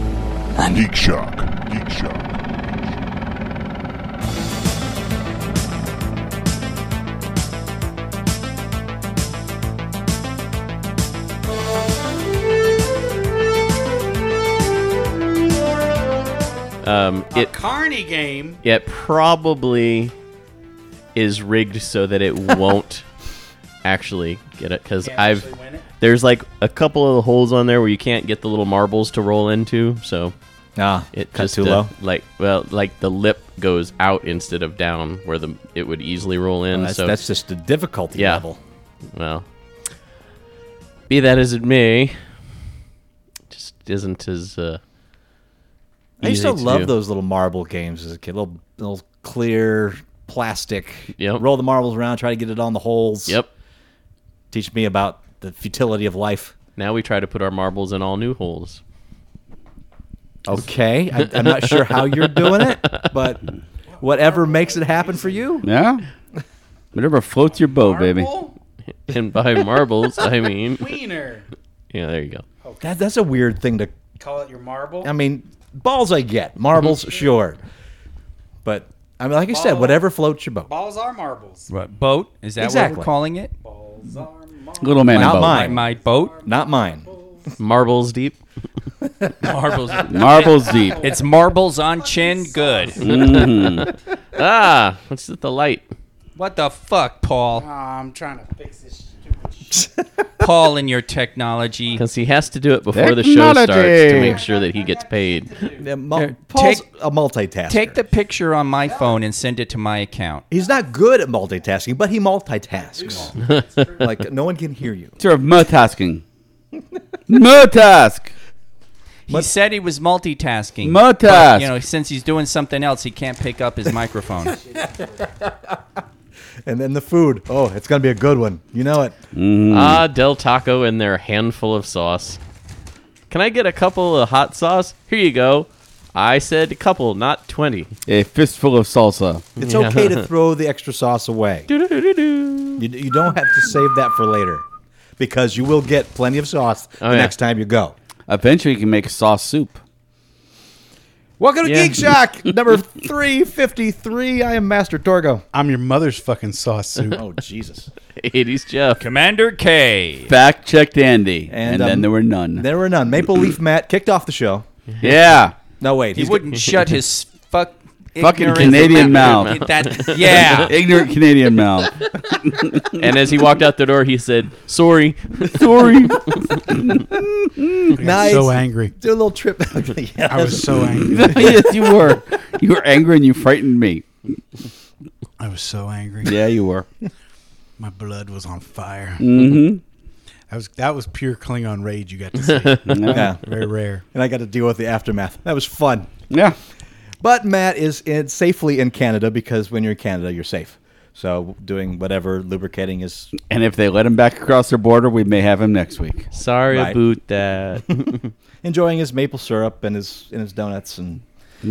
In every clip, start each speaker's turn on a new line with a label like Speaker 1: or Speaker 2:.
Speaker 1: Shock. Geek Shock. Geek Shock.
Speaker 2: Um,
Speaker 3: A
Speaker 2: it
Speaker 3: Carney game.
Speaker 2: it probably is rigged so that it won't actually get it because
Speaker 3: Can't
Speaker 2: I've
Speaker 3: actually win it?
Speaker 2: there's like a couple of the holes on there where you can't get the little marbles to roll into, so
Speaker 4: Ah,
Speaker 2: it
Speaker 4: cut
Speaker 2: just
Speaker 4: too
Speaker 2: uh,
Speaker 4: low.
Speaker 2: like well like the lip goes out instead of down where the it would easily roll in.
Speaker 4: That's,
Speaker 2: so
Speaker 4: that's just the difficulty
Speaker 2: Yeah.
Speaker 4: level.
Speaker 2: well, be that as it may, just isn't as uh,
Speaker 4: I used to
Speaker 2: easy
Speaker 4: love
Speaker 2: do.
Speaker 4: those little marble games as a kid. Little, little clear plastic.
Speaker 2: Yep.
Speaker 4: Roll the marbles around, try to get it on the holes.
Speaker 2: Yep.
Speaker 4: Teach me about the futility of life.
Speaker 2: Now we try to put our marbles in all new holes.
Speaker 4: Okay, I, I'm not sure how you're doing it, but whatever makes it happen for you.
Speaker 5: Yeah. Whatever floats your boat, baby.
Speaker 3: Marble
Speaker 2: And by marbles, I mean,
Speaker 3: Wiener.
Speaker 2: yeah, there you go.
Speaker 4: That, that's a weird thing to.
Speaker 3: Call it your marble.
Speaker 4: I mean, balls I get, marbles sure, but I mean, like I said,
Speaker 3: Ball.
Speaker 4: whatever floats your boat.
Speaker 3: Balls are marbles.
Speaker 6: What boat? Is that what
Speaker 4: Exactly.
Speaker 6: we're calling it?
Speaker 3: Balls are marbles.
Speaker 5: Little man
Speaker 4: Not
Speaker 5: boat.
Speaker 6: My,
Speaker 4: mine.
Speaker 6: my boat?
Speaker 4: Not mine.
Speaker 2: Marbles deep.
Speaker 6: Marbles.
Speaker 5: Marbles deep.
Speaker 6: it's marbles on chin. Good.
Speaker 2: Ah, what's with the light?
Speaker 6: What the fuck, Paul?
Speaker 3: Aw, I'm trying to fix this stupid shit.
Speaker 6: Paul and your technology.
Speaker 2: Because he has to do it before the show starts to
Speaker 5: Technology.
Speaker 2: make sure that he gets paid.
Speaker 4: Yeah, mul-
Speaker 6: Here,
Speaker 4: Paul's
Speaker 6: take-
Speaker 4: a multitasker.
Speaker 6: Take the picture on my phone and send it to my account.
Speaker 4: He's not good at multitasking, but he multitasks. like no one can hear you.
Speaker 5: Sure, multitasking. Multitask.
Speaker 6: He said he was multitasking.
Speaker 5: Multitask.
Speaker 6: but, you know, since he's doing something else, he can't pick up his microphone.
Speaker 4: And then the food. Oh, it's gonna be a good one. You know it.
Speaker 2: Ah, Del Taco and their handful of sauce. Can I get a couple of hot sauce? Here you go. I said a couple, not 20.
Speaker 5: A fistful of salsa.
Speaker 4: It's okay to throw the extra sauce away.
Speaker 2: Doo-doo-doo-doo.
Speaker 4: You, you don't have to save that for later, because you will get plenty of sauce
Speaker 2: Oh,
Speaker 4: the
Speaker 2: yeah.
Speaker 4: next time you go.
Speaker 5: Eventually, you can make sauce soup.
Speaker 4: Welcome to
Speaker 2: Yeah.
Speaker 4: Geek Shock number three fifty three. I am Master Torgo.
Speaker 7: I'm your mother's fucking sauce soup.
Speaker 4: Oh Jesus!
Speaker 2: 80s Jeff.
Speaker 6: Commander K.
Speaker 5: Fact checked Andy. And,
Speaker 4: um,
Speaker 5: then there were none.
Speaker 4: There were none. Maple Leaf Matt kicked off the show.
Speaker 5: yeah.
Speaker 4: No wait,
Speaker 6: He
Speaker 4: he's
Speaker 6: wouldn't shut his fuck.
Speaker 5: Fucking
Speaker 6: ignorant-
Speaker 5: Canadian mouth.
Speaker 6: That, yeah.
Speaker 5: Ignorant Canadian mouth.
Speaker 2: And as he walked out the door, he said, Sorry.
Speaker 5: Sorry.
Speaker 4: got nice.
Speaker 7: So angry.
Speaker 4: Do a little trip. Yeah,
Speaker 7: I was so angry.
Speaker 5: yes, you were. You were angry and you frightened me.
Speaker 7: I was so angry.
Speaker 5: Yeah, you were.
Speaker 7: My blood was on fire.
Speaker 5: Mm-hmm.
Speaker 7: That was that was pure Klingon rage you got to see.
Speaker 4: yeah.
Speaker 7: Very rare.
Speaker 4: and I got to deal with the aftermath. That was fun.
Speaker 5: Yeah.
Speaker 4: But Matt is in, safely in Canada because when you're in Canada, you're safe. So doing whatever lubricating is.
Speaker 5: And if they let him back across their border, we may have him next week.
Speaker 2: Sorry
Speaker 4: Right.
Speaker 2: about that.
Speaker 4: Enjoying his maple syrup and his and his donuts and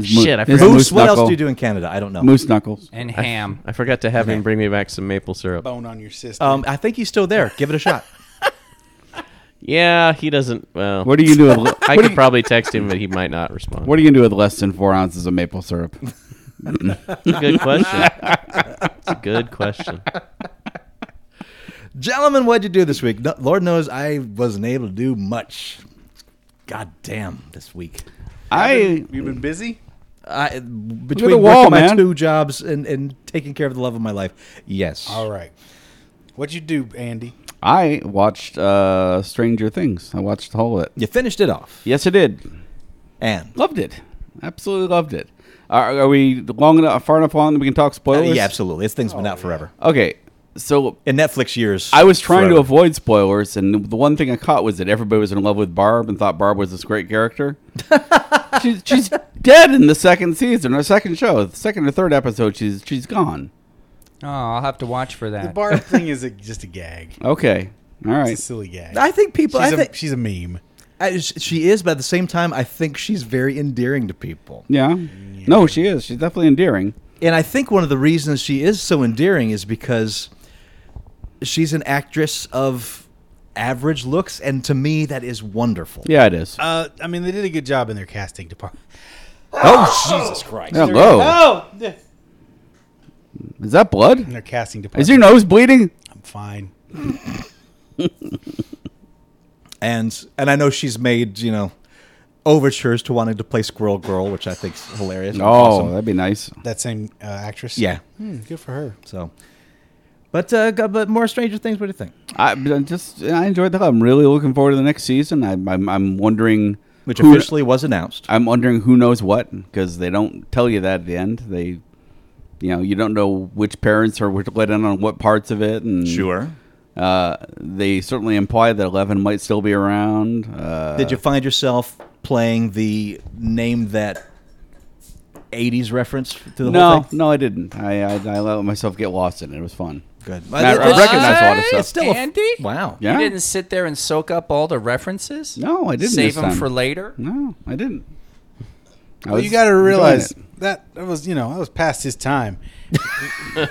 Speaker 2: Shit, I
Speaker 5: His
Speaker 2: forgot.
Speaker 5: moose
Speaker 4: moose. What else
Speaker 5: knuckle.
Speaker 4: do you do in Canada? I don't know.
Speaker 5: Moose knuckles.
Speaker 6: And ham.
Speaker 2: I forgot to have him bring me back some maple syrup.
Speaker 7: Bone on your sister.
Speaker 4: Um, I think he's still there. Give it a shot.
Speaker 2: Yeah, he doesn't. Well,
Speaker 5: What do you do? With, le- what,
Speaker 2: I
Speaker 5: do
Speaker 2: could
Speaker 5: you,
Speaker 2: probably text him, but he might not respond.
Speaker 5: what do you do with less than four ounces of maple syrup?
Speaker 2: Good question. It's a good question.
Speaker 4: Gentlemen, what'd you do this week? No, Lord knows I wasn't able to do much. God damn, this week.
Speaker 5: I
Speaker 7: You've been busy.
Speaker 4: I between
Speaker 5: the
Speaker 4: working
Speaker 5: wall,
Speaker 4: my
Speaker 5: man.
Speaker 4: two jobs and, and taking care of the love of my life. Yes.
Speaker 7: All right. What'd you do, Andy?
Speaker 5: I watched uh, Stranger Things. I watched all of it.
Speaker 4: You finished it off.
Speaker 5: Yes, I did.
Speaker 4: And
Speaker 5: Loved it. Absolutely loved it. Are, are we long enough, far enough along that we can talk spoilers?
Speaker 4: uh, yeah, absolutely. This thing's been out forever.
Speaker 5: Okay. So
Speaker 4: In Netflix years,
Speaker 5: Oh, I was trying to
Speaker 4: forever.
Speaker 5: avoid spoilers, and the one thing I caught was that everybody was in love with Barb and thought Barb was this great character. she's, she's dead in the second season or second show, the second or third episode. She's she's gone.
Speaker 6: Oh, I'll have to watch for
Speaker 7: The
Speaker 3: Uh,
Speaker 6: that.
Speaker 7: Barb thing is a, just a gag.
Speaker 5: Okay, all
Speaker 7: It's a
Speaker 5: right.
Speaker 7: silly gag.
Speaker 4: I think people.
Speaker 7: she's,
Speaker 4: I
Speaker 7: a
Speaker 4: think
Speaker 7: she's a meme.
Speaker 4: I, sh- she is, but at the same time, I think she's very endearing to people.
Speaker 5: Yeah. No, she is. She's definitely endearing.
Speaker 4: And I think one of the reasons she is so endearing is because she's an actress of average looks, and to me, that is wonderful.
Speaker 5: Yeah, it is.
Speaker 3: Uh, I mean, they did a good job in their casting department.
Speaker 4: Jesus Christ.
Speaker 5: Hello.
Speaker 7: Oh, th-
Speaker 5: Is that
Speaker 3: In
Speaker 5: blood?
Speaker 3: their casting department.
Speaker 5: Is your nose bleeding?
Speaker 3: I'm fine.
Speaker 4: and and I know she's made you know overtures to wanting to play Squirrel Girl, which I think's hilarious. and
Speaker 5: Oh,
Speaker 4: awesome.
Speaker 5: that'd be nice.
Speaker 3: That same uh, actress.
Speaker 4: yeah.
Speaker 3: Hmm, good for her.
Speaker 4: So, but uh, go- but more Stranger Things. What do you think?
Speaker 5: I I just I enjoyed that. I'm really looking forward to the next season. I, I'm I'm wondering
Speaker 4: Which
Speaker 5: who-
Speaker 4: officially was announced.
Speaker 5: I'm wondering who knows what because they don't tell you that at the end. They, you know, you don't know which parents are let in on what parts of it, and uh, they certainly imply that Eleven might still be around. Uh,
Speaker 4: Did you find yourself playing the name that '80s reference to the whole
Speaker 5: No,
Speaker 4: thing?
Speaker 5: no, I didn't. I, I I let myself get lost in it. It was fun.
Speaker 4: Good.
Speaker 5: I, I recognize a lot of stuff.
Speaker 4: It's still a-
Speaker 6: Andy?
Speaker 4: wow.
Speaker 5: Yeah.
Speaker 6: You didn't sit there and soak up all the references?
Speaker 5: No, I didn't
Speaker 6: Save
Speaker 5: this
Speaker 6: them
Speaker 5: time.
Speaker 6: for later?
Speaker 5: No, I didn't. I
Speaker 3: Well,
Speaker 5: was
Speaker 3: you got to
Speaker 5: enjoying
Speaker 3: realize
Speaker 5: it.
Speaker 3: that that was you know that was past his time.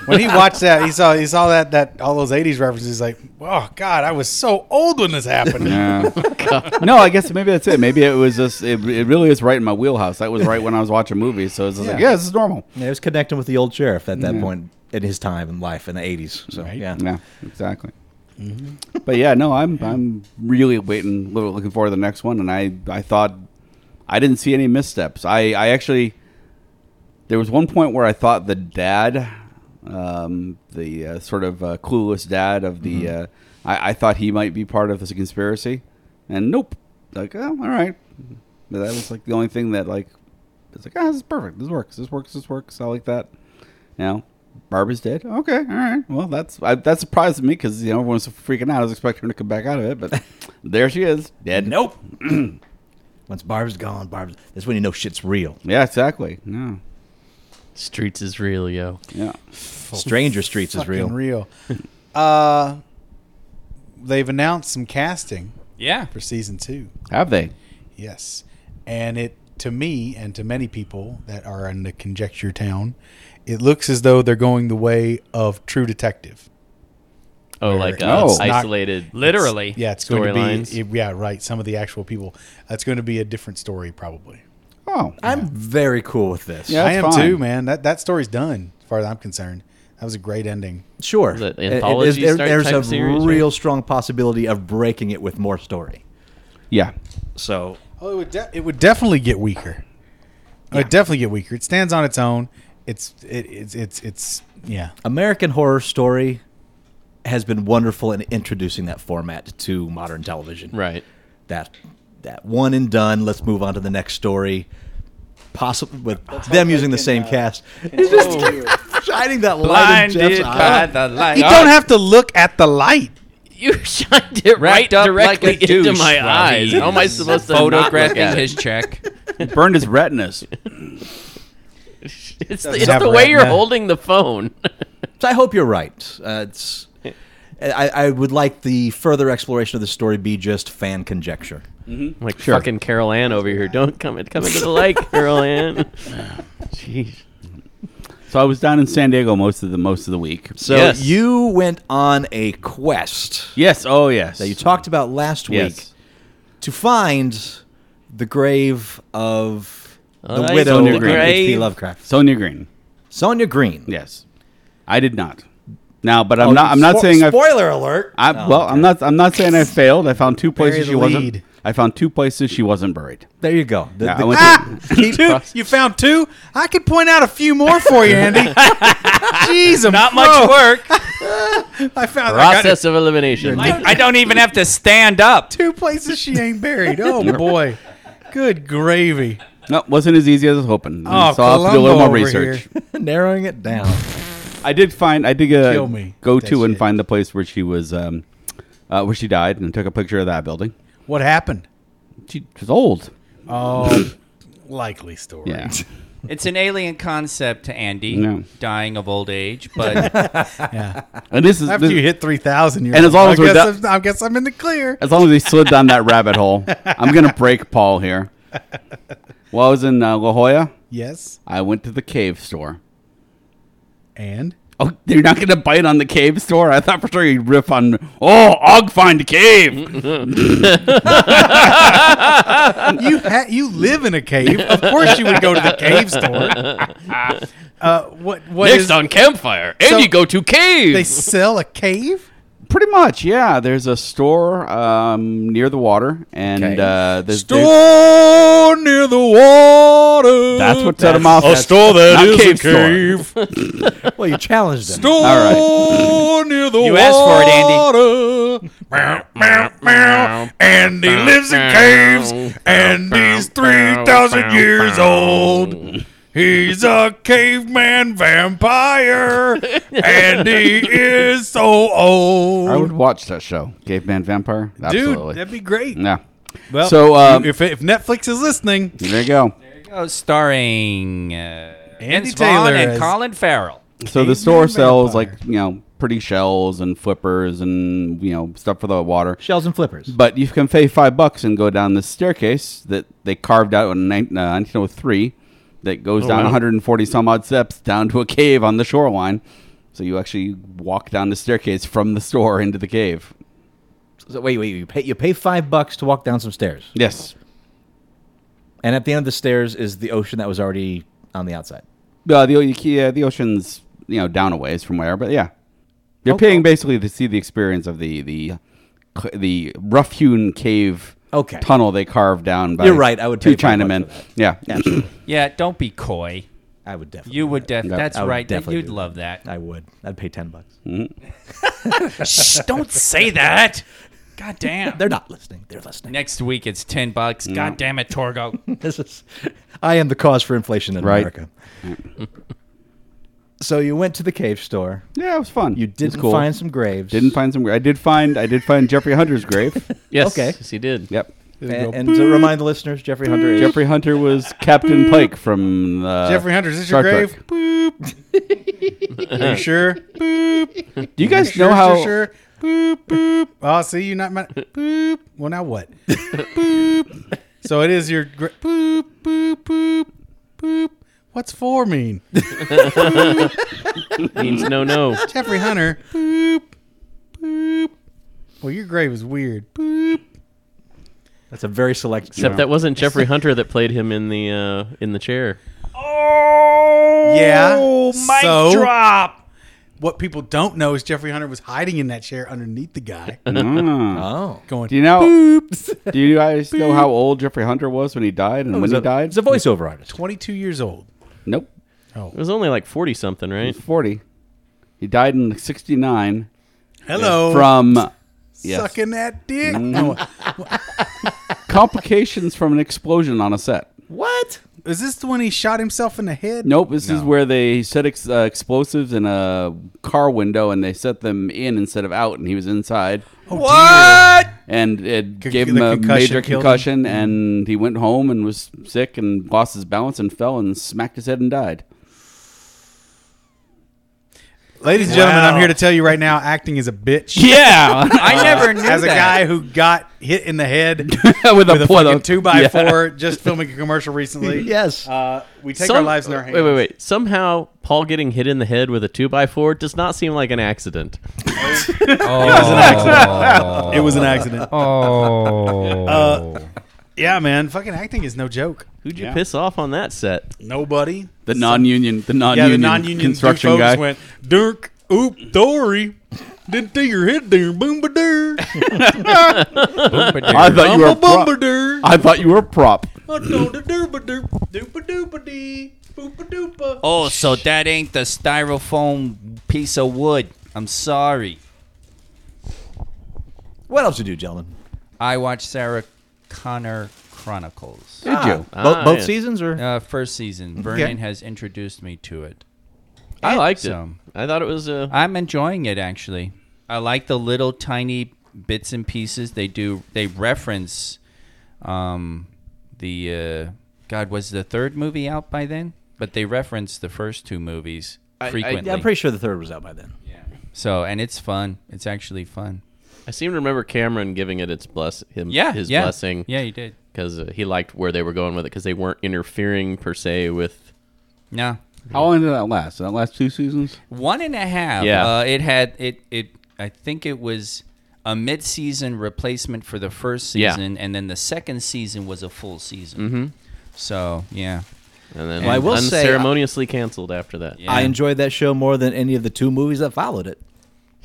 Speaker 3: when he watched that, he saw he saw that that all those '80s references. he's Like, oh God, I was so old when this happened.
Speaker 5: Yeah. no, I guess maybe that's it. Maybe it was just it, it really is right in my wheelhouse. That was right when I was watching movies, so it's just like,
Speaker 3: Yeah.
Speaker 5: yeah, this is normal.
Speaker 4: Yeah, it was connecting with the old sheriff at that point in his time in life in the '80s. So
Speaker 3: Right.
Speaker 4: yeah.
Speaker 5: Yeah, exactly. But yeah, no, I'm I'm really waiting, lo- looking forward to the next one, and I I thought I didn't see any missteps. I I actually there was one point where I thought the dad, um, the uh, sort of uh, clueless dad of the, uh, I, I thought he might be part of this conspiracy, and nope, like oh, all right, but that was like the only thing that like it's like ah, this is perfect. This works. This works. This works. I like that. You know, Barbara's dead. Okay, all right. Well, that's I, that surprised me because you know everyone's freaking out. I was expecting her to come back out of it, but there she is, dead. Nope.
Speaker 4: Once Barb's gone, Barb's that's when you know shit's real.
Speaker 5: Yeah, exactly. No.
Speaker 2: Streets is real, yo.
Speaker 5: Yeah.
Speaker 4: Stranger Streets is
Speaker 3: Fucking
Speaker 4: real.
Speaker 3: real. Uh, they've announced some casting
Speaker 6: Yeah.
Speaker 3: for season two.
Speaker 5: Have they?
Speaker 3: Yes, and it to me and to many people that are in the conjecture town, it looks as though they're going the way of True Detective.
Speaker 2: Oh,
Speaker 3: Where
Speaker 2: like
Speaker 5: no,
Speaker 2: uh,
Speaker 5: it's
Speaker 3: not-
Speaker 2: isolated.
Speaker 6: Literally.
Speaker 3: Yeah, it's going
Speaker 2: Storylines.
Speaker 3: to be. it- yeah, right. Some of the actual people. It's going to be a different story, probably.
Speaker 5: Oh,
Speaker 4: I'm very cool with this.
Speaker 5: Yeah.
Speaker 3: I
Speaker 5: That's
Speaker 3: am
Speaker 5: fine.
Speaker 3: too, man. That that story's done, as far as I'm concerned. That was a great ending.
Speaker 4: Sure.
Speaker 2: Is it
Speaker 4: It- it-
Speaker 2: anthology
Speaker 4: there-
Speaker 2: start
Speaker 4: there's
Speaker 2: type
Speaker 4: a
Speaker 2: series,
Speaker 4: real strong possibility of breaking it with more story.
Speaker 5: yeah.
Speaker 4: So
Speaker 3: Oh, it would de- it would definitely get weaker. It would definitely get weaker. It stands on its own. It's it, it's it's it's yeah.
Speaker 4: American Horror Story has been wonderful in introducing that format to modern television.
Speaker 2: Right.
Speaker 4: That that one and done. Let's move on to the next story. Possible with them using the same cast. It's just shining that light in Jeff's
Speaker 6: Blinded by
Speaker 4: eye.
Speaker 6: the light. Oh.
Speaker 3: You don't have to look at the light.
Speaker 2: You shined it right
Speaker 6: Wrapped up like
Speaker 2: directly
Speaker 6: a douche
Speaker 2: into Oh, my
Speaker 6: while
Speaker 2: eyes.
Speaker 6: he's
Speaker 2: How am I supposed to not look
Speaker 6: Photographing
Speaker 2: at
Speaker 6: his
Speaker 2: it?
Speaker 6: check.
Speaker 5: Burned his retinas.
Speaker 2: It's,
Speaker 3: Doesn't
Speaker 2: the- it's
Speaker 3: have
Speaker 2: the
Speaker 3: a
Speaker 2: way
Speaker 3: retina.
Speaker 2: you're holding the phone.
Speaker 4: So I hope you're right. Uh, it's. I, I would like the further exploration of the story be just fan conjecture.
Speaker 2: like fucking Carol Ann over here. Don't come come into the light, Carol Ann. Jeez.
Speaker 5: So I was down in San Diego most of the most of the week.
Speaker 4: So
Speaker 2: Yes.
Speaker 4: you went on a quest
Speaker 5: yes. Oh yes.
Speaker 4: that you talked about last week
Speaker 5: Yes.
Speaker 4: to find the grave of the
Speaker 2: I
Speaker 4: widow
Speaker 5: saw the
Speaker 4: of H.P.
Speaker 2: grave.
Speaker 4: Lovecraft,
Speaker 5: Sonia Green.
Speaker 4: Sonia Green.
Speaker 5: Yes. I did not. Now, but I'm
Speaker 4: Oh,
Speaker 5: not. I'm not
Speaker 4: spo-
Speaker 5: saying I've
Speaker 4: Spoiler alert.
Speaker 5: I,
Speaker 3: Oh,
Speaker 5: well, I'm not. I'm not saying I failed. I found two places
Speaker 3: the
Speaker 5: she wasn't.
Speaker 3: lead.
Speaker 5: I found two places she wasn't buried.
Speaker 4: there you go. The-
Speaker 5: Yeah,
Speaker 4: the-
Speaker 5: I went
Speaker 3: Ah,
Speaker 5: to-
Speaker 3: two. You found two. I could point out a few more for you, Andy. Jeez, not
Speaker 6: Much work.
Speaker 3: I found I got
Speaker 2: Process of elimination.
Speaker 6: I don't even have to stand up.
Speaker 3: two places she ain't buried. Oh boy, good gravy.
Speaker 5: no, wasn't as easy as I was hoping.
Speaker 3: Oh,
Speaker 5: so I'll have to do a little
Speaker 3: Columbo
Speaker 5: more
Speaker 3: over
Speaker 5: research.
Speaker 3: here.
Speaker 4: narrowing it down.
Speaker 5: I did find. I did uh,
Speaker 3: Kill me.
Speaker 5: go
Speaker 3: That
Speaker 5: to and
Speaker 3: shit.
Speaker 5: find the place where she was, um, uh, where she died, and took a picture of that building.
Speaker 3: What happened?
Speaker 5: She was old.
Speaker 3: Oh, likely story.
Speaker 5: Yeah.
Speaker 6: It's an alien concept to Andy,
Speaker 5: No.
Speaker 6: dying of old age, but
Speaker 3: Yeah.
Speaker 5: And this is
Speaker 3: After
Speaker 5: this-
Speaker 3: you hit three thousand,
Speaker 5: And as long as
Speaker 3: I
Speaker 5: we're
Speaker 3: guess,
Speaker 5: done-
Speaker 3: I'm, I guess I'm in the clear.
Speaker 5: As long as we slid down that rabbit hole, I'm gonna break Paul here. While I was in uh, La Jolla,
Speaker 3: Yes,
Speaker 5: I went to the cave store.
Speaker 3: and
Speaker 5: Oh, you're not gonna bite on the cave store? I thought for sure you'd riff on. Oh, Og find cave.
Speaker 7: you ha- you live in a cave. Of course, you would go to the cave store. Uh, what what
Speaker 2: Next
Speaker 7: is-
Speaker 2: on Campfire, and
Speaker 7: So-
Speaker 2: you go to cave.
Speaker 7: they sell a cave?
Speaker 5: Pretty much, yeah. There's a store um, near the water, and
Speaker 7: Okay.
Speaker 5: uh, there's, there's-
Speaker 7: Store near the water.
Speaker 5: that's what set 'em off. That's- not store.
Speaker 4: Well, you challenged them.
Speaker 7: Store
Speaker 5: All
Speaker 7: near the
Speaker 6: You asked for it, Andy.
Speaker 7: water. Meow, meow, meow. Andy lives in caves, and he's 3,000 years old. He's a caveman vampire, and he is so
Speaker 5: I would
Speaker 7: old.
Speaker 5: watch that show, Caveman Vampire. Absolutely.
Speaker 7: Dude, that'd be great.
Speaker 5: yeah.
Speaker 7: Well,
Speaker 5: so um,
Speaker 7: if, if Netflix is listening,
Speaker 5: there you go.
Speaker 6: Oh, starring uh, Vince
Speaker 7: Taylor
Speaker 6: Vaughn and
Speaker 7: as-
Speaker 6: Colin Farrell.
Speaker 5: So the
Speaker 7: Caveman
Speaker 5: store sells like
Speaker 7: Vampire.
Speaker 5: you know pretty shells and flippers and you know stuff for the water.
Speaker 4: Shells and flippers.
Speaker 5: But you can pay five bucks and go down this staircase that they carved out in nine- uh, 1903 that goes down
Speaker 2: wow.
Speaker 5: 140 some odd steps down to a cave on the shoreline. So you actually walk down the staircase from the store into the cave.
Speaker 4: So wait, wait, you pay you pay five bucks to walk down some stairs,
Speaker 5: Yes.
Speaker 4: and at the end of the stairs is the ocean that was already on the outside.
Speaker 5: Uh, the, o- yeah, the ocean's you know down a ways from where, but yeah, you're
Speaker 4: Okay.
Speaker 5: paying basically to see the experience of the the c- the rough hewn cave
Speaker 4: Okay.
Speaker 5: tunnel they carved down. By
Speaker 4: You're right, I would
Speaker 5: two
Speaker 4: pay five bucks
Speaker 5: Chinamen.
Speaker 4: for
Speaker 5: Yeah,
Speaker 6: Yeah, don't be coy.
Speaker 4: I would definitely.
Speaker 6: You would definitely.
Speaker 5: Yep.
Speaker 6: That's
Speaker 4: I would
Speaker 6: right.
Speaker 4: definitely
Speaker 6: You'd
Speaker 4: do
Speaker 6: love that.
Speaker 4: I would. I'd pay ten bucks.
Speaker 5: Mm.
Speaker 6: Shh, don't say that. God damn.
Speaker 4: They're not listening. They're listening.
Speaker 6: Next week it's ten bucks. God damn it, Torgo.
Speaker 4: This is. I am the cause for inflation in
Speaker 5: Right.
Speaker 4: America. so you went to the cave store.
Speaker 5: yeah, it was fun.
Speaker 4: You
Speaker 5: It was
Speaker 4: didn't
Speaker 5: cool.
Speaker 4: find some graves.
Speaker 5: Didn't find some. gra- I did find. I did find Jeffrey Hunter's grave.
Speaker 2: yes,
Speaker 4: okay.
Speaker 2: yes, he did.
Speaker 5: Yep.
Speaker 4: And, and to remind the listeners, Jeffrey Hunter is
Speaker 5: Jeffrey Hunter was Captain Pike from uh,
Speaker 7: Jeffrey Hunter, is this your
Speaker 5: Star Trek.
Speaker 7: grave? Boop. Are you sure? Boop.
Speaker 5: Do you guys
Speaker 7: Sure,
Speaker 5: know how?
Speaker 7: sure, sure. Boop boop. Oh, see, you're not. My, boop. Well, now what? boop. So it is your gra- boop boop boop boop. What's four mean?
Speaker 2: Means no, no.
Speaker 7: Jeffrey Hunter. Boop boop. Well, your grave is weird. Boop.
Speaker 4: That's a very select.
Speaker 2: Except that wasn't Jeffrey Hunter that played him in the uh, in the chair.
Speaker 7: Yeah.
Speaker 6: Oh,
Speaker 7: mic drop. What people don't know is Jeffrey Hunter was hiding in that chair underneath the guy,
Speaker 5: Mm.
Speaker 4: oh,
Speaker 7: going.
Speaker 5: Do you know? Do you guys know how old Jeffrey Hunter was when he died and when
Speaker 4: It's
Speaker 5: he
Speaker 4: Oh, a-
Speaker 5: died?
Speaker 4: It's a voiceover artist.
Speaker 7: 22 years old.
Speaker 5: Nope.
Speaker 2: It was only like forty something, right?
Speaker 5: He's 40. He died in 69
Speaker 7: Hello.
Speaker 5: from yes,
Speaker 7: sucking that dick.
Speaker 5: complications from an explosion on a set.
Speaker 4: What?
Speaker 7: Is this the one he shot himself in the head?
Speaker 5: Nope, this is where they set ex- uh, explosives in a car window and they set them in instead of out, and he was inside.
Speaker 7: Oh, What?
Speaker 5: And it
Speaker 7: Con-
Speaker 5: gave
Speaker 7: the
Speaker 5: him a
Speaker 7: concussion
Speaker 5: major
Speaker 7: killed him.
Speaker 5: concussion, and he went home and was sick and lost his balance and fell and smacked his head and died.
Speaker 7: Ladies and gentlemen, I'm here to tell you right now, acting is a bitch.
Speaker 5: Yeah,
Speaker 6: I never knew
Speaker 7: As a
Speaker 6: that.
Speaker 7: guy who got hit in the head
Speaker 5: with,
Speaker 7: with a
Speaker 5: pillow.
Speaker 7: fucking two by
Speaker 5: Yeah.
Speaker 7: four, just filming a commercial recently.
Speaker 4: Yes.
Speaker 7: Uh, we take our
Speaker 2: Some-
Speaker 7: lives in our hands.
Speaker 2: Wait, wait, wait. Somehow, Paul getting hit in the head with a 2x4 does not seem like an accident.
Speaker 6: Oh.
Speaker 7: It was an accident. Uh,
Speaker 6: Oh.
Speaker 7: yeah, man. Fucking acting is no joke.
Speaker 2: Who'd you
Speaker 5: Yeah.
Speaker 2: piss off on that set?
Speaker 7: Nobody.
Speaker 5: The non-union, the
Speaker 7: Yeah,
Speaker 5: non-union,
Speaker 7: the non-union
Speaker 5: construction
Speaker 7: folks
Speaker 5: guy.
Speaker 7: went, Dirk, oop, Dory. Didn't see your head there, boomba dur.
Speaker 5: I thought you were a prop.
Speaker 7: Bumba dur.
Speaker 5: I thought you were a prop.
Speaker 7: Oh,
Speaker 6: oh, so that ain't the styrofoam piece of wood. I'm sorry.
Speaker 4: What else did you do, gentlemen?
Speaker 6: I watched Sarah Connor Chronicles.
Speaker 5: Did you?
Speaker 4: Bo- both
Speaker 2: Ah, yeah.
Speaker 4: seasons, or
Speaker 6: Uh, first season. Vernon has introduced me to it.
Speaker 2: I liked it.
Speaker 6: So-
Speaker 2: I thought it was uh,
Speaker 6: I'm enjoying it actually. I like the little tiny bits and pieces they do. They reference um, the uh, God was the third movie out by then, but they reference the first two movies
Speaker 2: I-
Speaker 6: frequently.
Speaker 4: yeah, I'm pretty sure the third was out by then.
Speaker 6: so and it's fun. It's actually fun.
Speaker 2: I seem to remember Cameron giving it its bless him
Speaker 6: Yeah,
Speaker 2: his
Speaker 6: yeah.
Speaker 2: blessing
Speaker 6: Yeah, you did.
Speaker 2: because uh, he liked where they were going with it because they weren't interfering per se with
Speaker 6: No,
Speaker 5: How long did that last? Did that last two seasons?
Speaker 6: One and a half.
Speaker 2: Yeah.
Speaker 6: Uh, it had it it. I think it was a mid-season replacement for the first
Speaker 2: Yeah.
Speaker 6: season, and then the second season was a full season. Mm-hmm. So yeah,
Speaker 2: and then
Speaker 4: Well, I will say-
Speaker 2: unceremoniously canceled after that.
Speaker 6: Yeah.
Speaker 4: I enjoyed that show more than any of the two movies that followed it.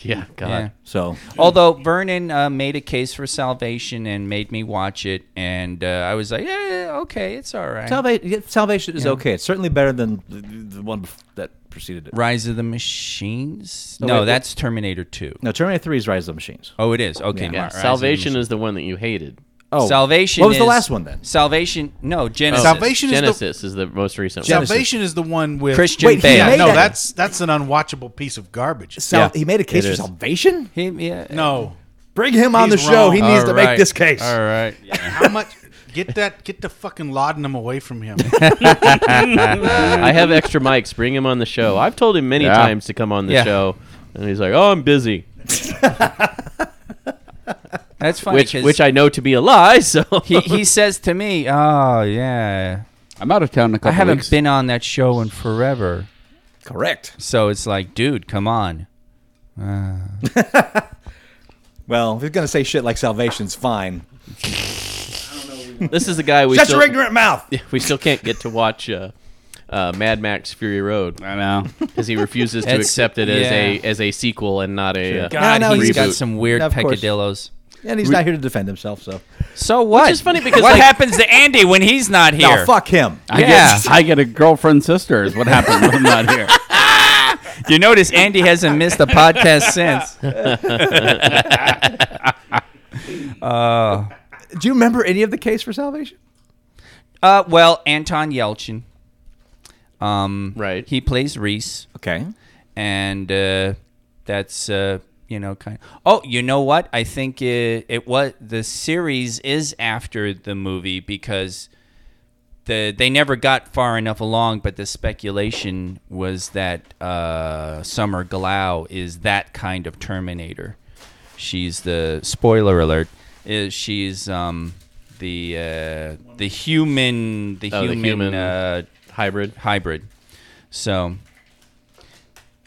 Speaker 2: Yeah, God.
Speaker 6: yeah.
Speaker 4: So
Speaker 6: Although Vernon uh, made a case for salvation and made me watch it, and uh, I was like, yeah, yeah, okay, it's all right.
Speaker 4: Salvation, Salvation is okay. It's certainly better than the, the one bef- that preceded it.
Speaker 6: Rise of the Machines?
Speaker 4: No,
Speaker 6: No,
Speaker 4: Oh, wait, wait.
Speaker 6: that's Terminator 2.
Speaker 4: No, Terminator Three is Rise of the Machines.
Speaker 6: Oh, it is. Okay.
Speaker 2: Yeah,
Speaker 6: Ri- Rise of the
Speaker 2: Salvation
Speaker 6: Machines.
Speaker 2: is the one that you hated.
Speaker 4: Oh,
Speaker 6: Salvation
Speaker 4: What was the
Speaker 6: is-
Speaker 4: last one then?
Speaker 6: Salvation. No, Genesis.
Speaker 7: Salvation- is the-
Speaker 2: Genesis is the most recent one.
Speaker 4: Genesis.
Speaker 7: Salvation is the one with
Speaker 6: Christian
Speaker 4: Wait, he
Speaker 6: Bale.
Speaker 4: made
Speaker 7: Yeah, no,
Speaker 4: that-
Speaker 7: that's that's an unwatchable piece of garbage.
Speaker 4: Sal-
Speaker 2: Yeah.
Speaker 4: He made a case
Speaker 2: It
Speaker 4: for
Speaker 2: is.
Speaker 4: Salvation.
Speaker 6: He- yeah.
Speaker 7: No,
Speaker 4: Bring him on the
Speaker 7: He's
Speaker 4: show. He
Speaker 7: wrong.
Speaker 4: needs
Speaker 6: All
Speaker 4: to
Speaker 6: right.
Speaker 4: make this case.
Speaker 6: All right.
Speaker 7: how much? Get that. Get the fucking laudanum away from him.
Speaker 2: I have extra mics. Bring him on the show. I've told him many
Speaker 5: Yeah.
Speaker 2: times to come on the
Speaker 6: Yeah.
Speaker 2: show, and he's like, "Oh, I'm busy,"
Speaker 6: That's funny.
Speaker 2: which
Speaker 6: 'cause
Speaker 2: which I know to be a lie. So
Speaker 6: he, he says to me, oh, yeah.
Speaker 5: I'm out of town in a couple
Speaker 6: I haven't
Speaker 5: weeks.
Speaker 6: been on that show in forever.
Speaker 4: Correct.
Speaker 6: So it's like, dude, come on.
Speaker 4: Well, if he's gonna say shit like Salvation's fine.
Speaker 2: this is the guy we
Speaker 4: Shut
Speaker 2: still,
Speaker 4: your ignorant mouth.
Speaker 2: we still can't get to watch uh, uh, Mad Max Fury Road
Speaker 5: I know.
Speaker 2: because he refuses to
Speaker 6: That's-
Speaker 2: accept it as a
Speaker 6: yeah.
Speaker 2: as a sequel and not a. Uh,
Speaker 6: God,
Speaker 4: no,
Speaker 6: he's
Speaker 4: he's-
Speaker 6: got some weird
Speaker 4: Of course.
Speaker 6: peccadillos.
Speaker 4: And he's not here to defend himself. So
Speaker 6: So what?
Speaker 2: is funny because,
Speaker 6: what
Speaker 2: like-
Speaker 6: happens to Andy when he's not here?
Speaker 4: no, fuck him.
Speaker 5: I
Speaker 6: Yeah.
Speaker 5: get I get a girlfriend sister is what happens when I'm not here.
Speaker 6: You notice Andy hasn't missed a podcast since.
Speaker 4: Do you remember any of the case for Salvation?
Speaker 6: Uh, well, Anton Yelchin. Um,
Speaker 2: Right.
Speaker 6: He plays Reese,
Speaker 4: Okay.
Speaker 6: and uh, that's uh, you know kind. oh, you know what? I think it, it was the series is after the movie because the they never got far enough along. But the speculation was that uh, Summer Glau is that kind of Terminator. She's the spoiler alert. Is she's um the uh, the human the
Speaker 2: Oh, the
Speaker 6: human,
Speaker 2: human.
Speaker 6: Uh,
Speaker 2: Hybrid.
Speaker 6: hybrid. So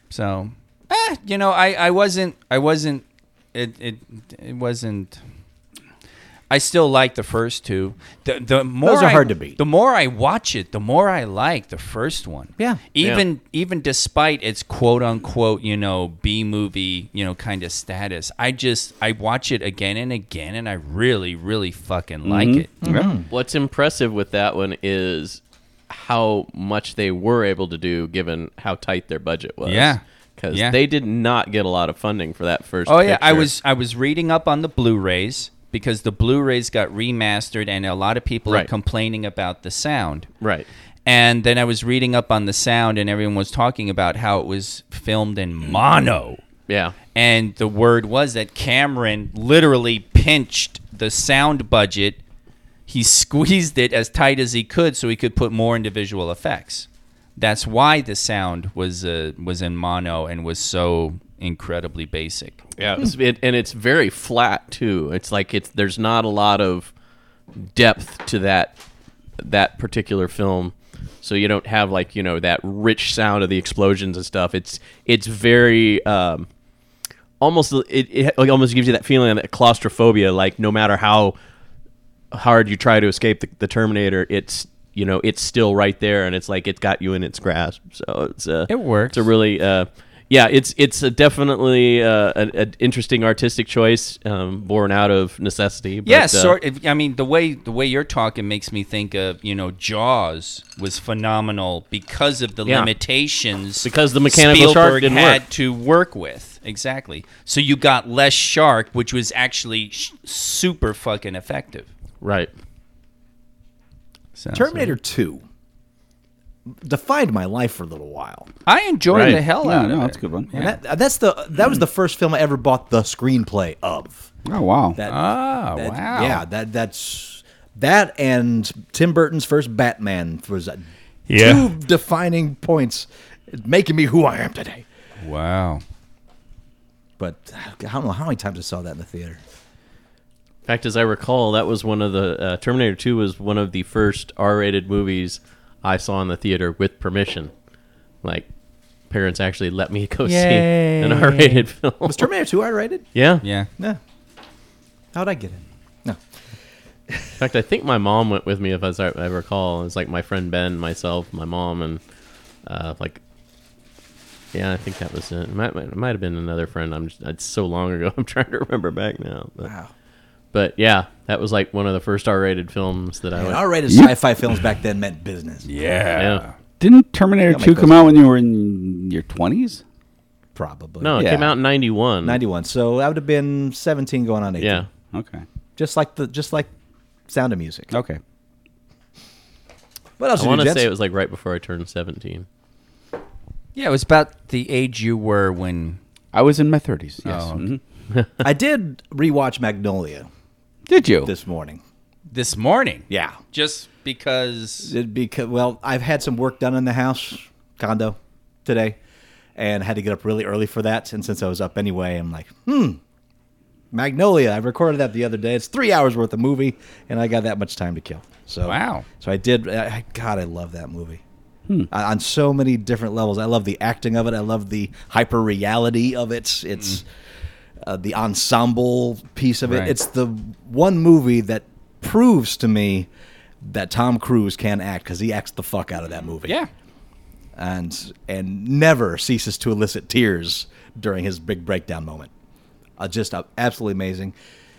Speaker 6: so eh, you know I I wasn't I wasn't it it it wasn't. I still like the first two. The, the more
Speaker 4: Those are
Speaker 6: I-
Speaker 4: hard to beat.
Speaker 6: The more I watch it, the more I like the first one.
Speaker 4: Yeah.
Speaker 6: Even even despite its quote unquote you know B movie you know kind of status, I just I watch it again and again, and I really really fucking like
Speaker 4: Mm-hmm.
Speaker 6: it.
Speaker 2: What's impressive with that one is how much they were able to do given how tight their budget was.
Speaker 6: Yeah.
Speaker 2: Because
Speaker 6: Yeah.
Speaker 2: they did not get a lot of funding for that first.
Speaker 6: Oh yeah, I
Speaker 2: picture.
Speaker 6: was I was reading up on the Blu-rays because the Blu-rays got remastered and a lot of people are
Speaker 2: Right.
Speaker 6: complaining about the sound.
Speaker 2: right.
Speaker 6: And then I was reading up on the sound and everyone was talking about how it was filmed in mono.
Speaker 2: Yeah,
Speaker 6: And the word was that Cameron literally pinched the sound budget. He squeezed it as tight as he could so he could put more into visual effects. That's why the sound was uh, was in mono and was so incredibly basic.
Speaker 2: yeah, it was- it- and it's very flat too. It's like it's there's not a lot of depth to that that particular film, so you don't have like you know that rich sound of the explosions and stuff. It's it's very um, almost it, it like almost gives you that feeling of that claustrophobia. Like no matter how hard you try to escape the, the Terminator, it's you know it's still right there, and it's like it's got you in its grasp. So it's a
Speaker 6: It works.
Speaker 2: It's a really uh, yeah. It's it's a definitely uh, an, an interesting artistic choice, um, born out of necessity. But,
Speaker 6: Yes,
Speaker 2: uh,
Speaker 6: sort. Of, I mean, the way the way you're talking makes me think of you know Jaws was phenomenal because of the
Speaker 2: Yeah.
Speaker 6: limitations
Speaker 2: Because the mechanical shark
Speaker 6: Spielberg
Speaker 2: didn't
Speaker 6: had
Speaker 2: work.
Speaker 6: to work with. Exactly. So you got less shark, which was actually sh- super fucking effective.
Speaker 2: right.
Speaker 6: So,
Speaker 4: Terminator Two defined my life for a little while.
Speaker 6: I enjoyed
Speaker 2: Right.
Speaker 6: the hell
Speaker 5: Yeah,
Speaker 6: out
Speaker 5: no,
Speaker 6: of
Speaker 5: that's
Speaker 6: it.
Speaker 5: a good one.
Speaker 4: And that, uh, that's the that was the first film I ever bought the screenplay of.
Speaker 5: Oh wow.
Speaker 4: That,
Speaker 5: Ah,
Speaker 6: Oh
Speaker 4: that-
Speaker 6: wow!
Speaker 4: Yeah, that that's that and Tim Burton's first Batman was uh, two defining points, making me who I am today.
Speaker 6: Wow.
Speaker 4: But I don't know how many times I saw that in the theater.
Speaker 2: In fact, as I recall, that was one of the uh, Terminator Two was one of the first R-rated movies I saw in the theater with permission. like parents actually let me go
Speaker 6: Yay.
Speaker 2: see an R-rated film.
Speaker 4: Was Terminator 2 R rated?
Speaker 2: yeah.
Speaker 6: Yeah.
Speaker 4: No. How'd I get in? No.
Speaker 2: In fact, I think my mom went with me if I, if I recall. It was like my friend Ben, myself, my mom, and uh, like. Yeah, I think that was it. It might, might, it might have been another friend. I'm just, it's so long ago. I'm trying to remember back now. But,
Speaker 4: Wow.
Speaker 2: but yeah, that was like one of the first R-rated films that I went.
Speaker 4: R rated sci fi films back then meant business.
Speaker 7: Yeah.
Speaker 2: yeah.
Speaker 5: Didn't Terminator
Speaker 4: Yeah, my
Speaker 5: 2 come out when you were in your 20s?
Speaker 4: Probably.
Speaker 2: No, it
Speaker 5: Yeah.
Speaker 2: came out in 91.
Speaker 4: 91. So I would have been 17 going on 18.
Speaker 2: Yeah.
Speaker 5: Okay.
Speaker 4: Just like the just like Sound of Music.
Speaker 5: Okay.
Speaker 4: What else
Speaker 2: I
Speaker 4: did you
Speaker 2: want to
Speaker 4: gents?
Speaker 2: say it was like right before I turned 17.
Speaker 6: Yeah, it was about the age you were when.
Speaker 5: I was in my 30s. Yes.
Speaker 6: Oh, okay.
Speaker 5: Mhm.
Speaker 4: I did rewatch Magnolia
Speaker 5: Did you?
Speaker 4: this morning.
Speaker 6: This morning.
Speaker 4: Yeah.
Speaker 6: Just because.
Speaker 4: It because well, I've had some work done in the house condo today, and had to get up really early for that. And since I was up anyway, I'm like, hmm, Magnolia. I recorded that the other day. It's three hours worth of movie, and I got that much time to kill. So
Speaker 6: Wow.
Speaker 4: So I did. I, I- God, I love that movie. I- on so many different levels. I love the acting of it. I love the hyper reality of it. It's uh, the ensemble piece of it.
Speaker 6: Right.
Speaker 4: It's the one movie that proves to me that Tom Cruise can act because he acts the fuck out of that movie.
Speaker 6: Yeah.
Speaker 4: and and never ceases to elicit tears during his big breakdown moment. Uh, just uh, absolutely amazing.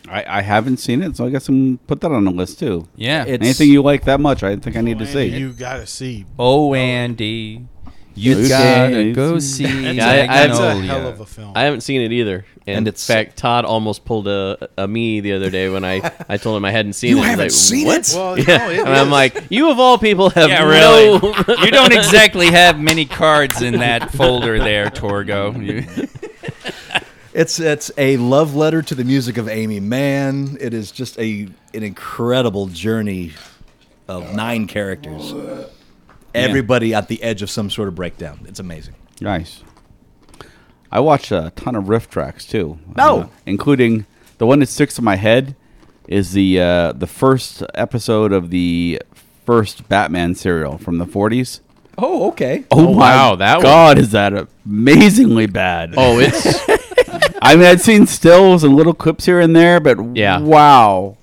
Speaker 5: I, I haven't seen it, so I guess I'm put that on the list too.
Speaker 6: Yeah.
Speaker 4: It's-
Speaker 5: Anything you like that much, I think I need to see.
Speaker 8: You gotta see.
Speaker 6: oh, Andy. You
Speaker 5: Okay.
Speaker 6: gotta go see.
Speaker 8: That's,
Speaker 2: Yeah, I-
Speaker 8: a, that's a
Speaker 6: Magnolia.
Speaker 8: hell of a film.
Speaker 2: I haven't seen it either. And,
Speaker 4: And
Speaker 2: in
Speaker 4: it's-
Speaker 2: fact, Todd almost pulled a, a me the other day when I, I told him I hadn't seen it. He's like,
Speaker 4: it?
Speaker 8: well,
Speaker 2: Yeah.
Speaker 8: no, it
Speaker 2: and I'm
Speaker 8: is.
Speaker 2: like, you of all people have
Speaker 6: Oh, Yeah,
Speaker 2: no-
Speaker 6: really. you don't exactly have many cards in that folder there, Torgo. You-
Speaker 4: It's it's a love letter to the music of Amy Mann. It is just a an incredible journey of nine characters. Everybody at the edge of some sort of breakdown. It's amazing.
Speaker 5: Nice. I watched a ton of riff tracks too. Uh,
Speaker 4: No.
Speaker 5: including the one that sticks in my head is the uh, the first episode of the first Batman serial from the 40s.
Speaker 4: Oh, okay.
Speaker 5: Oh, my
Speaker 2: wow, that one-
Speaker 5: God, is that amazingly bad?
Speaker 2: Oh, it's
Speaker 5: I mean, I'd seen stills and little clips here and there, but
Speaker 2: Yeah.
Speaker 5: wow,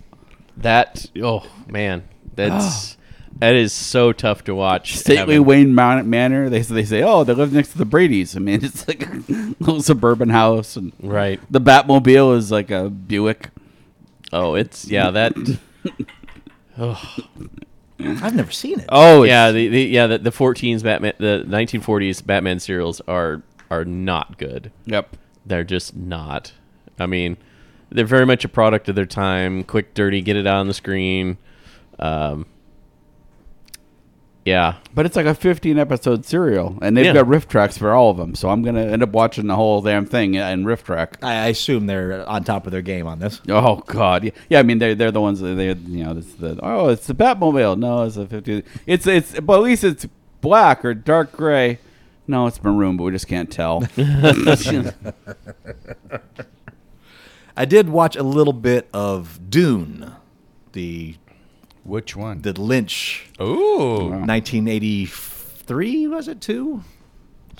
Speaker 2: that. Oh man, that's that is so tough to watch.
Speaker 5: stately
Speaker 2: having-
Speaker 5: Wayne Man- Manor. They they say, oh, they live next to the Brady's. I mean, it's like a little suburban house, and
Speaker 2: right?
Speaker 5: the Batmobile is like a Buick.
Speaker 2: Oh, it's yeah that.
Speaker 4: I've never seen it.
Speaker 5: Oh, it's-
Speaker 2: yeah, the, the yeah the, the 14s Batman the 1940s Batman serials are are not good.
Speaker 5: Yep.
Speaker 2: They're just not. I mean, they're very much a product of their time. Quick, dirty, get it on the screen. Um, yeah,
Speaker 5: But it's like a 15 episode serial, and they've
Speaker 2: Yeah.
Speaker 5: got riff tracks for all of them. So I'm gonna end up watching the whole damn thing and riff track.
Speaker 4: I I assume they're on top of their game on this.
Speaker 5: Oh God, yeah, yeah. I mean, they're they're the ones that they you know it's the oh it's the Batmobile. No, it's a 50. It's it's but at least it's black or dark gray. No, it's maroon, but we just can't tell.
Speaker 4: I did watch a little bit of Dune, the
Speaker 6: Which one?
Speaker 4: the Lynch
Speaker 6: Ooh.
Speaker 4: 1983 was it two?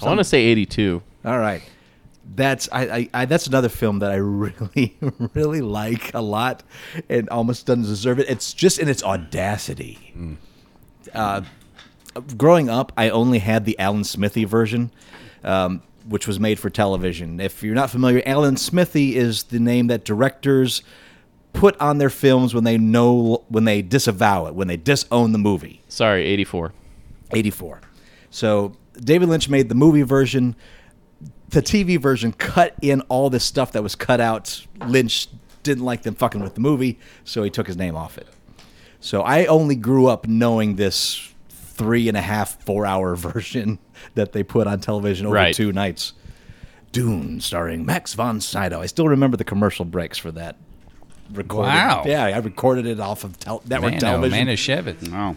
Speaker 2: I want to say 82.
Speaker 4: All right. That's I, I, I that's another film that I really really like a lot and almost doesn't deserve it. It's just in its audacity. Uh, growing up, I only had the Alan Smithy version, um, which was made for television. If you're not familiar, Alan Smithy is the name that directors put on their films when they know when they disavow it, when they disown the movie.
Speaker 2: Sorry, 84.
Speaker 4: 84. So David Lynch made the movie version. The TV version cut in all this stuff that was cut out. Lynch didn't like them fucking with the movie, so he took his name off it. So I only grew up knowing this three and a half, four hour version that they put on television over
Speaker 2: Right.
Speaker 4: two nights. Dune, starring Max von Sydow. I still remember the commercial breaks for that. Recorded.
Speaker 6: Wow.
Speaker 4: Yeah, I recorded it off of tel- network
Speaker 6: Man, oh,
Speaker 4: television.
Speaker 6: Manischewitz.
Speaker 5: wow.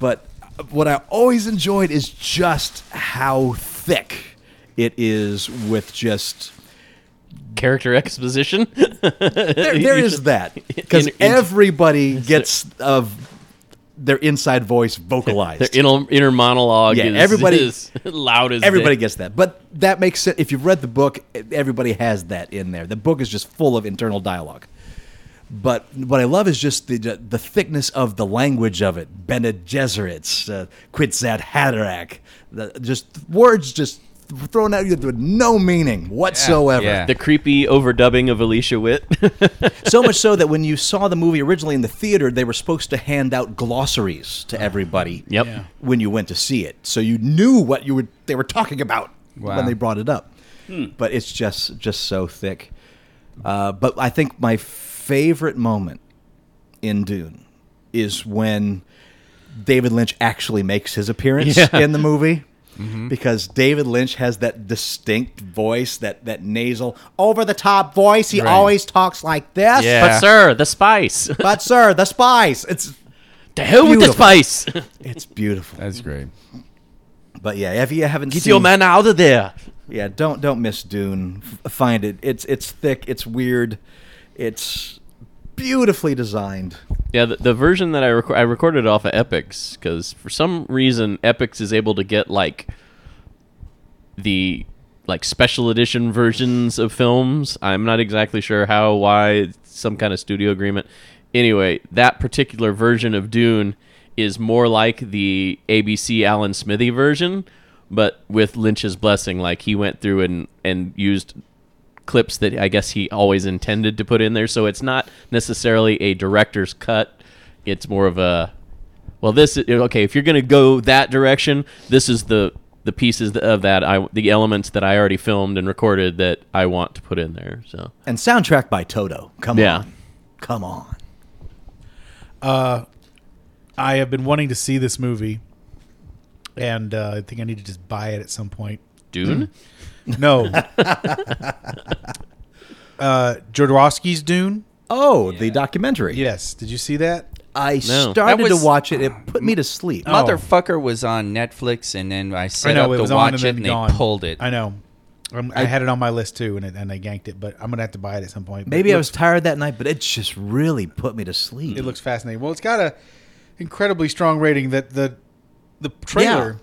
Speaker 4: But what I always enjoyed is just how thick it is with just
Speaker 2: Character exposition.
Speaker 4: there, there is that because
Speaker 2: in-
Speaker 4: everybody gets a their inside voice vocalized.
Speaker 2: Their inner, inner monologue
Speaker 4: Yeah,
Speaker 2: is,
Speaker 4: everybody-
Speaker 2: is loud as
Speaker 4: Everybody
Speaker 2: they-
Speaker 4: gets that. But that makes sense. If you've read the book, everybody has that in there. The book is just full of internal dialogue. But what I love is just the the thickness of the language of it. Bene Gesserit, uh, Quetzat Haderach, the, just words just thrown at you with no meaning whatsoever.
Speaker 6: yeah.
Speaker 2: the creepy overdubbing of Alicia Witt.
Speaker 4: so much so that when you saw the movie originally in the theater, they were supposed to hand out glossaries to everybody.
Speaker 2: Yep. Yeah.
Speaker 4: When you went to see it, so you knew what you were they were talking about
Speaker 6: Wow.
Speaker 4: when they brought it up. But it's just just so thick. Uh, but I think my favorite moment in Dune is when David Lynch actually makes his appearance in the movie. Because David Lynch has that distinct voice, that, that nasal, over the top voice. He always talks like this.
Speaker 2: But sir, the spice.
Speaker 4: But sir, the spice. It's
Speaker 2: to hell with the
Speaker 4: Beautiful.
Speaker 2: spice.
Speaker 4: it's beautiful.
Speaker 5: That's great.
Speaker 4: But yeah, if you haven't
Speaker 2: Get
Speaker 4: seen
Speaker 2: your man out of there.
Speaker 4: Yeah, don't don't miss Dune. F- find it. It's it's thick, it's weird, it's beautifully designed.
Speaker 2: Yeah, the, the version that I rec- I recorded off of Epics because for some reason Epics is able to get like the like special edition versions of films. I'm not exactly sure how, why, it's some kind of studio agreement. Anyway, that particular version of Dune is more like the ABC Alan Smithy version, but with Lynch's blessing. Like he went through and and used clips that I guess he always intended to put in there. So it's not necessarily a director's cut. It's more of a well, this is, okay. If you're going to go that direction, this is the the pieces of that I the elements that I already filmed and recorded that I want to put in there. So
Speaker 4: And soundtrack by Toto. Come
Speaker 2: Yeah.
Speaker 4: on. Come on.
Speaker 3: I have been wanting to see this movie, and uh, I think I need to just buy it at some point.
Speaker 2: Dune.
Speaker 3: No. uh, Jodorowsky's Dune.
Speaker 4: Oh, the documentary.
Speaker 3: Yes. Did you see that?
Speaker 4: I
Speaker 2: No.
Speaker 4: started
Speaker 6: That was-
Speaker 4: to watch it. It put me to sleep.
Speaker 3: Oh.
Speaker 6: Motherfucker was on Netflix, and then I set up to
Speaker 3: on
Speaker 6: watch it, and
Speaker 3: gone.
Speaker 6: they pulled it.
Speaker 3: I know. Um, I, had it on my list too, and, it, and I yanked it. But I'm gonna have to buy it at some point. But
Speaker 4: Maybe
Speaker 3: it
Speaker 4: I was
Speaker 3: looks,
Speaker 4: tired that night, but it just really put me to sleep.
Speaker 3: It looks fascinating. Well, it's got a incredibly strong rating. That the the trailer,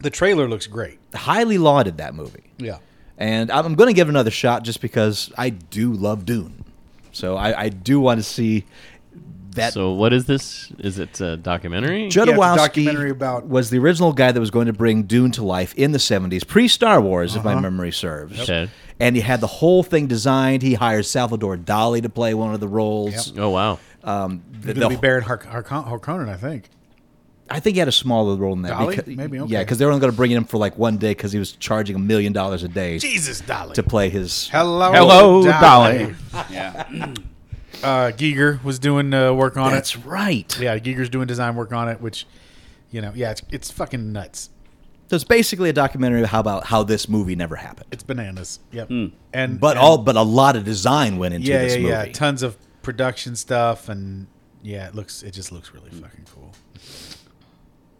Speaker 3: the trailer looks great.
Speaker 4: highly lauded that movie.
Speaker 3: Yeah.
Speaker 4: And I'm going to give it another shot just because I do love Dune. So I, I do want to see that.
Speaker 2: So what is this? Is it a documentary?
Speaker 3: it's a
Speaker 4: Jodorowsky
Speaker 3: documentary about-
Speaker 4: was the original guy that was going to bring Dune to life in the 70s, pre Star Wars, if
Speaker 3: Uh-huh.
Speaker 4: my memory serves.
Speaker 2: Okay.
Speaker 4: And he had the whole thing designed. He hired Salvador Dali to play one of the roles.
Speaker 2: oh wow.
Speaker 4: Um, the-
Speaker 3: It'll
Speaker 4: the-
Speaker 3: be Baron Hark- Harkon- Harkonnen, I think.
Speaker 4: I think he had a smaller role in that.
Speaker 3: Dali?
Speaker 4: becau-
Speaker 3: Maybe,
Speaker 4: Yeah,
Speaker 3: okay.
Speaker 4: because they were only going to bring him for like one day because he was charging a million dollars a day
Speaker 3: Jesus, Dolly.
Speaker 4: to play his.
Speaker 3: Hello,
Speaker 5: Hello, Dolly.
Speaker 3: Uh, Giger was doing uh, work on
Speaker 4: That's
Speaker 3: it.
Speaker 4: right.
Speaker 3: Yeah, Giger's doing design work on it, which, you know, yeah, it's, it's fucking nuts.
Speaker 4: So it's basically a documentary of how about how this movie never happened.
Speaker 3: It's bananas. Yep. And
Speaker 4: Hmm. But
Speaker 3: and-
Speaker 4: all but a lot of design went into
Speaker 3: yeah,
Speaker 4: this
Speaker 3: yeah,
Speaker 4: movie.
Speaker 3: yeah. Tons of production stuff, and yeah, it looks it just looks
Speaker 4: Hmm.
Speaker 3: really fucking cool.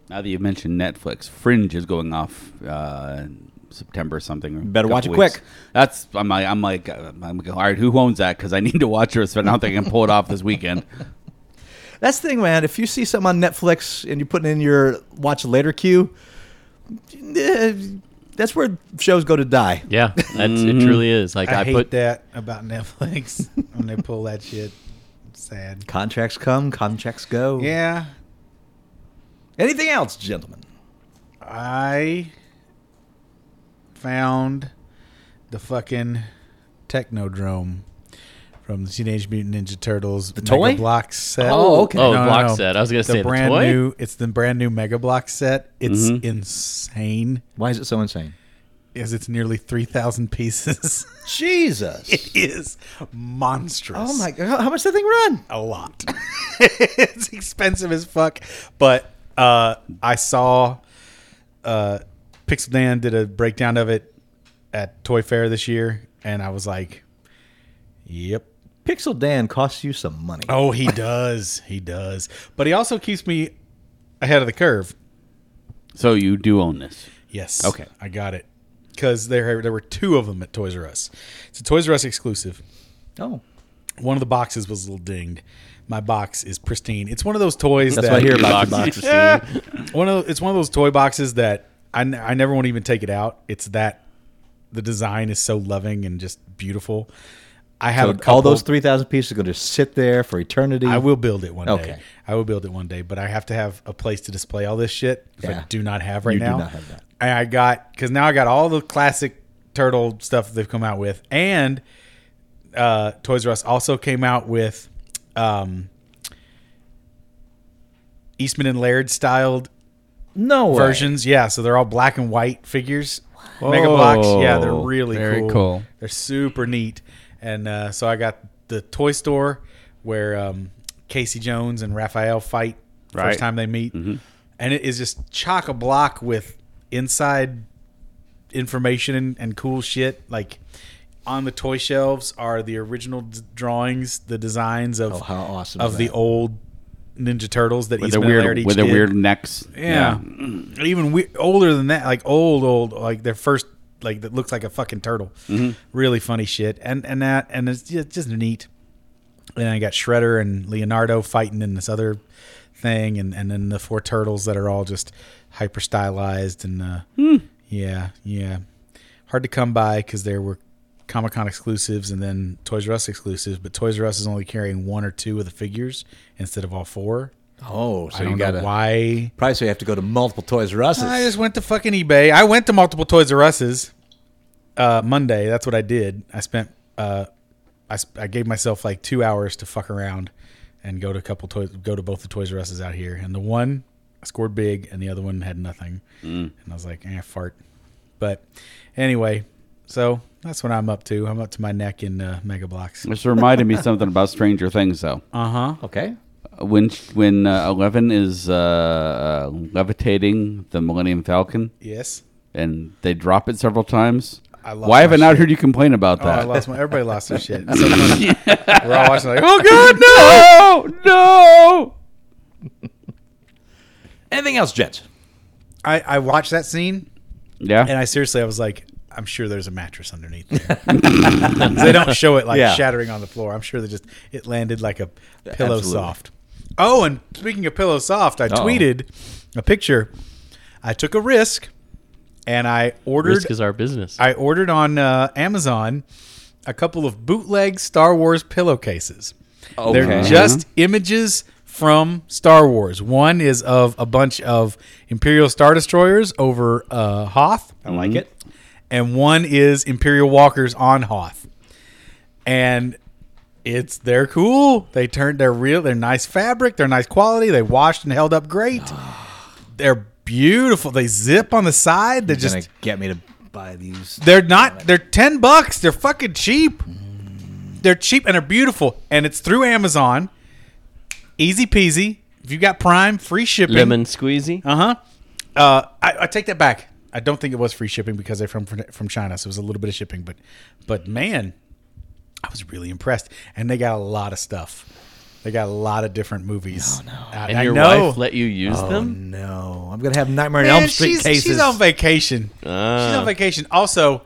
Speaker 5: Now that you've mentioned Netflix, Fringe is going off uh, September or something. or
Speaker 4: Better
Speaker 5: couple
Speaker 4: watch it
Speaker 5: weeks.
Speaker 4: quick.
Speaker 5: That's I'm like I'm like uh, I'm like, all right. Who owns that? Because I need to watch it. So I don't think I can pull it off this weekend.
Speaker 4: That's the thing, man. If you see something on Netflix and you put it in your watch later queue, eh, that's where shows go to die.
Speaker 2: Yeah, that's it. Truly is like I,
Speaker 3: Mm-hmm. I, hate
Speaker 2: put
Speaker 3: that about Netflix when they pull that shit. Sad.
Speaker 4: Contracts come, contracts go.
Speaker 3: Yeah,
Speaker 4: Anything else, gentlemen?
Speaker 3: I found the fucking Technodrome from the Teenage Mutant Ninja Turtles the
Speaker 4: toy?
Speaker 3: block set.
Speaker 4: Oh, okay.
Speaker 2: Oh, block set. I was gonna
Speaker 3: the
Speaker 2: say the
Speaker 3: brand
Speaker 2: toy?
Speaker 3: new. It's the brand new Mega Block set. It's
Speaker 4: Mm-hmm.
Speaker 3: insane,
Speaker 4: Why is it so insane?
Speaker 3: as it's nearly three thousand pieces.
Speaker 4: Jesus.
Speaker 3: it is monstrous.
Speaker 4: oh my god, how much did that thing run?
Speaker 3: a lot. it's expensive as fuck. But uh, I saw uh, Pixel Dan did a breakdown of it at Toy Fair this year, and I was like, "Yep."
Speaker 4: Pixel Dan costs you some money.
Speaker 3: Oh, he does. he does. But he also keeps me ahead of the curve.
Speaker 5: So you do own this.
Speaker 3: Yes.
Speaker 5: Okay.
Speaker 3: I got it. Because there, there were two of them at Toys R Us. It's a Toys R Us exclusive.
Speaker 4: Oh.
Speaker 3: One of the boxes was a little dinged. My box is pristine. It's one of those toys
Speaker 4: That's
Speaker 3: that
Speaker 4: what I hear about the
Speaker 2: Box.
Speaker 4: box.
Speaker 3: one of it's one of those toy boxes that I, n- I never want to even take it out. It's that the design is so loving and just beautiful. I have a
Speaker 4: So all those
Speaker 3: couple-
Speaker 4: three thousand pieces are going to sit there for eternity.
Speaker 3: I will build it one day.
Speaker 4: Okay.
Speaker 3: I will build it one day, but I have to have a place to display all this shit. If
Speaker 4: Yeah.
Speaker 3: I do not have right
Speaker 4: You do
Speaker 3: now,
Speaker 4: not have that.
Speaker 3: and I got because now I got all the classic turtle stuff that they've come out with, and uh, Toys R Us also came out with um, Eastman and Laird styled
Speaker 4: no way.
Speaker 3: versions. Yeah, so they're all black and white figures. Mega blocks. Yeah, they're
Speaker 6: Whoa,
Speaker 3: really
Speaker 6: very
Speaker 3: cool.
Speaker 6: cool.
Speaker 3: They're super neat. And uh, so I got the toy store where um, Casey Jones and Raphael fight
Speaker 5: Right. Mm-hmm.
Speaker 3: first time they meet, and it is just chock a block with inside information and, and cool shit. Like on the toy shelves are the original d- drawings, the designs of
Speaker 4: Oh, how awesome
Speaker 3: of
Speaker 4: is
Speaker 3: the
Speaker 4: that?
Speaker 3: old Ninja Turtles that
Speaker 5: with their
Speaker 3: Eastman and Laird
Speaker 5: weird
Speaker 3: each
Speaker 5: with their
Speaker 3: did.
Speaker 5: weird necks.
Speaker 3: Yeah. Mm. Even we- older than that, like old, old, like their first, like that looks like a fucking turtle. Really funny shit. And and that, and it's just, just neat. And I got Shredder and Leonardo fighting in this other thing, and, and then the four turtles that are all just hyper stylized. And uh, yeah, yeah. Hard to come by because there were Comic Con exclusives and then Toys R Us exclusives, but Toys R Us is only carrying one or two of the figures instead of all four.
Speaker 4: Oh, so
Speaker 3: I
Speaker 4: you
Speaker 3: don't
Speaker 4: got
Speaker 3: know
Speaker 4: to
Speaker 3: why.
Speaker 4: probably so you have to go to multiple Toys R Us's.
Speaker 3: I just went to fucking eBay. I went to multiple Toys R Us's uh, Monday. That's what I did. I spent, uh, I, sp- I gave myself like two hours to fuck around and go to a couple toys, go to both the Toys R Us's out here. And the one I scored big, and the other one had nothing. And I was like, eh, fart. But anyway, so that's what I'm up to. I'm up to my neck in uh, Mega Blocks.
Speaker 5: This reminded me something about Stranger Things though.
Speaker 3: Uh huh.
Speaker 4: okay.
Speaker 5: When when uh, Eleven is uh, uh, levitating the Millennium Falcon
Speaker 3: Yes.
Speaker 5: and they drop it several times.
Speaker 3: I lost
Speaker 5: Why have
Speaker 3: my
Speaker 5: I not
Speaker 3: shit.
Speaker 5: heard you complain about
Speaker 3: Oh, I
Speaker 5: that?
Speaker 3: lost my. Everybody lost their shit. It's so funny. We're all watching like, oh god.
Speaker 5: oh God, no,
Speaker 4: Anything else, Jets?
Speaker 3: I I watched that scene.
Speaker 5: no. Yeah,
Speaker 3: And I seriously, I was like, I'm sure there's a mattress underneath there. 'Cause they don't show it like
Speaker 4: Yeah.
Speaker 3: shattering on the floor. I'm sure they just it landed like a pillow
Speaker 4: Absolutely.
Speaker 3: soft. Oh, and speaking of pillow soft, I
Speaker 4: Uh-oh.
Speaker 3: tweeted a picture. I took a risk, and I ordered.
Speaker 2: Risk is our business.
Speaker 3: I ordered on uh, Amazon a couple of bootleg Star Wars pillowcases. They're
Speaker 5: Okay.
Speaker 3: just
Speaker 4: Mm-hmm.
Speaker 3: images from Star Wars. One is of a bunch of Imperial Star Destroyers over uh, Hoth
Speaker 4: I like it.
Speaker 3: and one is Imperial Walkers on Hoth. And it's they're cool. They turned they're real. They're nice fabric. They're nice quality. They washed and held up great. they're beautiful. They zip on the side. They
Speaker 4: Just
Speaker 3: just
Speaker 4: gonna get me to buy these.
Speaker 3: they're not they're 10 bucks. They're fucking cheap. They're cheap and they're beautiful and it's through Amazon. Easy peasy. If you got Prime, free shipping.
Speaker 2: Lemon squeezy.
Speaker 3: Uh-huh. Uh I, I take that back. I don't think it was free shipping because they're from from China, so it was a little bit of shipping. But but man, I was really impressed, and they got a lot of stuff. They got a lot of different movies. I,
Speaker 2: and
Speaker 3: I
Speaker 2: your
Speaker 3: know. Oh,
Speaker 2: wife let you use them?
Speaker 4: No, I'm gonna have Nightmare on
Speaker 3: Man,
Speaker 4: Elm Street
Speaker 3: she's,
Speaker 4: cases.
Speaker 3: she's on vacation. she's
Speaker 2: Ah.
Speaker 3: on vacation. Also,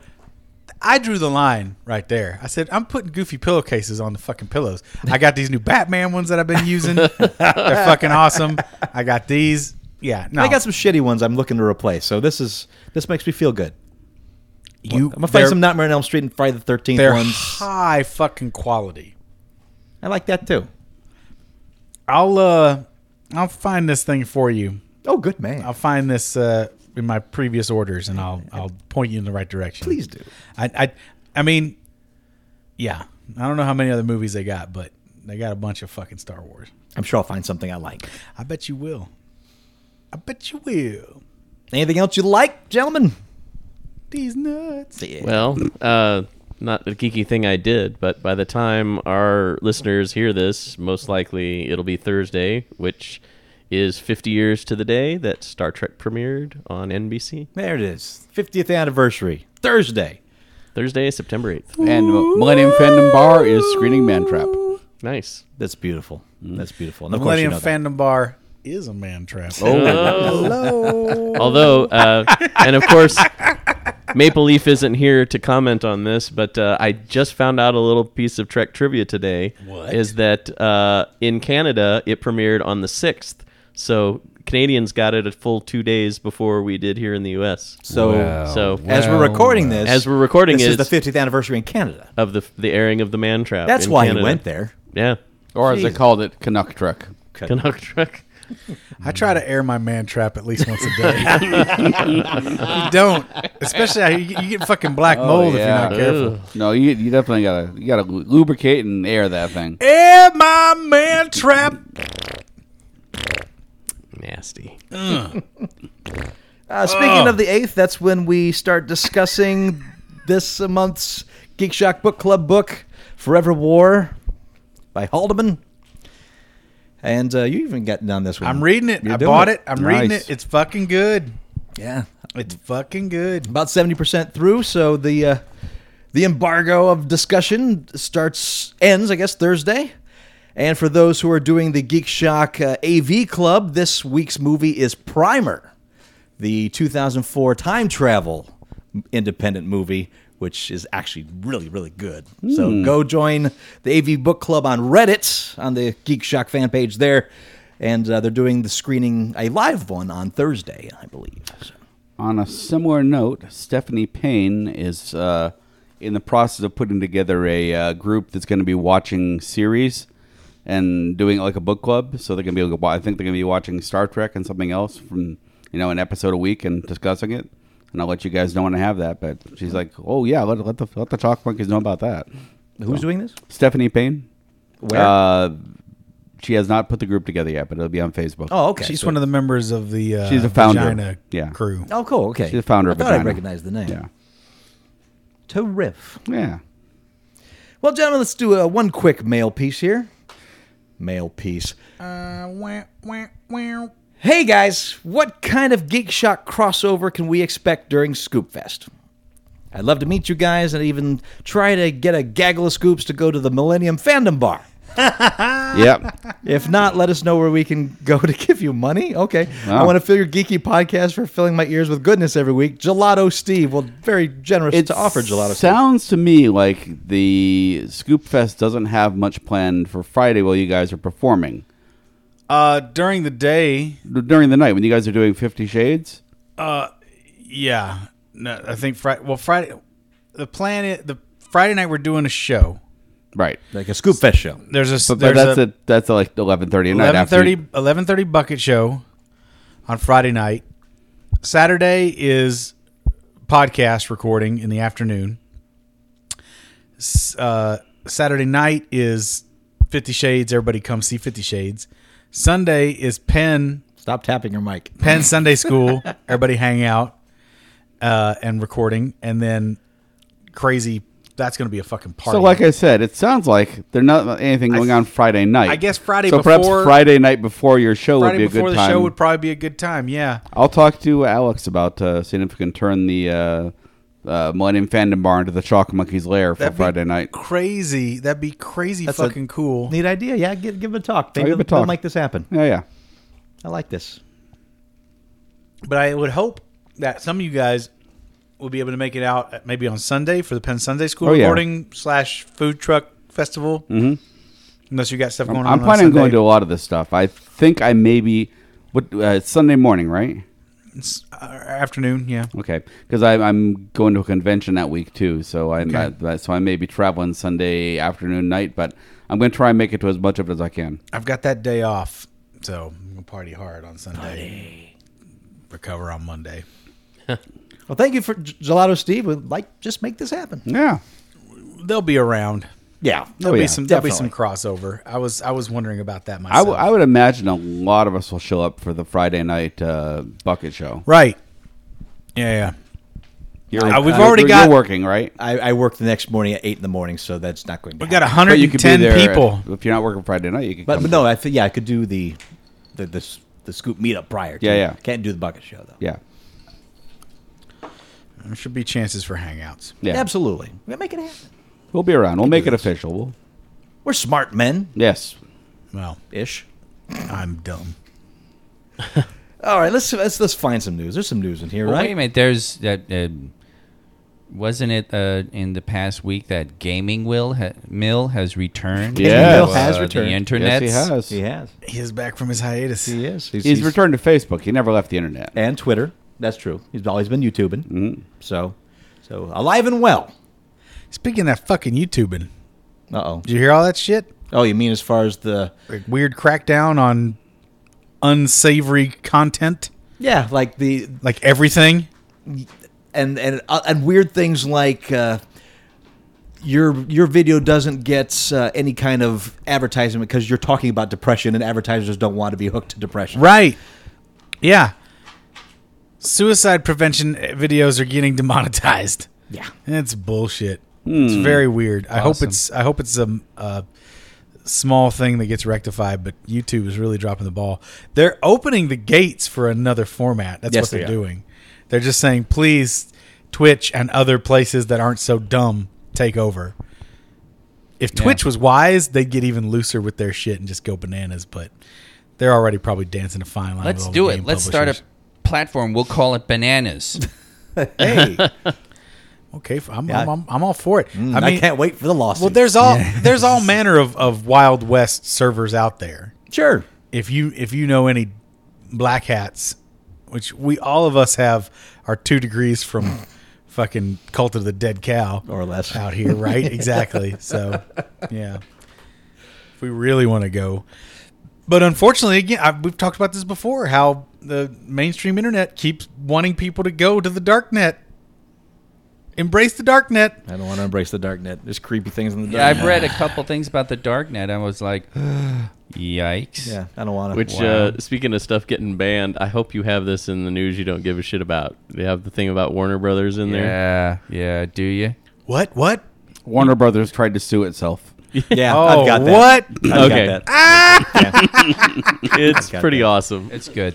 Speaker 3: I drew the line right there. I said I'm putting goofy pillowcases on the fucking pillows. I got these new Batman ones that I've been using. they're fucking awesome. I got these. Yeah, no,
Speaker 4: I got some shitty ones I'm looking to replace. So this is this makes me feel good.
Speaker 3: you.
Speaker 4: I'm gonna find
Speaker 3: they're-
Speaker 4: some Nightmare on Elm Street and Friday the Thirteenth
Speaker 3: They're
Speaker 4: ones.
Speaker 3: high fucking quality.
Speaker 4: I like that too.
Speaker 3: I'll uh I'll find this thing for you.
Speaker 4: Oh, good man.
Speaker 3: I'll find this uh in my previous orders and I'll I'll point you in the right direction.
Speaker 4: Please do.
Speaker 3: I I I mean yeah. I don't know how many other movies they got, but they got a bunch of fucking Star Wars.
Speaker 4: I'm sure I'll find something I like.
Speaker 3: I bet you will. I bet you will.
Speaker 4: Anything else you like, gentlemen?
Speaker 3: These nuts.
Speaker 2: Well, uh, not the geeky thing I did, but by the time our listeners hear this, most likely it'll be Thursday, which is 50 years to the day that Star Trek premiered on NBC.
Speaker 4: There it is. 50th anniversary, Thursday.
Speaker 2: Thursday, September 8th.
Speaker 5: and Millennium Fandom Bar is screening Man Trap.
Speaker 2: Nice.
Speaker 4: That's beautiful. That's beautiful. And of
Speaker 3: Millennium
Speaker 4: course you know that.
Speaker 3: Fandom Bar is a man trap.
Speaker 5: Oh,
Speaker 2: Although, uh, and of course, Maple Leaf isn't here to comment on this, but uh, I just found out a little piece of Trek trivia today. What is that? Uh, in Canada, it premiered on the sixth, so Canadians got it a full two days before we did here in the U.S.
Speaker 4: So,
Speaker 2: So uh,
Speaker 4: as we're recording this,
Speaker 2: As we're recording
Speaker 4: this
Speaker 2: it,
Speaker 4: is the
Speaker 2: it's-
Speaker 4: 50th anniversary in Canada.
Speaker 2: of the the airing of the Man Trap.
Speaker 4: That's
Speaker 2: in
Speaker 4: why
Speaker 2: Canada.
Speaker 4: he went there.
Speaker 2: Yeah,
Speaker 5: or as they called it, Canuck truck.
Speaker 2: Canuck truck.
Speaker 3: I try to air my man trap at least once a day. you don't, especially how you, you get fucking black
Speaker 4: Oh,
Speaker 3: mold if you're not careful.
Speaker 2: Ugh.
Speaker 5: No, you, you definitely gotta you gotta lu- lubricate and air that thing.
Speaker 3: Air my man trap.
Speaker 2: Nasty.
Speaker 4: Uh, speaking of the 8th, that's when we start discussing this month's Geek Shock Book Club book, Forever War by Haldeman. And uh, you even got done this one.
Speaker 3: I'm reading it.
Speaker 4: You're
Speaker 3: I
Speaker 4: doing
Speaker 3: bought it. I'm reading
Speaker 5: Nice.
Speaker 3: it. It's fucking good.
Speaker 4: Yeah.
Speaker 3: It's fucking good.
Speaker 4: About 70% through, so the uh, the embargo of discussion starts ends, I guess, Thursday. And for those who are doing the Geek Shock uh, AV Club, this week's movie is Primer, the 2004 time travel independent movie, which is actually really, really good. So go join the AV Book Club on Reddit, on the Geek Shock fan page there. And uh, they're doing the screening, a live one on Thursday, I believe. So.
Speaker 5: On a similar note, Stephanie Payne is uh, in the process of putting together a uh, group that's going to be watching series and doing like a book club. So they're going to be able to wa- I think they're going to be watching Star Trek and something else from you know an episode a week and discussing it. And I'll let you guys know when I have that. But she's like, oh yeah, let, let the let the chalk monkeys know about that.
Speaker 4: Who's doing this?
Speaker 5: Stephanie Payne.
Speaker 4: Where?
Speaker 5: Uh, she has not put the group together yet, but it'll be on Facebook.
Speaker 4: Oh, okay.
Speaker 3: She's one of the members of the uh,
Speaker 5: She's a founder.
Speaker 3: Vagina
Speaker 5: Yeah.
Speaker 3: crew.
Speaker 4: Oh, cool. Okay.
Speaker 5: She's the founder
Speaker 4: I
Speaker 5: of
Speaker 4: thought I
Speaker 5: Vagina.
Speaker 4: recognized the name.
Speaker 5: Yeah.
Speaker 4: Terrific.
Speaker 5: Yeah.
Speaker 4: Well, gentlemen, let's do uh, one quick mail piece here. Mail piece. Hey guys, what kind of Geek Shock crossover can we expect during Scoop Fest? I'd love to meet you guys and even try to get a gaggle of scoops to go to the Millennium Fandom Bar.
Speaker 5: Yep.
Speaker 4: If not, let us know where we can go to give you money. Okay. I
Speaker 5: Wow.
Speaker 4: want to fill your geeky podcast for filling my ears with goodness every week. Gelato Steve. Well, very generous to offer Gelato Steve.
Speaker 5: Sounds to me like the Scoop Fest doesn't have much planned for Friday while you guys are performing.
Speaker 3: Uh, during the day,
Speaker 5: D- During the night when you guys are doing Fifty Shades.
Speaker 3: yeah. No, I think Friday. Well, Friday. The plan is the Friday night we're doing a show.
Speaker 5: Right.
Speaker 4: Like a Scoop Fest show.
Speaker 3: There's a
Speaker 5: But, but
Speaker 3: there's
Speaker 5: that's
Speaker 3: a,
Speaker 5: a, that's like eleven thirty at night.
Speaker 3: eleven
Speaker 5: after
Speaker 3: thirty
Speaker 5: you-
Speaker 3: eleven thirty bucket show on Friday night. Saturday is podcast recording in the afternoon. S- Uh, Saturday night is Fifty Shades. Everybody come see Fifty Shades. Sunday is Penn
Speaker 4: Stop tapping your mic.
Speaker 3: Penn Sunday School. Everybody hang out uh, and recording, and then crazy. That's going to be a fucking party.
Speaker 5: So, like I said, it sounds like there's not uh, anything going on Friday night.
Speaker 3: I guess Friday
Speaker 5: So
Speaker 3: before-
Speaker 5: perhaps Friday night before your show would
Speaker 3: Friday
Speaker 5: be a
Speaker 3: before
Speaker 5: good
Speaker 3: the
Speaker 5: time.
Speaker 3: show would probably be a good time. Yeah.
Speaker 5: I'll talk to Alex about uh, seeing if we can turn the uh, uh, Millennium Fandom Bar into the Chalk Monkey's Lair for
Speaker 3: That'd be
Speaker 5: Friday night.
Speaker 3: Crazy. That'd be crazy
Speaker 4: That's a-
Speaker 3: fucking cool.
Speaker 4: Neat idea. Yeah, give, give him a talk. Maybe
Speaker 5: give
Speaker 4: they'll,
Speaker 5: a talk.
Speaker 4: they'll make this happen.
Speaker 5: Yeah, yeah.
Speaker 4: I like this.
Speaker 3: But I would hope that some of you guys will be able to make it out uh, maybe on Sunday for the Penn Sunday School
Speaker 5: Oh, yeah.
Speaker 3: recording slash food truck festival. Mm-hmm. Unless you got stuff going
Speaker 5: I'm,
Speaker 3: on.
Speaker 5: I'm
Speaker 3: on
Speaker 5: planning on
Speaker 3: Sunday.
Speaker 5: going to a lot of this stuff. I think I maybe what uh, it's Sunday morning, right?
Speaker 3: It's, uh, afternoon. Yeah.
Speaker 5: Okay, because I'm going to a convention that week too, so I
Speaker 3: Okay.
Speaker 5: that so I may be traveling Sunday afternoon night, but I'm going to try and make it to as much of it as I can.
Speaker 3: I've got that day off, so I'm gonna party hard on Sunday. Recover on Monday.
Speaker 4: Well, thank you for G- Gelato Steve. We'd like just make this happen.
Speaker 5: Yeah,
Speaker 3: They'll be around.
Speaker 4: Yeah.
Speaker 3: There'll
Speaker 5: Oh,
Speaker 3: be
Speaker 5: yeah,
Speaker 3: some. There'll be some
Speaker 4: definitely.
Speaker 3: crossover. I was I was wondering about that
Speaker 5: I,
Speaker 3: myself.
Speaker 5: w- I would imagine a lot of us will show up for the Friday night uh, bucket show.
Speaker 3: right. Yeah. Yeah.
Speaker 5: You're,
Speaker 3: Uh, we've
Speaker 5: you're-
Speaker 3: already
Speaker 5: you're
Speaker 3: got-
Speaker 5: working right.
Speaker 4: I, I work the next morning at 8 in the morning, so that's not going to
Speaker 3: We got
Speaker 4: happen.
Speaker 5: But you could be
Speaker 3: 110
Speaker 5: there
Speaker 3: people.
Speaker 5: if you're not working Friday night. You could
Speaker 4: But,
Speaker 5: come
Speaker 4: but no, I think, yeah, I could do the the, the, s- the Scoop meetup prior. To
Speaker 5: Yeah, yeah.
Speaker 4: Can't do the bucket show, though.
Speaker 5: Yeah,
Speaker 3: There should be chances for hangouts.
Speaker 5: yeah.
Speaker 4: Absolutely. We'll make it happen.
Speaker 5: We'll be around. We'll make it official. We'll,
Speaker 4: We're smart men
Speaker 5: yes.
Speaker 3: Well,
Speaker 4: ish.
Speaker 3: I'm dumb.
Speaker 4: All right, let's, let's let's find some news. There's some news in here,
Speaker 6: Well,
Speaker 4: right?
Speaker 6: Wait a minute. There's that. um Wasn't it uh, in the past week that gaming will ha- mill has returned?
Speaker 5: Gaming
Speaker 6: to,
Speaker 5: mill
Speaker 4: has
Speaker 6: uh,
Speaker 4: returned.
Speaker 6: The
Speaker 4: Yes,
Speaker 6: internet.
Speaker 5: Yes, he has.
Speaker 4: He has.
Speaker 3: He is back from his hiatus.
Speaker 4: He is.
Speaker 5: He's, returned to Facebook. He never left the internet.
Speaker 4: and Twitter. That's true. He's always been YouTubing. So, so alive and well.
Speaker 3: Speaking of that fucking YouTubing,
Speaker 4: Uh oh.
Speaker 3: did you hear all that shit?
Speaker 4: Oh, you mean as far as the
Speaker 3: Like weird crackdown on unsavory content,
Speaker 4: yeah, like the
Speaker 3: like everything.
Speaker 4: and and uh, and weird things like uh, your your video doesn't get uh, any kind of advertisement because you're talking about depression and advertisers don't want to be hooked to depression.
Speaker 3: Right. Yeah. Suicide prevention videos are getting demonetized.
Speaker 4: Yeah. Hmm.
Speaker 3: It's bullshit. It's very weird. I hope it's I hope it's a, a small thing that gets rectified, but YouTube is really dropping the ball. They're opening the gates for another format. That's
Speaker 4: Yes,
Speaker 3: what they're
Speaker 4: they are.
Speaker 3: doing. They're just saying, please, Twitch and other places that aren't so dumb, take over. If Twitch was wise, they'd get even looser with their shit and just go bananas. But they're already probably dancing a fine line. with
Speaker 6: Let's
Speaker 3: all
Speaker 6: do
Speaker 3: the
Speaker 6: it.
Speaker 3: game
Speaker 6: Let's start a
Speaker 3: publishers.
Speaker 6: platform. We'll call it Bananas.
Speaker 4: Hey,
Speaker 3: Okay, f- I'm,
Speaker 4: Yeah. Mm,
Speaker 3: I'm, I'm, I'm all for it.
Speaker 4: I, can't wait for the lawsuit.
Speaker 3: Well, there's all there's all manner of, of Wild West servers out there.
Speaker 4: sure.
Speaker 3: If you if you know any black hats, which we all of us have, are two degrees from fucking cult of the dead cow
Speaker 4: Or less.
Speaker 3: out here, right? exactly. So, yeah, if we really want to go, but unfortunately, again, I, we've talked about this before. How the mainstream internet keeps wanting people to go to the dark net, embrace the dark net.
Speaker 4: I don't want to embrace the dark net. There's creepy things in the
Speaker 6: Yeah,
Speaker 4: dark
Speaker 6: I've read a couple things about the darknet. I was like, yikes.
Speaker 4: Yeah, I don't want to.
Speaker 2: Which, uh, speaking of stuff getting banned, I hope you have this in the news you don't give a shit about. They have the thing about Warner Brothers in there.
Speaker 6: Yeah, yeah. Do you?
Speaker 3: What? What?
Speaker 5: Warner Brothers tried to sue itself.
Speaker 4: yeah,
Speaker 3: Oh,
Speaker 4: I've got that.
Speaker 3: what?
Speaker 4: I've
Speaker 2: Okay.
Speaker 4: got that.
Speaker 2: It's
Speaker 4: got
Speaker 2: pretty
Speaker 4: that.
Speaker 2: awesome.
Speaker 6: It's good.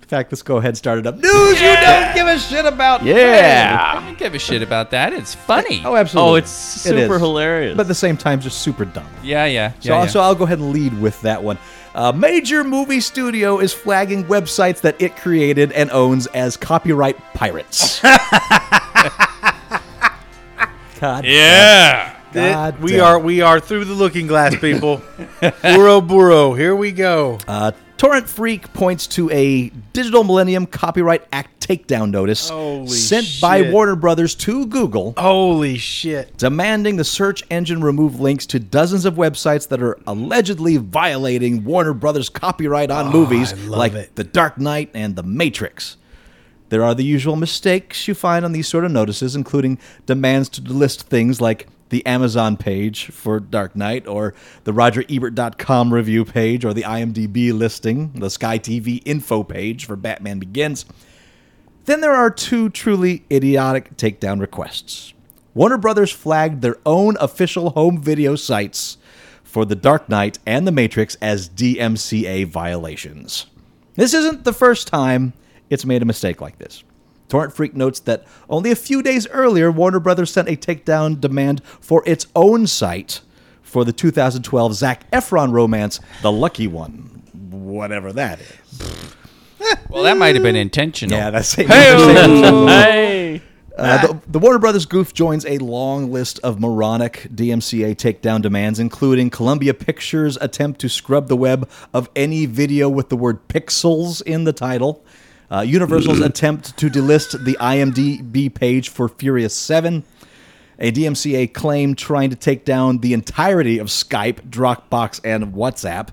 Speaker 4: In fact, let's go ahead and start it up. News you don't give a shit about.
Speaker 5: Yeah.
Speaker 6: I don't give a shit about that. It's funny.
Speaker 4: Oh, absolutely.
Speaker 2: Oh, it's
Speaker 4: It is.
Speaker 2: super hilarious.
Speaker 4: But at the same time, just super dumb.
Speaker 6: yeah, yeah.
Speaker 4: So,
Speaker 6: yeah, yeah.
Speaker 4: so I'll go ahead and lead with that one. Uh, major movie studio is flagging websites that it created and owns as copyright pirates. God,
Speaker 7: Yeah.
Speaker 4: God
Speaker 3: we
Speaker 4: damn.
Speaker 3: are we are through the looking glass, people. burro burro, here we go.
Speaker 4: Uh, Torrent Freak points to a Digital Millennium Copyright Act takedown notice
Speaker 3: Holy
Speaker 4: sent by
Speaker 3: shit. Oh,
Speaker 4: Warner Brothers to Google,
Speaker 3: Holy shit!
Speaker 4: demanding the search engine remove links to dozens of websites that are allegedly violating Warner Brothers copyright on movies
Speaker 3: Ah, love
Speaker 4: like
Speaker 3: it.
Speaker 4: The Dark Knight and The Matrix. There are the usual mistakes you find on these sort of notices, including demands to list things like the Amazon page for Dark Knight, or the RogerEbert.com review page, or the IMDb listing, the Sky TV info page for Batman Begins. Then there are two truly idiotic takedown requests. Warner Brothers flagged their own official home video sites for The Dark Knight and The Matrix as DMCA violations. This isn't the first time it's made a mistake like this. Torrent Freak notes that only a few days earlier, Warner Brothers sent a takedown demand for its own site for the 2012 Zac Efron romance, The Lucky One, whatever that is.
Speaker 6: well, that might have been intentional.
Speaker 4: Yeah, that's it.
Speaker 2: hey,
Speaker 4: Uh, the, the Warner Brothers goof joins a long list of moronic DMCA takedown demands, including Columbia Pictures' attempt to scrub the web of any video with the word pixels in the title, uh, Universal's attempt to delist the IMDb page for Furious 7, a DMCA claim trying to take down the entirety of Skype, Dropbox, and WhatsApp.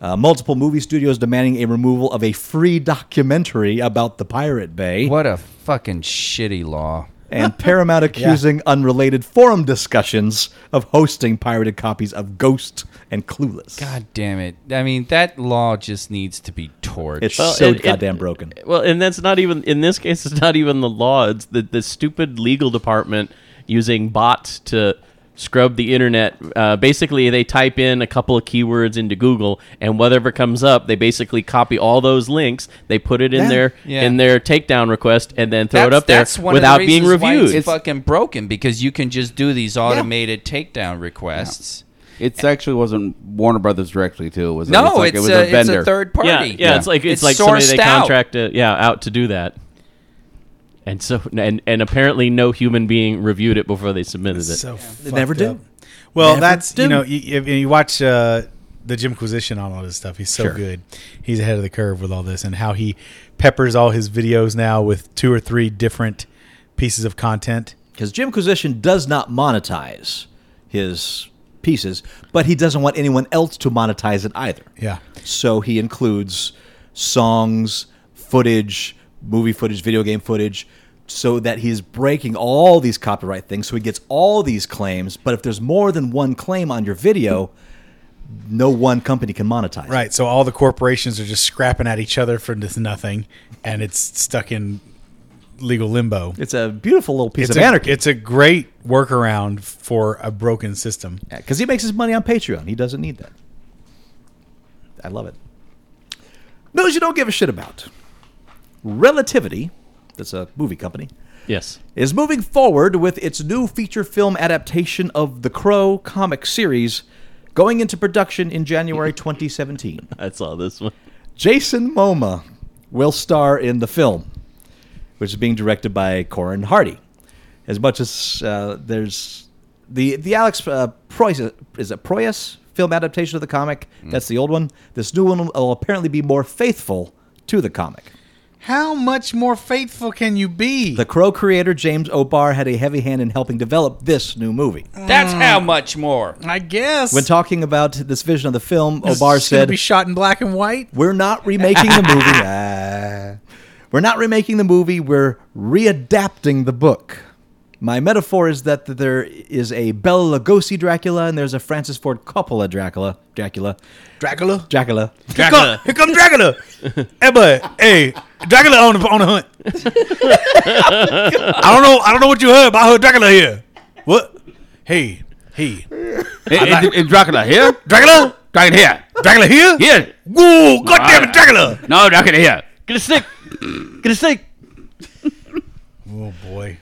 Speaker 4: Uh, multiple movie studios demanding a removal of a free documentary about the Pirate Bay
Speaker 6: What a fucking shitty law.
Speaker 4: and Paramount accusing unrelated forum discussions of hosting pirated copies of Ghost and Clueless.
Speaker 6: God damn it. I mean, that law just needs to be torched.
Speaker 4: it's
Speaker 2: Well,
Speaker 4: so
Speaker 2: it- it-
Speaker 4: goddamn broken.
Speaker 2: well, and that's not even in this case. It's not even the law. It's the the stupid legal department using bots to scrub the internet. Uh, basically, they type in a couple of keywords into Google, and whatever comes up, they basically copy all those links. They put it in
Speaker 4: Yeah.
Speaker 2: their
Speaker 6: Yeah.
Speaker 2: in their takedown request, and then throw
Speaker 6: that's,
Speaker 2: it up there
Speaker 6: that's one
Speaker 2: without
Speaker 6: of the
Speaker 2: being
Speaker 6: reasons why
Speaker 2: reviewed.
Speaker 6: It's fucking broken because you can just do these automated takedown requests.
Speaker 5: It's actually wasn't Warner Brothers directly too. It was it was
Speaker 6: No,
Speaker 5: like-
Speaker 6: it's,
Speaker 5: it was
Speaker 6: a,
Speaker 5: a
Speaker 6: it's
Speaker 5: vendor.
Speaker 6: a third party.
Speaker 2: Yeah, yeah, it's like it's, like
Speaker 6: sourced
Speaker 2: somebody they
Speaker 6: out.
Speaker 2: contract uh, yeah out to do that. And so, and and apparently, no human being reviewed it before they submitted it.
Speaker 3: So
Speaker 4: They never
Speaker 3: fucked
Speaker 4: do.
Speaker 3: up. Well,
Speaker 4: Never
Speaker 3: that's
Speaker 4: do.
Speaker 3: you know, you, if you watch uh, the Jimquisition on all this stuff. He's so
Speaker 4: Sure.
Speaker 3: good. He's ahead of the curve with all this and how he peppers all his videos now with two or three different pieces of content.
Speaker 4: because Jimquisition does not monetize his pieces, but he doesn't want anyone else to monetize it either.
Speaker 3: Yeah.
Speaker 4: So he includes songs, footage, movie footage, video game footage, so that he's breaking all these copyright things. So he gets all these claims. But if there's more than one claim on your video, no one company can monetize. it.
Speaker 3: Right. So all the corporations are just scrapping at each other for this nothing, and it's stuck in legal limbo.
Speaker 4: It's a beautiful little piece
Speaker 3: It's
Speaker 4: of
Speaker 3: a,
Speaker 4: anarchy.
Speaker 3: It's a great workaround for a broken system.
Speaker 4: because he makes his money on Patreon. He doesn't need that. I love it. News you don't give a shit about. Relativity, that's a movie company,
Speaker 2: Yes.
Speaker 4: is moving forward with its new feature film adaptation of the Crow comic series, going into production in January 2017.
Speaker 2: I saw this one.
Speaker 4: Jason Moma will star in the film, which is being directed by Corin Hardy. As much as uh, there's the the Alex uh, Proyas is it Proyas film adaptation of the comic. That's the old one. This new one will apparently be more faithful to the comic.
Speaker 3: How much more faithful can you be?
Speaker 4: The Crow creator James O'Barr had a heavy hand in helping develop this new movie.
Speaker 6: That's how much more.
Speaker 3: I guess.
Speaker 4: When talking about this vision of the film,
Speaker 3: It's
Speaker 4: O'Barr
Speaker 3: just gonna
Speaker 4: said,
Speaker 3: be shot in black and white.
Speaker 4: We're not remaking the movie. Ah. we're not remaking the movie. We're readapting the book. My metaphor is that th- there is a Bela Lugosi Dracula and there's a Francis Ford Coppola Dracula. Dracula.
Speaker 3: Dracula.
Speaker 4: Dracula.
Speaker 3: Dracula. Here come Dracula. hey, but hey, Dracula on the on the hunt. I don't know. I don't know what you heard, but I heard Dracula here. What? Hey, hey,
Speaker 5: Hey, is- is Dracula here?
Speaker 3: Dracula.
Speaker 5: Dracula here.
Speaker 3: Dracula here.
Speaker 5: Here.
Speaker 3: Whoa, goddamn it, Dracula.
Speaker 5: No, Dracula here.
Speaker 2: Get a stick. Get a stick.
Speaker 3: Oh boy,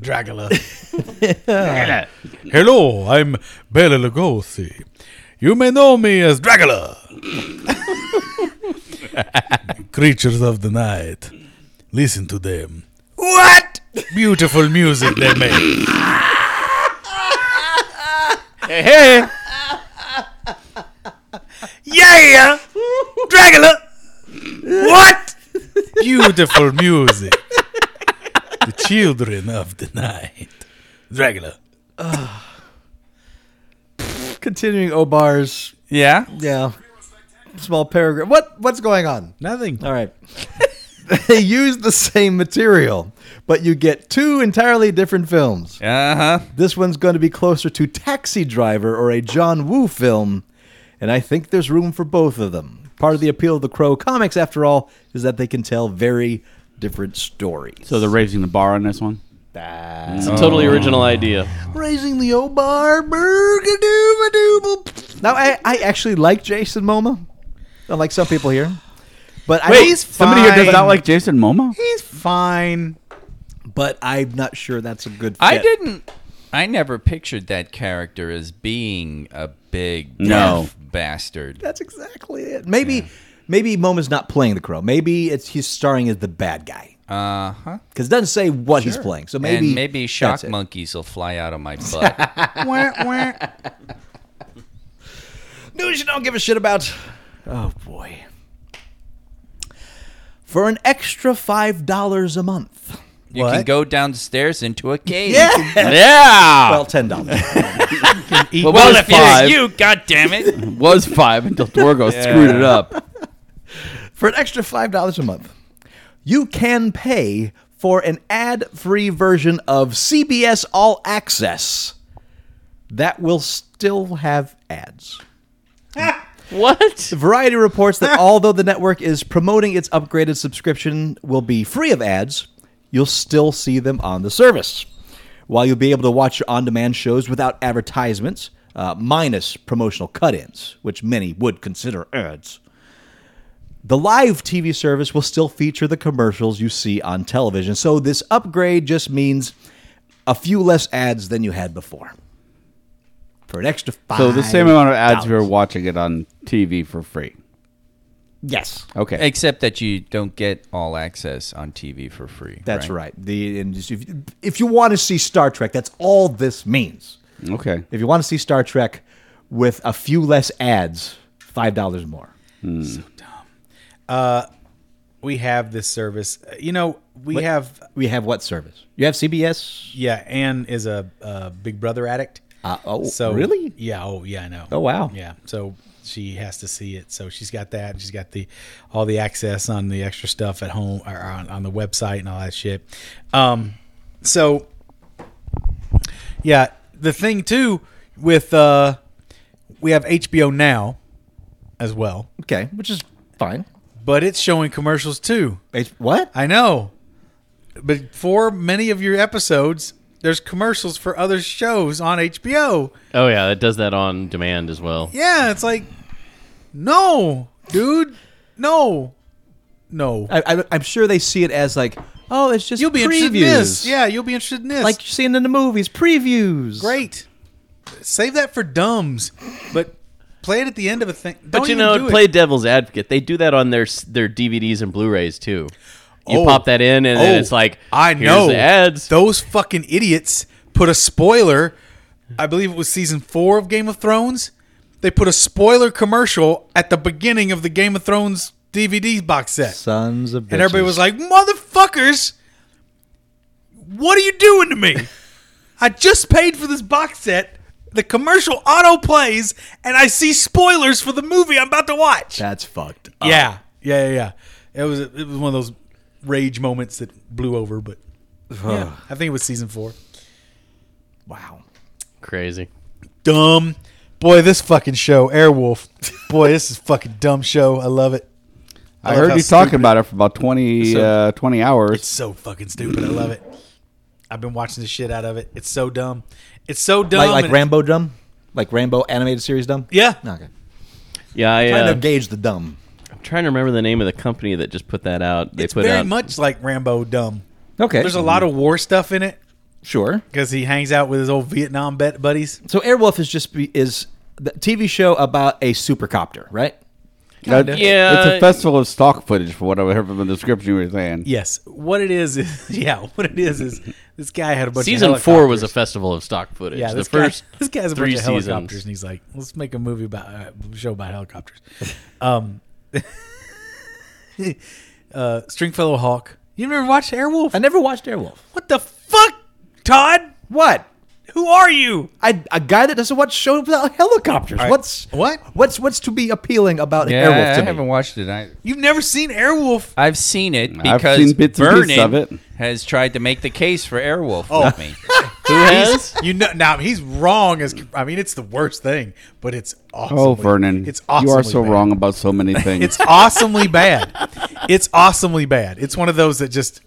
Speaker 3: Dracula.
Speaker 5: Dracula.
Speaker 3: Hello, I'm Bela Lugosi. You may know me as Dracula. Creatures of the night, listen to them. What beautiful music they make!
Speaker 5: Hey, hey.
Speaker 3: Yeah, Dracula. What beautiful music! The children of the night, Dracula.
Speaker 4: Continuing Obar's
Speaker 5: Yeah.
Speaker 4: yeah small paragraph. What what's going on?
Speaker 3: Nothing.
Speaker 4: All right. they use the same material, but you get two entirely different films.
Speaker 6: Uh
Speaker 5: Uh-huh.
Speaker 6: huh.
Speaker 4: This one's going to be closer to Taxi Driver or a John Woo film, and I think there's room for both of them. Part of the appeal of the Crow comics, after all, is that they can tell very different stories.
Speaker 5: So they're raising the bar on this one.
Speaker 2: It's a totally original idea.
Speaker 4: raising the Obar Bergadoobadoobal. Now, I, I actually like Jason Moma, unlike some people here. But I,
Speaker 3: He's
Speaker 5: Somebody who does
Speaker 3: fine.
Speaker 5: not like Jason Momoa.
Speaker 3: He's fine.
Speaker 4: but I'm not sure that's a good. Fit.
Speaker 6: I didn't. I never pictured that character as being a big
Speaker 5: No.
Speaker 6: deaf bastard.
Speaker 4: That's exactly it. Maybe, maybe Moma's not playing the Crow. Maybe it's he's starring as the bad guy.
Speaker 6: Uh huh.
Speaker 4: because it doesn't say what he's playing. So maybe
Speaker 6: And maybe shock
Speaker 4: that's it.
Speaker 6: monkeys will fly out of my butt.
Speaker 4: News you don't give a shit about. Oh boy. For an extra five dollars a month.
Speaker 6: you can go downstairs into a cave.
Speaker 5: Yeah.
Speaker 4: Well, ten dollars.
Speaker 5: But
Speaker 6: Well,
Speaker 5: was
Speaker 6: if
Speaker 5: five.
Speaker 6: it is you, God damn it!
Speaker 5: was five until Dorgo screwed it up.
Speaker 4: for an extra five dollars a month, you can pay for an ad-free version of CBS All Access that will still have ads.
Speaker 2: What?
Speaker 4: Variety reports that although the network is promoting its upgraded subscription will be free of ads, you'll still see them on the service. While you'll be able to watch your on demand shows without advertisements, uh, minus promotional cut ins, which many would consider ads, the live TV service will still feature the commercials you see on television. So this upgrade just means a few less ads than you had before. For an extra five.
Speaker 5: So the same amount of ads we were watching it on TV for free.
Speaker 4: Yes.
Speaker 5: Okay.
Speaker 6: Except that you don't get all access on TV for free.
Speaker 4: That's right. The and just- if, if you want to see Star Trek, that's all this means.
Speaker 5: Okay.
Speaker 4: If you want to see Star Trek with a few less ads, five dollars more.
Speaker 3: we have this service. You know, we have
Speaker 4: We have what service? You have CBS.
Speaker 3: yeah. Anne is a, a Big Brother addict.
Speaker 4: Uh, oh,
Speaker 3: So
Speaker 4: really?
Speaker 3: yeah. Oh, yeah. I know.
Speaker 4: Oh, wow.
Speaker 3: Yeah. So she has to see it. So she's got that. And she's got the all the access on the extra stuff at home or on, on the website and all that shit. Um, so yeah, the thing too with uh, we have HBO now as well,
Speaker 4: Okay, which is fine.
Speaker 3: but it's showing commercials too.
Speaker 4: H- what?
Speaker 3: I know. But for many of your episodes, there's commercials for other shows on HBO.
Speaker 2: Oh yeah, it does that on demand as well.
Speaker 3: Yeah, it's like, no, dude, no, no.
Speaker 4: I, I, I'm sure they see it as like, oh, it's just
Speaker 3: You'll be
Speaker 4: previews.
Speaker 3: interested in this. Yeah, you'll be interested in this.
Speaker 4: like you're seeing in the movies, previews.
Speaker 3: great. Save that for dumbs, but play it at the end of a thing. Don't
Speaker 2: But you
Speaker 3: even
Speaker 2: know,
Speaker 3: do
Speaker 2: play
Speaker 3: it.
Speaker 2: devil's advocate. They do that on their s- their DVDs and Blu-rays too. You
Speaker 3: Oh.
Speaker 2: pop that in, and then it's like,
Speaker 3: I
Speaker 2: here's
Speaker 3: know
Speaker 2: the ads.
Speaker 3: Those fucking idiots put a spoiler. I believe it was season four of Game of Thrones. They put a spoiler commercial at the beginning of the Game of Thrones DVD box set.
Speaker 4: Sons of bitches.
Speaker 3: And everybody was like, motherfuckers, what are you doing to me? I just paid for this box set. The commercial auto plays, and I see spoilers for the movie I'm about to watch.
Speaker 4: that's fucked. up.
Speaker 3: yeah. yeah, yeah, yeah. It was it was one of those rage moments that blew over, but yeah, I think it was season four.
Speaker 4: Wow.
Speaker 2: Crazy.
Speaker 3: Dumb, boy, this fucking show, Airwolf. Boy, this is a fucking dumb show. I love it.
Speaker 5: I,
Speaker 3: love
Speaker 5: heard
Speaker 3: how
Speaker 5: you talking
Speaker 3: stupid-
Speaker 5: about it for about 20,
Speaker 3: So-
Speaker 5: uh, 20 hours.
Speaker 3: so fucking stupid. I love it. I've been watching the shit out of it. It's so dumb. It's so dumb.
Speaker 4: Like like
Speaker 3: and-
Speaker 4: Rambo dumb, like Rambo animated series dumb.
Speaker 3: Um, Yeah.
Speaker 4: Okay.
Speaker 2: Yeah, I,
Speaker 4: Trying
Speaker 2: uh,
Speaker 4: to gauge the dumb.
Speaker 2: I'm trying to remember the name of the company that just put that out. They
Speaker 3: It's
Speaker 2: put
Speaker 3: very
Speaker 2: out
Speaker 3: much like Rambo dumb.
Speaker 4: Okay.
Speaker 3: There's a lot of war stuff in it
Speaker 4: Sure.
Speaker 3: because he hangs out with his old Vietnam bet buddies.
Speaker 4: So Airwolf is just be- is the TV show about a supercopter, right?
Speaker 5: That-
Speaker 2: Yeah.
Speaker 5: It's a festival of stock footage, from what I heard from the description you were saying.
Speaker 3: Yes. What it is is yeah. What it is is this guy had a bunch.
Speaker 2: season
Speaker 3: of
Speaker 2: four was a
Speaker 3: helicopters.
Speaker 2: festival of stock footage.
Speaker 3: Yeah,
Speaker 2: the
Speaker 3: this
Speaker 2: first
Speaker 3: guy, this guy has a
Speaker 2: three
Speaker 3: bunch of helicopters,
Speaker 2: seasons.
Speaker 3: and he's like, "Let's make a movie about uh, show about helicopters." um, uh, Stringfellow Hawk. You never watched Airwolf?
Speaker 4: I never watched Airwolf.
Speaker 3: What the fuck, Todd?
Speaker 4: What?
Speaker 3: Who are you?
Speaker 4: I, a guy that doesn't watch shows about helicopters. What's
Speaker 3: What?
Speaker 4: What's what's to be appealing about
Speaker 6: Yeah,
Speaker 4: Airwolf to
Speaker 6: I, I
Speaker 4: me?
Speaker 6: haven't watched it. I,
Speaker 3: You've never seen Airwolf?
Speaker 6: I've seen it
Speaker 5: I've
Speaker 6: because
Speaker 5: seen bits and
Speaker 6: Vernon
Speaker 5: pieces of it.
Speaker 6: has tried to make the case for Airwolf with me.
Speaker 2: Who has?
Speaker 3: You know, now he's wrong. As I mean, it's the worst thing, but it's awesome.
Speaker 5: Oh, Vernon.
Speaker 3: it's awesomely
Speaker 5: You are so
Speaker 3: bad.
Speaker 5: wrong about so many things.
Speaker 3: It's awesomely bad. It's awesomely bad. It's one of those that just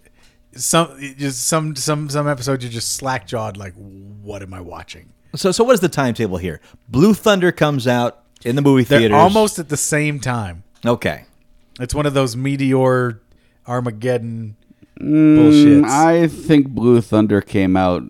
Speaker 3: some it just some some some episodes you're just slack jawed. Like, what am I watching?
Speaker 4: So so what is the timetable here? Blue Thunder comes out in the movie
Speaker 3: They're
Speaker 4: theaters.
Speaker 3: almost at the same time.
Speaker 4: okay.
Speaker 3: It's one of those meteor Armageddon bullshits.
Speaker 5: Mm, I think Blue Thunder came out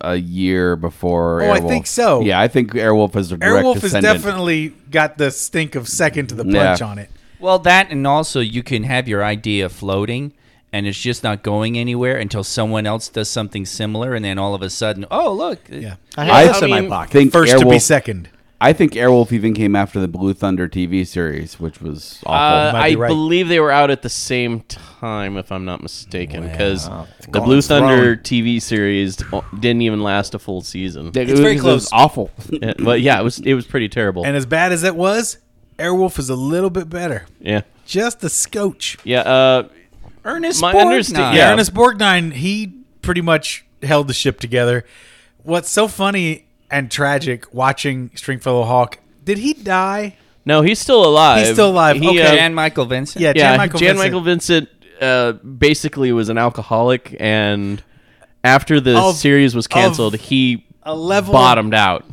Speaker 5: a year before.
Speaker 3: Oh,
Speaker 5: Airwolf.
Speaker 3: I think so.
Speaker 5: Yeah, I think Airwolf is a direct
Speaker 3: Airwolf has
Speaker 5: descendant.
Speaker 3: definitely got the stink of second to the
Speaker 5: Yeah.
Speaker 3: punch on it.
Speaker 6: well, that and also you can have your idea floating and it's just not going anywhere until someone else does something similar and then all of a sudden, oh, look.
Speaker 3: Yeah.
Speaker 4: I
Speaker 5: I
Speaker 4: have this in my
Speaker 2: mean,
Speaker 4: pocket.
Speaker 5: think
Speaker 3: First
Speaker 5: Airwolf,
Speaker 3: to be second.
Speaker 5: I think Airwolf even came after the Blue Thunder TV series, which was
Speaker 2: Uh,
Speaker 5: awful.
Speaker 2: I
Speaker 3: might be right.
Speaker 2: believe they were out at the same time, if I'm not mistaken, because the Blue Thunder TV series didn't even last a full season.
Speaker 5: It
Speaker 3: it's very
Speaker 5: was- it was
Speaker 3: close.
Speaker 5: awful.
Speaker 2: Yeah, but yeah, it was it was pretty terrible.
Speaker 3: And as bad as it was, Airwolf is a little bit better.
Speaker 2: yeah,
Speaker 3: Just a scotch.
Speaker 2: yeah. Uh,
Speaker 6: Ernest
Speaker 2: My understa-
Speaker 6: Borgnine.
Speaker 2: yeah.
Speaker 3: Ernest Borgnine, he pretty much held the ship together. What's so funny and tragic watching Stringfellow Hawk, did he die?
Speaker 2: no, he's still alive.
Speaker 3: He's still alive,
Speaker 2: He,
Speaker 3: okay.
Speaker 2: uh,
Speaker 6: Jan Michael Vincent.
Speaker 3: Yeah,
Speaker 2: yeah,
Speaker 3: Jan Michael
Speaker 2: Jan
Speaker 3: Vincent.
Speaker 2: Michael Vincent uh, basically was an alcoholic, and after the
Speaker 3: Of-
Speaker 2: series was canceled,
Speaker 3: of
Speaker 2: he
Speaker 3: a level of-
Speaker 2: bottomed out.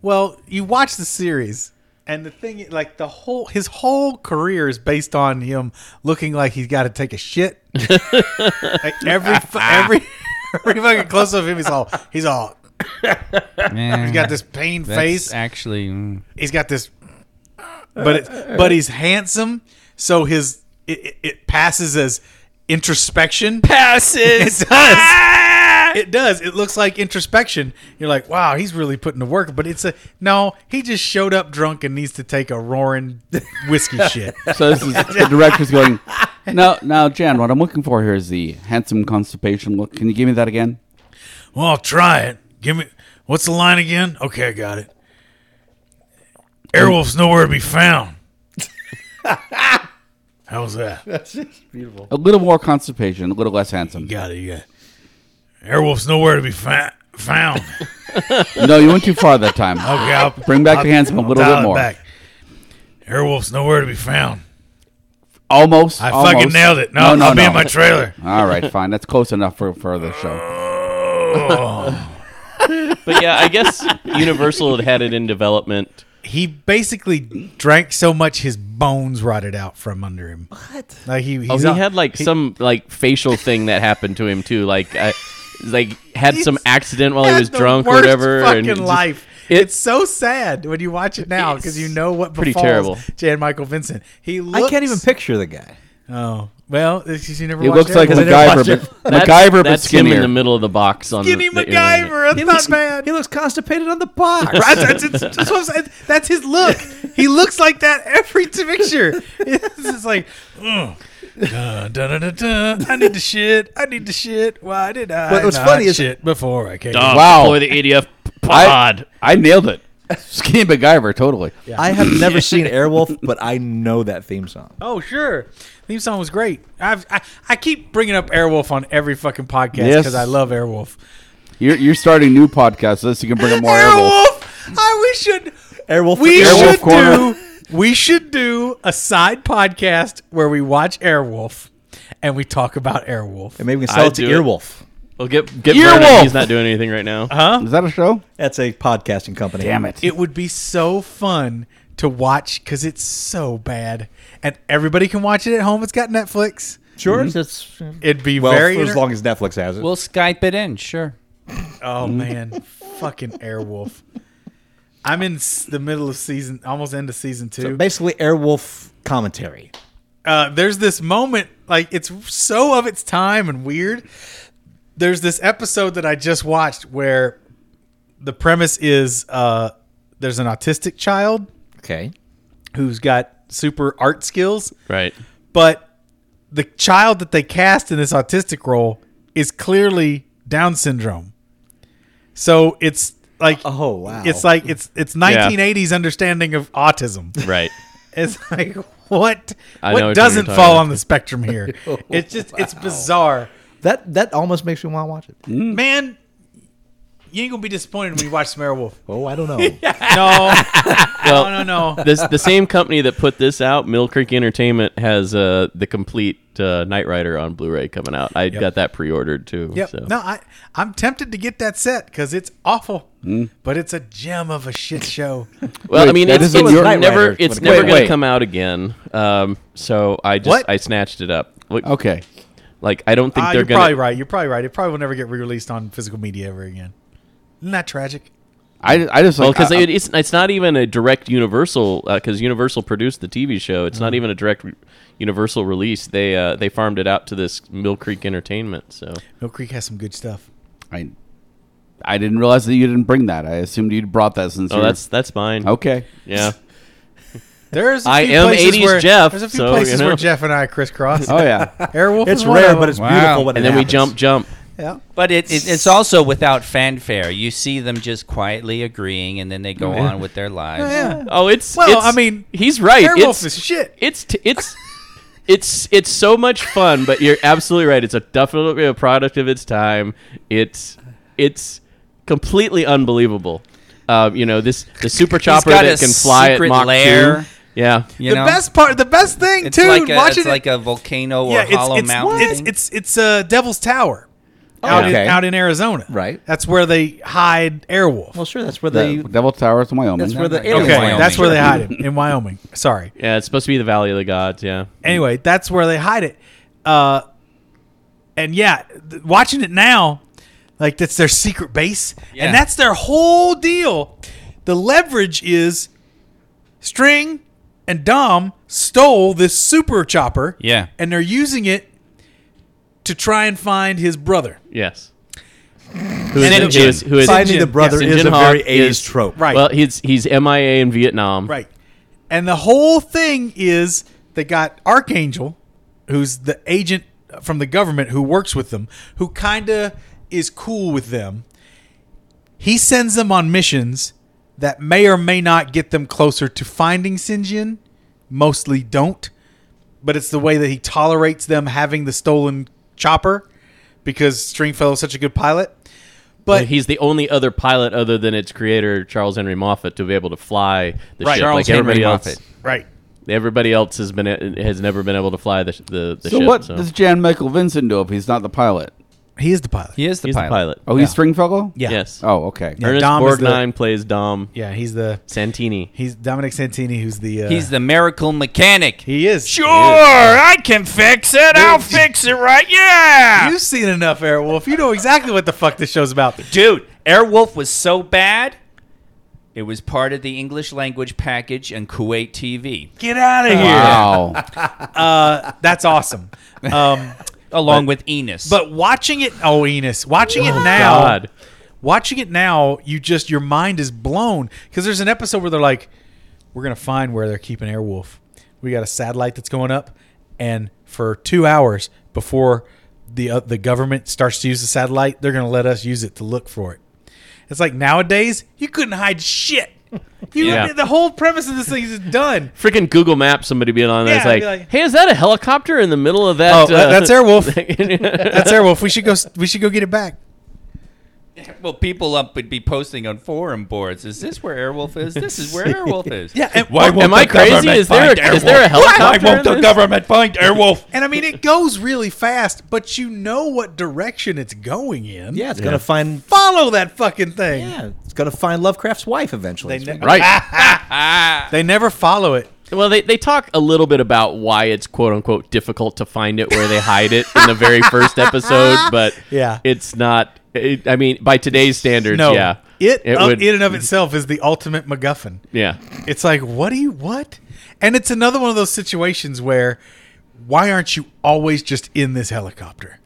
Speaker 3: Well, you watch the series, and the thing, like the whole, his whole career is based on him looking like he's got to take a shit. like every, fu- every, every fucking close up of him, he's all, he's all,
Speaker 6: Man,
Speaker 3: he's got this pain
Speaker 6: that's
Speaker 3: face.
Speaker 6: Actually, mm.
Speaker 3: he's got this but it's but he's handsome so his it, it- it passes as introspection.
Speaker 6: passes.
Speaker 3: It does. It does. It looks like introspection. You're like, wow, he's really putting the work. But it's a no. He just showed up drunk and needs to take a roaring whiskey shit.
Speaker 5: So this is the director's going. No, now, Jan, what I'm looking for here is the handsome constipation look. Can you give me that again?
Speaker 7: Well, I'll try it. Give me. What's the line again? Okay, I got it. Airwolf's nowhere to be found. How's that?
Speaker 5: A little more constipation, a little less handsome.
Speaker 7: Got it. Yeah. Airwolf's nowhere to be fa- found.
Speaker 5: No, you went too far that time.
Speaker 7: Okay, I'll
Speaker 5: Bring back the handsome a little
Speaker 7: dial
Speaker 5: bit
Speaker 7: it
Speaker 5: more.
Speaker 7: back. Airwolf's nowhere to be found.
Speaker 5: Almost.
Speaker 7: I fucking nailed it. No, I'll be in my trailer.
Speaker 5: All right, fine. That's close enough for, for the show.
Speaker 3: Oh.
Speaker 2: But yeah, I guess Universal had had it in development.
Speaker 3: he basically drank so much his bones rotted out from under him. What? Like he, he's
Speaker 2: Oh, he
Speaker 3: all-
Speaker 2: had like some like facial thing that happened to him too. Like, I, like had some accident while he
Speaker 3: had
Speaker 2: was
Speaker 3: the
Speaker 2: drunk or
Speaker 3: worst
Speaker 2: whatever.
Speaker 3: Fucking
Speaker 2: just-
Speaker 3: life.
Speaker 2: it-
Speaker 3: it's so sad when you watch it now because you know what
Speaker 2: pretty
Speaker 3: befalls
Speaker 2: terrible.
Speaker 3: Jan Michael Vincent. He looks,
Speaker 4: I can't even picture the guy.
Speaker 3: Oh well, it's 'cause you never.
Speaker 5: It
Speaker 3: watched
Speaker 5: looks like
Speaker 3: Airwolf.
Speaker 5: MacGyver, but,
Speaker 2: That's,
Speaker 5: MacGyver, but
Speaker 2: that's him in
Speaker 5: skinnier.
Speaker 2: the middle of the box on
Speaker 3: Skinny
Speaker 2: the, the internet.
Speaker 3: MacGyver. It's not
Speaker 4: looks
Speaker 3: bad.
Speaker 4: He looks constipated on the box.
Speaker 3: Right, that's, it's- that's what I'm saying. That's his look. He looks like that every picture. It's just like, mm.
Speaker 7: Ugh. Duh, duh, duh, duh, duh. I need to shit. I need to shit. Why did I?
Speaker 4: But what's
Speaker 7: not
Speaker 4: funny is-
Speaker 7: shit before I came.
Speaker 5: Wow.
Speaker 2: Oh, Boy, the E ADF
Speaker 5: I, I nailed it. Skinny MacGyver, totally.
Speaker 4: I have never seen Airwolf, but I know that theme song.
Speaker 3: oh sure, theme song was great. I've, I I keep bringing up Airwolf on every fucking podcast
Speaker 5: Yes.
Speaker 3: because I love Airwolf.
Speaker 5: You're, you're starting new podcasts, so you can bring up more Airwolf.
Speaker 3: I we should
Speaker 4: Airwolf.
Speaker 3: we
Speaker 5: Airwolf
Speaker 3: should
Speaker 5: Corner.
Speaker 3: do we should do a side podcast where we watch Airwolf and we talk about Airwolf.
Speaker 4: And maybe we can sell
Speaker 2: I'd
Speaker 4: it to
Speaker 2: do it.
Speaker 4: Earwolf.
Speaker 2: Well, get get
Speaker 5: Earwolf!
Speaker 2: Vernon. He's not doing anything right now.
Speaker 5: Is that a show?
Speaker 4: That's a podcasting company.
Speaker 5: Damn it.
Speaker 3: It would be so fun to watch because it's so bad, and everybody can watch it at home. It's got Netflix.
Speaker 4: Sure. That's
Speaker 3: It'd be
Speaker 4: well,
Speaker 3: very
Speaker 4: for as
Speaker 3: inter-
Speaker 4: long as Netflix has it.
Speaker 6: We'll Skype it in, sure.
Speaker 3: Oh man, fucking Airwolf! I'm in s- the middle of season, almost end of season two.
Speaker 4: Basically, Airwolf commentary.
Speaker 3: uh, there's this moment like it's so of its time and weird there's this episode that i just watched where the premise is uh, there's an autistic child
Speaker 4: Okay.
Speaker 3: who's got super art skills
Speaker 2: Right.
Speaker 3: but the child that they cast in this autistic role is clearly down syndrome so it's like
Speaker 4: Oh, wow.
Speaker 3: it's like it's it's 1980s understanding of autism
Speaker 2: Right.
Speaker 3: it's like what
Speaker 2: I
Speaker 3: what
Speaker 2: know what you're
Speaker 3: doesn't
Speaker 2: talking
Speaker 3: fall
Speaker 2: about.
Speaker 3: on the spectrum here? it's just it's bizarre.
Speaker 4: that. That almost makes me want to watch it.
Speaker 3: Man, you ain't gonna be disappointed when you watch some Airwolf.
Speaker 4: Oh, I don't know.
Speaker 3: No,
Speaker 2: Well,
Speaker 3: no, no, no.
Speaker 2: this the same company that put this out, Mill Creek Entertainment, has uh, the complete uh, Knight Rider on Blu-ray coming out. I got that pre-ordered too.
Speaker 3: Yep.
Speaker 2: so.
Speaker 3: No, I I'm tempted to get that set because it's awful, but it's a gem of a shit show.
Speaker 2: Well, I
Speaker 5: Wait,
Speaker 2: mean,
Speaker 5: that
Speaker 2: it's,
Speaker 5: isn't
Speaker 2: it's
Speaker 5: your
Speaker 4: Knight Rider
Speaker 2: never
Speaker 4: when
Speaker 2: it's
Speaker 4: it
Speaker 2: never
Speaker 5: comes
Speaker 2: going
Speaker 5: out.
Speaker 2: to come out again. Um, so I just
Speaker 3: What?
Speaker 2: I snatched it up. Like,
Speaker 5: Okay.
Speaker 2: like I don't think
Speaker 3: Ah,
Speaker 2: they're
Speaker 3: you're
Speaker 2: gonna.
Speaker 3: probably right. You're probably right. It probably will never get re-released on physical media ever again. Isn't that tragic?
Speaker 5: I, I just
Speaker 2: Well,
Speaker 5: like,
Speaker 2: because
Speaker 5: I-
Speaker 2: it's it's not even a direct Universal because Universal produced the TV show. It's
Speaker 5: Mm.
Speaker 2: not even a direct re- Universal release. They uh, they farmed it out to this Mill Creek Entertainment. So
Speaker 3: Mill Creek has some good stuff.
Speaker 5: I, I didn't realize that you didn't bring that. I assumed you'd brought that since.
Speaker 2: oh,
Speaker 5: you're-
Speaker 2: that's that's mine.
Speaker 5: okay.
Speaker 2: Yeah.
Speaker 3: There's a
Speaker 2: I
Speaker 3: few
Speaker 2: am
Speaker 3: places
Speaker 2: 80s
Speaker 3: where,
Speaker 2: Jeff,
Speaker 3: There's a few
Speaker 2: so, you
Speaker 3: places where
Speaker 2: know.
Speaker 3: Jeff and I crisscross.
Speaker 5: Oh yeah.
Speaker 3: Airwolf
Speaker 4: it's
Speaker 3: is one of
Speaker 4: rare, but
Speaker 3: them.
Speaker 4: it's beautiful when
Speaker 2: And
Speaker 4: it
Speaker 2: then we
Speaker 4: happens.
Speaker 2: jump jump.
Speaker 3: yeah.
Speaker 6: But it, it, it's also without fanfare. You see them just quietly agreeing, and then they go on with their lives.
Speaker 3: Yeah.
Speaker 2: Oh, it's
Speaker 3: Well,
Speaker 2: it's-
Speaker 3: I mean,
Speaker 2: he's right.
Speaker 3: Airwolf
Speaker 2: it's,
Speaker 3: is shit.
Speaker 2: It's t- it's it's it's so much fun, but you're absolutely right. It's a definitely a product of its time. It's it's completely unbelievable. Uh, you know this the super chopper
Speaker 6: got
Speaker 2: that
Speaker 6: a
Speaker 2: can fly at
Speaker 6: secret
Speaker 2: Mach
Speaker 6: lair.
Speaker 2: two. Yeah,
Speaker 6: You
Speaker 3: the
Speaker 6: know?
Speaker 3: best part, the best thing
Speaker 6: it's
Speaker 3: too,
Speaker 6: like a,
Speaker 3: watching
Speaker 6: it's
Speaker 3: it,
Speaker 6: like a volcano or
Speaker 3: yeah, it's
Speaker 6: hollow
Speaker 3: it's,
Speaker 6: mountain.
Speaker 3: it's
Speaker 6: thing. Oh,
Speaker 3: it's it's uh, Devil's Tower out
Speaker 5: okay.
Speaker 3: in out in Arizona.
Speaker 4: Right.
Speaker 3: that's where they hide Airwolf.
Speaker 4: Well, sure. That's where they.
Speaker 5: The Devil Towers in Wyoming.
Speaker 4: That's where the
Speaker 6: no,
Speaker 4: aliens.
Speaker 3: okay,
Speaker 6: Wyoming.
Speaker 3: that's where they hide him in Wyoming. Sorry.
Speaker 2: yeah. It's supposed to be the Valley of the Gods. Yeah,
Speaker 3: Anyway, that's where they hide it. Uh, and yeah, th- watching it now, like that's their secret base,
Speaker 6: Yeah.
Speaker 3: and that's their whole deal. The leverage is string and Dom stole this super chopper.
Speaker 6: Yeah.
Speaker 3: And they're using it to try and find his brother.
Speaker 2: Yes. Who is,
Speaker 3: then
Speaker 2: in-
Speaker 3: Jin.
Speaker 2: who is, who is
Speaker 4: Finding the
Speaker 3: Yes,
Speaker 4: brother
Speaker 2: and
Speaker 4: is
Speaker 2: Jin
Speaker 4: a
Speaker 2: Hawk
Speaker 4: very 80s
Speaker 2: is-
Speaker 4: trope.
Speaker 3: Right.
Speaker 2: Well, he's he's MIA in Vietnam.
Speaker 3: Right. And the whole thing is they got Archangel, who's the agent from the government who works with them, who kind of is cool with them. He sends them on missions that may or may not get them closer to finding Sinjin, mostly don't. But it's the way that he tolerates them having the stolen chopper because Stringfellow's such a good pilot. But
Speaker 2: He's the only other pilot other than its creator Charles Henry Moffett to be able to fly the
Speaker 6: Right,
Speaker 2: ship.
Speaker 6: Charles
Speaker 2: like everybody
Speaker 6: Henry
Speaker 2: else,
Speaker 6: Moffett.
Speaker 3: right.
Speaker 2: everybody else has been has never been able to fly the the, the
Speaker 5: So
Speaker 2: ship.
Speaker 5: what
Speaker 2: so
Speaker 5: does Jan Michael Vincent do if he's not the pilot?
Speaker 3: He is the pilot.
Speaker 6: He is the
Speaker 2: he's
Speaker 6: pilot.
Speaker 2: the pilot.
Speaker 5: Oh, he's Stringfellow.
Speaker 3: Yeah.
Speaker 2: Yes.
Speaker 5: Oh, okay.
Speaker 3: Yeah.
Speaker 2: Ernest
Speaker 3: Dom is the-
Speaker 2: Borgnine plays Dom
Speaker 3: Yeah, he's the
Speaker 2: Santini.
Speaker 3: he's Dominic Santini who's the uh,
Speaker 6: He's the miracle mechanic.
Speaker 3: He is.
Speaker 6: Sure, I can fix it. I'll fix it right. Yeah.
Speaker 3: You've seen enough Airwolf. You know exactly what the fuck this show's about.
Speaker 6: Dude, Airwolf was so bad. It was part of the English language package in Kuwait TV,
Speaker 3: Get out of here.
Speaker 5: Wow.
Speaker 3: That's awesome. Um,
Speaker 6: along with Enos.
Speaker 3: but watching it, oh Enos, watching it now,
Speaker 2: God.
Speaker 3: watching it now, you just your mind is blown because there's an episode where they're like, "We're gonna find where they're keeping Airwolf. We got a satellite that's going up, and for two hours before the uh, the government starts to use the satellite, they're gonna let us use it to look for it." It's like nowadays you couldn't hide shit. You,
Speaker 2: Yeah.
Speaker 3: The whole premise of this thing is done.
Speaker 2: Freaking Google Maps, somebody being on there is
Speaker 3: Yeah,
Speaker 2: like,
Speaker 3: be like-
Speaker 2: hey, is that a helicopter in the middle of that? uh,
Speaker 3: Oh, that- that's Airwolf.
Speaker 2: Airwolf.
Speaker 3: That's Airwolf. We should go. We should go get it back.
Speaker 6: well, people up would be posting on forum boards. Is this where Airwolf is? This is where Airwolf is.
Speaker 3: Yeah, and,
Speaker 7: Why won't
Speaker 2: Am I
Speaker 7: the
Speaker 2: crazy?
Speaker 7: government
Speaker 2: Is there
Speaker 7: find
Speaker 2: a- is there a
Speaker 7: Airwolf?
Speaker 2: helicopter
Speaker 7: Why won't
Speaker 2: in
Speaker 7: the
Speaker 2: this?
Speaker 7: government find Airwolf?
Speaker 3: and I mean it goes really fast, but you know what direction it's going in.
Speaker 4: Yeah, it's gonna find.
Speaker 3: follow that fucking thing.
Speaker 4: Yeah, it's gonna find Lovecraft's wife eventually.
Speaker 3: They, ne-
Speaker 2: right.
Speaker 3: they never follow it.
Speaker 2: Well, they, they talk a little bit about why it's quote unquote difficult to find it where they hide it in the very first episode, but
Speaker 3: Yeah.
Speaker 2: it's not. It, I mean, by today's standards,
Speaker 3: No,
Speaker 2: yeah,
Speaker 3: it, uh, in and of itself is the ultimate MacGuffin.
Speaker 2: yeah.
Speaker 3: It's like, what do you what? And it's another one of those situations where, why aren't you always just in this helicopter?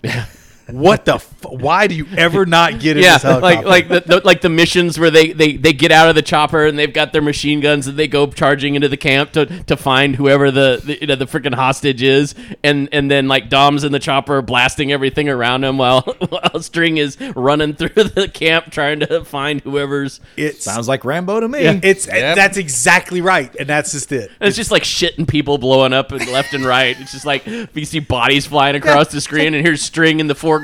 Speaker 3: What the? F- why do you ever not get in
Speaker 2: Yeah,
Speaker 3: this helicopter?
Speaker 2: like like the, the like the missions where they, they, they get out of the chopper and they've got their machine guns and they go charging into the camp to, to find whoever the, the you know the freaking hostage is and and then like Dom's in the chopper blasting everything around him while while String is running through the camp trying to find whoever's
Speaker 3: it's
Speaker 4: Sounds like Rambo to me.
Speaker 3: it's that's exactly right, and that's just it.
Speaker 2: And It's just like shit and people blowing up and left and right. It's just like you see bodies flying across the screen, and here's String in the foreground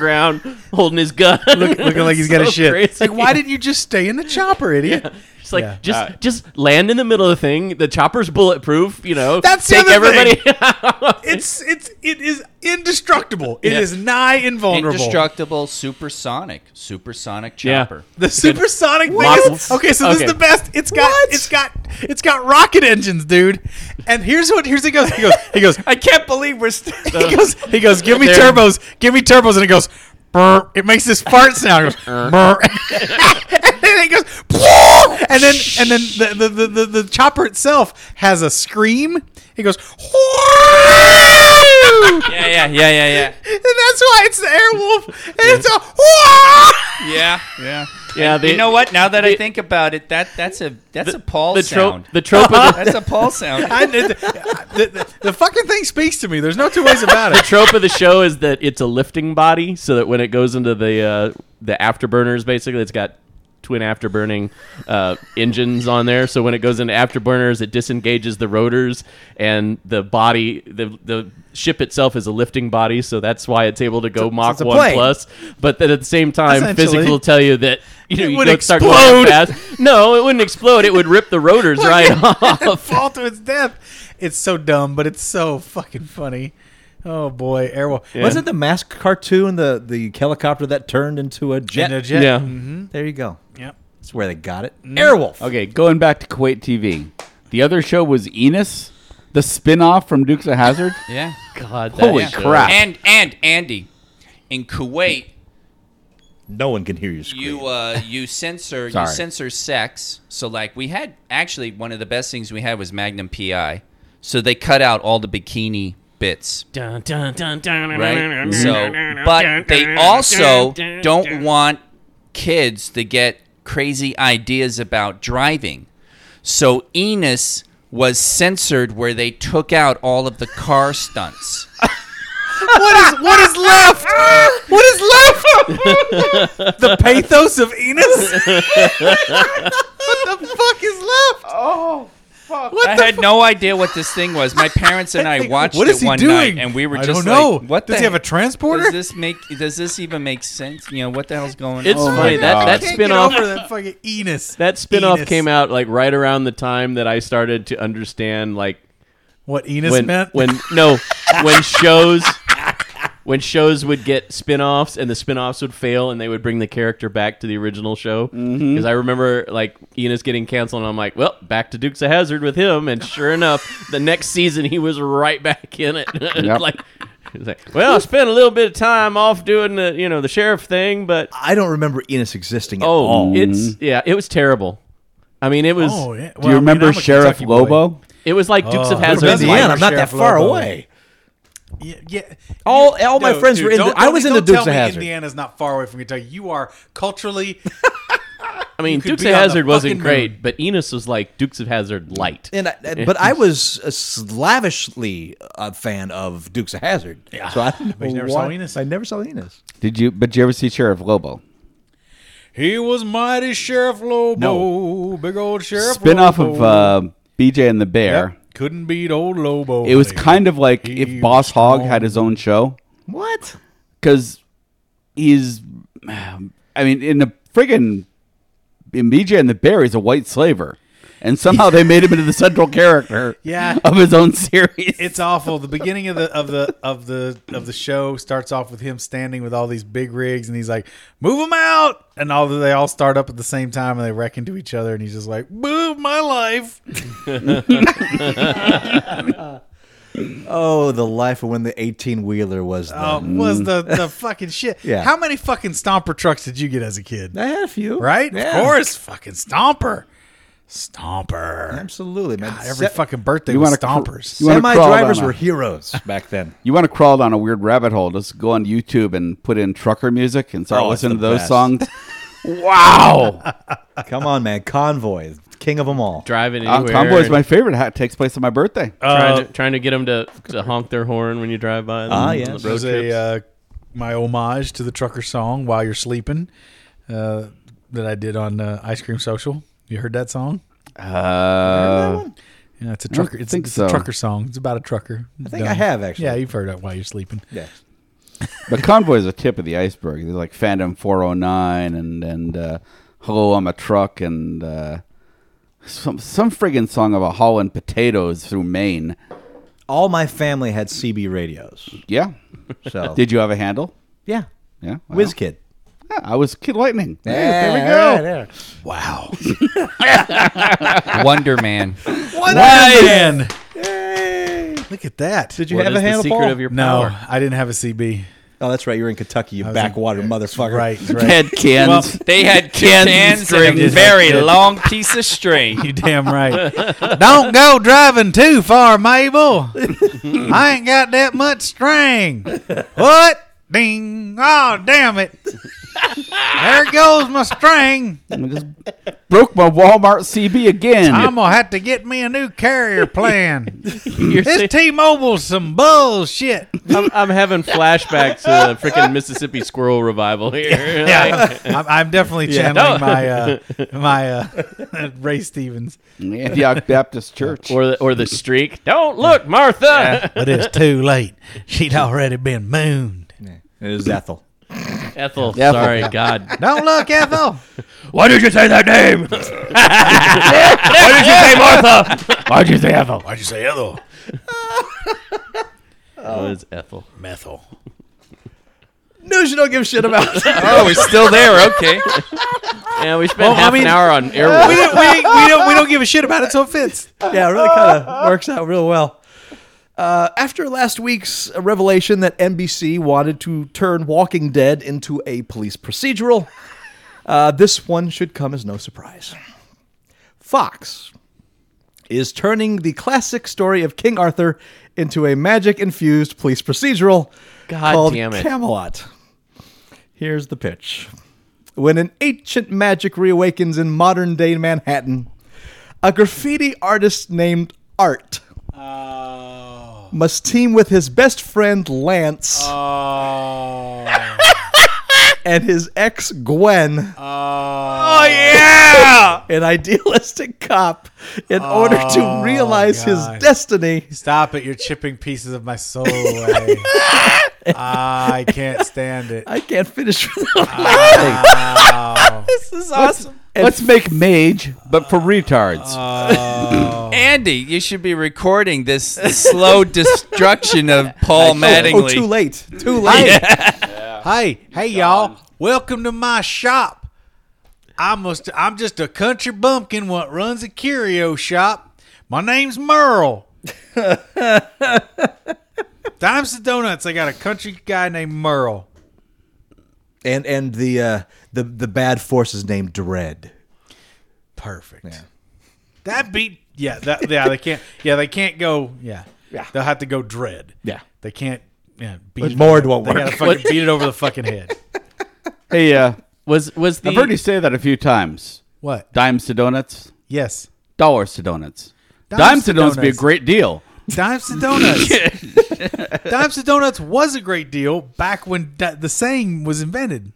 Speaker 2: holding his gun,
Speaker 3: Looking like he's got a
Speaker 2: So
Speaker 3: shit.
Speaker 2: crazy.
Speaker 3: Like, why didn't you just stay in the chopper, idiot?
Speaker 2: It's like
Speaker 3: Yeah.
Speaker 2: just
Speaker 6: Uh,
Speaker 2: just land in the middle of the thing. The chopper's bulletproof. You know,
Speaker 3: That's the
Speaker 2: take
Speaker 3: other
Speaker 2: everybody.
Speaker 3: It's it's it is indestructible. It
Speaker 2: Yeah.
Speaker 3: is nigh invulnerable.
Speaker 6: Indestructible, supersonic, supersonic
Speaker 2: Yeah.
Speaker 6: chopper.
Speaker 3: the supersonic thing. Is,
Speaker 2: What?
Speaker 3: okay, so this is
Speaker 2: Okay.
Speaker 3: the best. It's got it's got it's got rocket engines, dude. And here's what here's he goes. He goes. He goes.
Speaker 6: I can't believe we're still.
Speaker 3: he goes. He goes. Give me
Speaker 2: There.
Speaker 3: turbos. Give me turbos. And it goes. Brr. It makes this fart sound. It
Speaker 6: Uh.
Speaker 3: goes. Brr. and then it goes. "Pwah!" And then and then the the, the, the the chopper itself has a scream. It goes.
Speaker 6: Yeah, yeah, yeah, yeah,
Speaker 3: And that's why it's the Airwolf. And it's a whoa!
Speaker 6: yeah, yeah, yeah.
Speaker 2: yeah, the,
Speaker 6: you know what? Now that I
Speaker 2: the-
Speaker 6: think about it, that that's a that's a Paul
Speaker 2: The
Speaker 6: sound.
Speaker 2: trope. The trope. Of the,
Speaker 6: that's a Paul sound.
Speaker 3: I- the, the, the, the fucking thing speaks to me. There's no two ways about
Speaker 2: the
Speaker 3: it.
Speaker 2: trope of the show is that it's a lifting body, so that when it goes into the uh, the afterburners, basically, it's got twin afterburning uh, engines on there. So when it goes into afterburners, it disengages the rotors and the body. the The ship itself is a lifting body, so that's why it's able to go Mach
Speaker 4: it's a
Speaker 2: one
Speaker 4: plane.
Speaker 2: plus. But then at the same time,
Speaker 3: Essentially.
Speaker 2: physics will tell you that. You know,
Speaker 3: It
Speaker 2: you
Speaker 3: would
Speaker 2: don't start going
Speaker 3: explode.
Speaker 2: that fast. No, it wouldn't explode. It would rip the rotors right off.
Speaker 3: Fall to its death. It's so dumb, but it's so fucking funny. Oh boy, Airwolf.
Speaker 4: Wasn't the mask cartoon the the helicopter that turned into a jet?
Speaker 3: And a jet- Mm-hmm.
Speaker 2: Yeah.
Speaker 4: There you go.
Speaker 3: Yep. Mm-hmm.
Speaker 4: That's where they got it. Airwolf.
Speaker 5: Okay, going back to Kuwait TV. The other show was Enos, the spin-off from Dukes of Hazard.
Speaker 6: yeah.
Speaker 2: God, that
Speaker 5: Holy
Speaker 2: show.
Speaker 5: crap!
Speaker 6: And and Andy, in Kuwait,
Speaker 4: No one can hear you scream.
Speaker 6: you uh you censor you
Speaker 5: Sorry.
Speaker 6: censor sex. So like we had actually one of the best things we had was Magnum PI. So they cut out all the bikini bits. right? So, but they also don't want kids to get crazy ideas about driving. So Enos was censored where they took out all of the car stunts.
Speaker 2: what is what is left? What is left?
Speaker 3: the pathos of Enos.
Speaker 6: I had no idea what this thing was. My parents and I watched
Speaker 3: What is
Speaker 6: it
Speaker 3: he
Speaker 6: one
Speaker 3: doing?
Speaker 6: night, and we were
Speaker 3: I
Speaker 6: just
Speaker 3: don't know.
Speaker 6: like, "What
Speaker 3: Does
Speaker 6: the
Speaker 3: he have a
Speaker 6: heck?
Speaker 3: transporter?
Speaker 6: Does this make? Does this even make sense? You know what the hell's going
Speaker 2: It's
Speaker 6: on?"
Speaker 2: funny that that
Speaker 3: Can't get
Speaker 2: spin-off
Speaker 3: over that fucking Enos.
Speaker 2: that spin-off
Speaker 3: Enos.
Speaker 2: came out like right around the time that I started to understand like
Speaker 3: What Enos
Speaker 2: when
Speaker 3: meant?
Speaker 2: when no when shows when shows would get spin-offs and the spin-offs would fail and they would bring the character back to the original show because
Speaker 3: Mm-hmm.
Speaker 2: I remember like Enos getting canceled and I'm like well back to Dukes of Hazard with him and sure enough the next season he was right back in it
Speaker 5: Yep.
Speaker 2: like it's like well I spent a little bit of time off doing the you know the sheriff thing but
Speaker 4: I don't remember Enos existing at all.
Speaker 2: oh it's yeah it was terrible I mean it was
Speaker 3: oh, yeah.
Speaker 5: Do you remember Sheriff Lobo?
Speaker 2: it was like Dukes
Speaker 3: Oh,
Speaker 2: of
Speaker 3: would've
Speaker 2: Hazard
Speaker 3: been the
Speaker 4: Indiana, I'm not
Speaker 3: Sheriff
Speaker 4: that far
Speaker 3: Lobo.
Speaker 4: away.
Speaker 3: Yeah, yeah.
Speaker 4: All- all my friends were in
Speaker 3: don't-
Speaker 4: the- I
Speaker 3: don't-
Speaker 4: was in
Speaker 3: don't
Speaker 4: the Dukes
Speaker 3: tell
Speaker 4: of
Speaker 3: me
Speaker 4: Hazzard.
Speaker 3: Indiana's not far away from Kentucky. You are culturally
Speaker 2: I mean,
Speaker 3: could
Speaker 2: Dukes
Speaker 3: be
Speaker 2: of
Speaker 3: on the
Speaker 2: Hazard wasn't
Speaker 3: fucking Mm.
Speaker 2: great, but Enos was like Dukes of Hazard light.
Speaker 4: And I, I- but I was a slavishly a fan of Dukes of Hazard. Yeah. So I don't know
Speaker 3: But you never saw
Speaker 4: why-
Speaker 3: Enos?
Speaker 4: I never saw Enos.
Speaker 5: Did you? But did you ever see Sheriff Lobo?
Speaker 3: He was mighty Sheriff Lobo, big old Sheriff
Speaker 5: Spin off
Speaker 3: Lobo.
Speaker 5: of uh, BJ and the Bear.
Speaker 3: Yep. Couldn't beat old Lobo.
Speaker 5: It was
Speaker 3: They-
Speaker 5: kind of like
Speaker 3: He
Speaker 5: if Boss
Speaker 3: was
Speaker 5: Hogg
Speaker 3: strong.
Speaker 5: had his own show,
Speaker 4: What?
Speaker 5: because he's, I mean, in the friggin' in BJ and the Bear, he's a white slaver, and somehow they made him into the central character.
Speaker 3: Yeah.
Speaker 5: of his own series.
Speaker 3: It's awful. The beginning of the of the of the of the show starts off with him standing with all these big rigs, and he's like, "Move them out!" And all they all start up at the same time, and they wreck into each other, and he's just like, "Move my life!"
Speaker 4: Oh, the life of when the eighteen wheeler was. The,
Speaker 3: Uh, was the the fucking shit.
Speaker 4: Yeah.
Speaker 3: How many fucking stomper trucks did you get as a kid?
Speaker 4: I had a few.
Speaker 3: Right?
Speaker 4: Yeah.
Speaker 3: Of course, fucking stomper, stomper.
Speaker 4: Absolutely, man.
Speaker 3: Every
Speaker 4: Se-
Speaker 3: fucking birthday
Speaker 5: You
Speaker 3: was
Speaker 5: wanna cr-
Speaker 3: stompers.
Speaker 5: you wanna
Speaker 4: semi
Speaker 5: crawl
Speaker 4: drivers
Speaker 5: down a-
Speaker 4: were heroes back then.
Speaker 5: You want to crawl down a weird rabbit hole? Just go on YouTube and put in trucker music and start
Speaker 4: Oh, it's
Speaker 5: listening to
Speaker 4: the
Speaker 5: those
Speaker 4: best.
Speaker 5: songs. wow,
Speaker 4: Come on, man. Convoy, king of them all.
Speaker 2: Driving
Speaker 5: uh,
Speaker 2: anywhere.
Speaker 5: Convoy's
Speaker 2: and
Speaker 5: my favorite. Hat takes place on my birthday.
Speaker 3: Uh,
Speaker 2: trying, to, trying to get them to, to honk their horn when you drive by. Them
Speaker 4: Ah,
Speaker 2: on
Speaker 4: yes.
Speaker 2: the road
Speaker 3: There's a
Speaker 2: trips.
Speaker 3: uh, my homage to the trucker song "While You're Sleeping" uh, that I did on uh, Ice Cream Social. You heard that song?
Speaker 5: Uh,
Speaker 3: Yeah, it's a trucker. It's,
Speaker 5: think
Speaker 3: it's
Speaker 5: so.
Speaker 3: a trucker song. It's about a trucker.
Speaker 4: I think I have actually.
Speaker 3: Yeah, you've heard it while you're sleeping.
Speaker 4: Yeah.
Speaker 5: but Convoy's the tip of the iceberg. There's like Phantom 409 and and uh, Hello, I'm a Truck and uh, some some friggin' song about hauling potatoes through Maine.
Speaker 4: All my family had CB radios.
Speaker 5: Yeah.
Speaker 4: So
Speaker 5: Did you have a handle?
Speaker 4: yeah,
Speaker 5: Yeah. Wow.
Speaker 4: Whiz Kid.
Speaker 5: Yeah, I was Kid Lightning. Yeah, there we go.
Speaker 4: Wow.
Speaker 6: Wonder Man.
Speaker 3: Nice. Look at that.
Speaker 4: Did you
Speaker 2: What
Speaker 4: have
Speaker 2: is
Speaker 4: a handle?
Speaker 2: the secret of your
Speaker 3: No,
Speaker 2: power?
Speaker 3: I didn't have a CB.
Speaker 4: Oh, that's right. You were in Kentucky. You
Speaker 3: was in-
Speaker 4: backwater motherfucker.
Speaker 3: Right,
Speaker 5: They
Speaker 3: right.
Speaker 5: Had cans.
Speaker 3: Well,
Speaker 6: They
Speaker 3: uh,
Speaker 6: had cans and a
Speaker 3: strings.
Speaker 6: very
Speaker 3: Yeah.
Speaker 6: long piece of string.
Speaker 3: You damn right. Don't go driving too far, Mabel. I ain't got that much string. What? Ding. Oh, damn it. There goes my string.
Speaker 5: I just broke my Walmart CB again.
Speaker 3: I'm going to have to get me a new carrier plan.
Speaker 2: You're
Speaker 3: This
Speaker 2: saying-
Speaker 3: T-Mobile's some bullshit.
Speaker 2: I'm, I'm having flashbacks to the freaking Mississippi Squirrel revival here.
Speaker 3: Yeah, I'm, I'm definitely channeling
Speaker 2: No.
Speaker 3: my uh, my uh, Ray Stevens.
Speaker 5: Antioch Baptist Church.
Speaker 2: or, the, or the streak. Don't look, Martha.
Speaker 3: But it's too late. She'd already been mooned.
Speaker 4: It was Ethel.
Speaker 2: Ethel, Sorry, God.
Speaker 3: Don't look, Ethel.
Speaker 5: Why did you say that name? Why did you say Martha? Why did you say Ethel?
Speaker 7: Why'd you say Ethel?
Speaker 2: Oh, it's Ethel.
Speaker 7: Methel.
Speaker 4: News you don't give a shit about.
Speaker 6: Oh, we're still there. Okay.
Speaker 2: Yeah, we spent half
Speaker 3: mean-
Speaker 2: an hour on
Speaker 3: We
Speaker 2: Airwolf.
Speaker 3: don't, we, ain't- we don't we don't give a shit about it, so it fits.
Speaker 4: yeah, it really kind of works out real well. Uh, after last week's revelation that NBC wanted to turn Walking Dead into a police procedural, uh, this one should come as no surprise. Fox is turning the classic story of King Arthur into a magic infused police procedural
Speaker 2: God
Speaker 4: called
Speaker 2: damn it.
Speaker 4: Camelot. Here's the pitch. When an ancient magic reawakens in modern day Manhattan, a graffiti artist named Art must team with his best friend Lance and his ex Gwen. Oh,
Speaker 3: Oh,
Speaker 4: yeah! an idealistic cop in order to realize
Speaker 3: God.
Speaker 4: his destiny.
Speaker 3: Stop it. You're chipping pieces of my soul away. I can't stand it.
Speaker 4: I can't finish with
Speaker 6: This is awesome.
Speaker 5: Let's make mage, but for retards.
Speaker 6: Andy, you should be recording this slow destruction of Paul
Speaker 4: Oh,
Speaker 6: Mattingly.
Speaker 4: too late. Too late.
Speaker 3: Hey, hey, y'all! Welcome to my shop. I'm a, I'm just a country bumpkin what runs a curio shop. My name's Merle. Dimes to Donuts. I got a country guy named Merle.
Speaker 4: And and the uh, the the bad force is named Dread.
Speaker 3: Perfect. That beat. Yeah. That. Yeah. They can't. Yeah. They can't go. Yeah. Yeah. They'll have to go dread.
Speaker 4: Yeah.
Speaker 3: They can't. Yeah. Beat
Speaker 4: But
Speaker 3: it.
Speaker 4: Mord won't
Speaker 3: They
Speaker 4: work.
Speaker 3: gotta fucking beat it over the fucking head.
Speaker 5: hey, uh,
Speaker 2: Was was the
Speaker 5: I've heard you say that a few times.
Speaker 3: What?
Speaker 5: Dimes to donuts,
Speaker 3: Yes.
Speaker 5: dollars to donuts. Dimes,
Speaker 3: to
Speaker 5: to donuts would be a
Speaker 3: donuts.
Speaker 5: great deal.
Speaker 3: Dimes to Donuts. Dimes to Donuts was a great deal back when da- the saying was invented.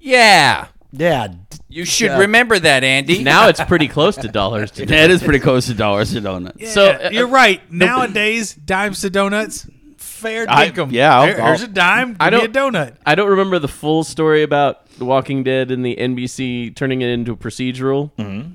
Speaker 6: yeah.
Speaker 4: Yeah.
Speaker 6: You should remember that, Andy.
Speaker 2: now it's pretty close to dollars to
Speaker 5: That is pretty close to dollars to donuts.
Speaker 2: So,
Speaker 3: Yeah,
Speaker 2: uh,
Speaker 3: you're right. Nowadays, Dimes to Donuts, fair
Speaker 5: I-
Speaker 3: dinkum.
Speaker 5: yeah, I'll-
Speaker 3: There- here's a dime. Give
Speaker 2: I
Speaker 3: me a donut.
Speaker 2: I don't remember the full story about The Walking Dead and the NBC turning it into a procedural.
Speaker 4: Mm-hmm.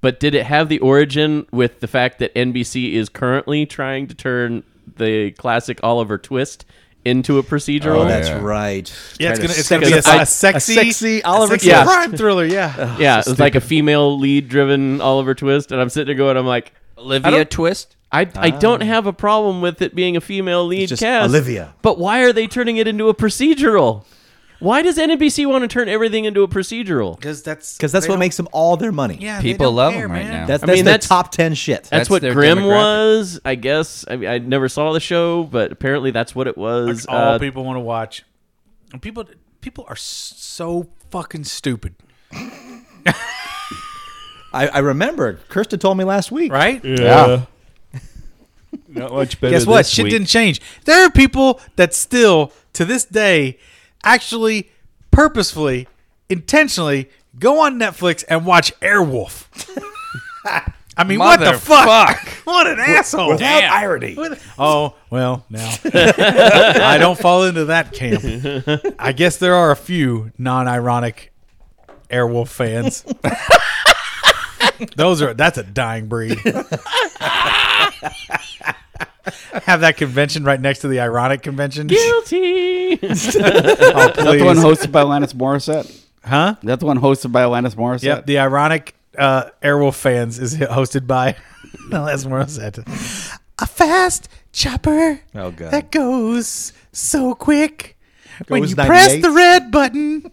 Speaker 2: But did it have the origin with the fact that NBC is currently trying to turn the classic Oliver Twist into a procedural?
Speaker 4: Oh, that's right.
Speaker 3: Yeah, it's
Speaker 4: Try
Speaker 3: gonna, it's gonna be a,
Speaker 4: sex-
Speaker 2: I-
Speaker 3: a sexy,
Speaker 4: a sexy Oliver
Speaker 3: sexy
Speaker 2: Twist.
Speaker 3: crime thriller. Yeah,
Speaker 2: yeah, it was like a female lead-driven Oliver Twist, and I'm sitting there going, I'm like, I
Speaker 6: Olivia
Speaker 2: don't-
Speaker 6: Twist.
Speaker 2: I, I don't have a problem with it being a female lead
Speaker 4: Ah. just
Speaker 2: cast.
Speaker 4: Olivia.
Speaker 2: But why are they turning it into a procedural? Why does NBC want to turn everything into a procedural?
Speaker 3: because that's
Speaker 4: because that's
Speaker 3: they
Speaker 4: what
Speaker 3: don't-
Speaker 4: makes them all their money.
Speaker 3: yeah, they
Speaker 6: People
Speaker 3: don't
Speaker 6: love
Speaker 3: care,
Speaker 6: him right
Speaker 3: man.
Speaker 6: now.
Speaker 4: That's,
Speaker 2: I
Speaker 4: that's
Speaker 2: mean,
Speaker 4: their
Speaker 2: that's-
Speaker 4: top ten shit.
Speaker 2: That's,
Speaker 6: That's
Speaker 2: what
Speaker 6: their
Speaker 2: Grimm
Speaker 6: demographic.
Speaker 2: was, I guess. I mean, I never saw the show, but apparently that's what it was.
Speaker 3: That's all
Speaker 2: Uh,
Speaker 3: people want to watch. And people, people are so fucking stupid,
Speaker 4: I, I remember. Kirsten told me last week.
Speaker 3: right?
Speaker 5: Yeah.
Speaker 7: Not much better.
Speaker 3: Guess what? Shit didn't change. There are people that still, to this day, actually purposefully, intentionally go on Netflix and watch Airwolf. I mean, what the fuck? What an asshole.
Speaker 7: Without
Speaker 3: Damn.
Speaker 7: irony.
Speaker 3: Oh, well, now. I don't fall into that camp. I guess there are a few non ironic Airwolf fans. Those are that's a dying breed. Have that convention right next to the ironic convention.
Speaker 2: Guilty.
Speaker 3: Oh,
Speaker 5: That's the one
Speaker 3: please.
Speaker 5: hosted by Alanis Morissette.
Speaker 3: Huh?
Speaker 5: That's the one hosted by Alanis Morissette.
Speaker 3: Yep, the ironic uh, Airwolf fans is hosted by the last one said. A fast chopper
Speaker 4: Oh, God.
Speaker 3: that goes so quick when
Speaker 4: Goes
Speaker 3: you press
Speaker 4: 98.
Speaker 3: the red button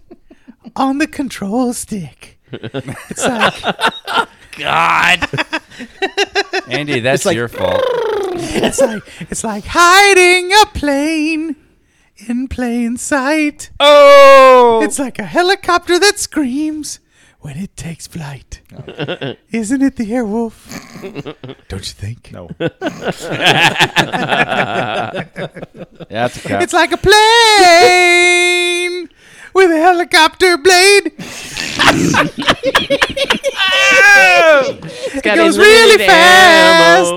Speaker 3: on the control stick. It's like
Speaker 6: Andy, that's your fault.
Speaker 3: it's like it's like hiding a plane in plain sight.
Speaker 6: Oh,
Speaker 3: It's like a helicopter that screams when it takes flight. Isn't it the Airwolf? Don't you think?
Speaker 4: No.
Speaker 5: That's a crap.
Speaker 3: It's like a plane with a helicopter blade. it goes really fast,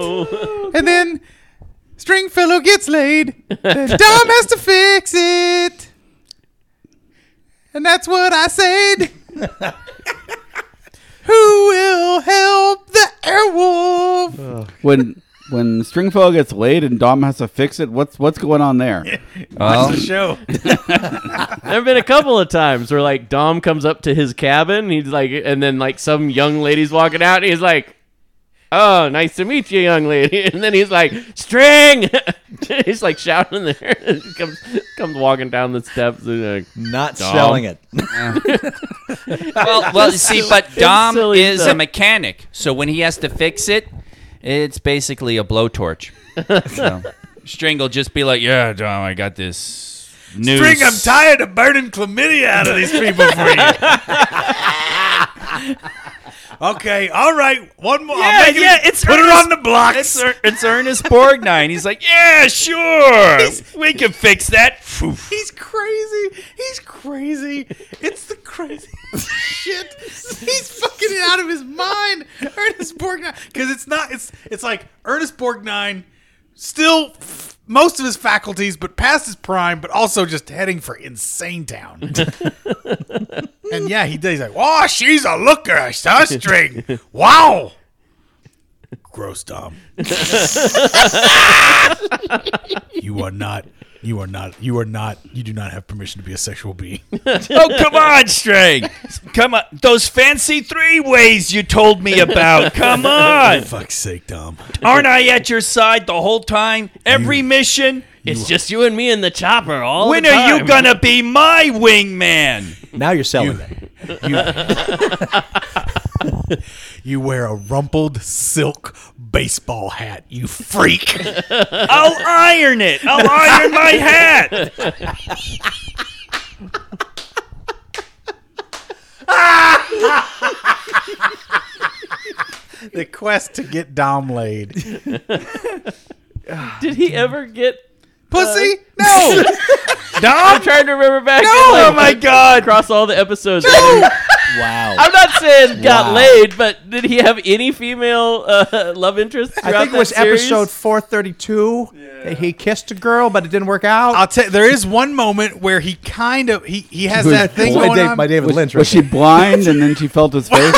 Speaker 3: and then Stringfellow gets laid. Then Dom has to fix it, and that's what I said. Who will help the Airwolf?
Speaker 5: when when Stringfellow gets laid and Dom has to fix it, what's what's going on there?
Speaker 6: well,
Speaker 3: show.
Speaker 2: There have been a couple of times where like Dom comes up to his cabin, he's like, and then like some young lady's walking out, and he's like, oh, nice to meet you, young lady. And then he's like, string. he's like shouting in there. And he comes comes walking down the steps. And like,
Speaker 4: Not
Speaker 2: Dom.
Speaker 4: selling it.
Speaker 6: well, well, see, but Dom
Speaker 2: silly
Speaker 6: is a
Speaker 2: stuff.
Speaker 6: mechanic, so when he has to fix it, it's basically a blowtorch. so, String will just be like, "Yeah, Dom, I got this." News.
Speaker 3: String, I'm tired of burning chlamydia out of these people for you. okay, all right. One more.
Speaker 6: Yeah,
Speaker 3: I'll make
Speaker 6: yeah,
Speaker 3: it,
Speaker 6: it's
Speaker 3: put it
Speaker 6: Ernest-
Speaker 3: on the blocks.
Speaker 6: It's, Er- it's Ernest Borgnine. He's like, "Yeah, sure, we can fix that." Poof.
Speaker 3: He's crazy. He's crazy. It's the crazy shit. He's fucking out of his mind. Ernest Borgnine. Because it's not. It's it's like Ernest Borgnine, still f- most of his faculties, but past his prime, but also just heading for insane town. and yeah, he does. He's like, oh, she's a looker, a string. Wow. Gross, Dom. you are not. You are not. You are not. You do not have permission to be a sexual being.
Speaker 6: oh, come on, String. Come on, those fancy three ways you told me about. Come on.
Speaker 3: Fuck's sake, Dom.
Speaker 6: Aren't I at your side the whole time? Every mission?
Speaker 2: it's just you and me in the chopper all
Speaker 6: When
Speaker 2: the time.
Speaker 6: are you gonna be my wingman?
Speaker 4: Now you're selling it.
Speaker 3: You wear a rumpled silk baseball hat, you freak.
Speaker 6: I'll iron it. I'll iron my hat.
Speaker 3: the quest to get Dom laid.
Speaker 2: Did he ever get?
Speaker 3: Pussy? No.
Speaker 2: I'm trying to remember back. No,
Speaker 6: oh my god.
Speaker 2: Across all the episodes,
Speaker 4: Wow.
Speaker 2: I'm not saying got
Speaker 4: Wow.
Speaker 2: laid, but did he have any female uh, love interest?
Speaker 4: I
Speaker 2: Throughout
Speaker 4: think it
Speaker 2: that
Speaker 4: was
Speaker 2: series?
Speaker 4: episode 432. that He kissed a girl, but it didn't work out.
Speaker 3: I'll tell. There is one moment where he kind of he he has that thing
Speaker 4: That's my,
Speaker 3: going
Speaker 4: Dave-
Speaker 3: on.
Speaker 4: my David
Speaker 5: Was,
Speaker 4: Lynch.
Speaker 5: was she
Speaker 4: right
Speaker 5: blind and then she felt his face?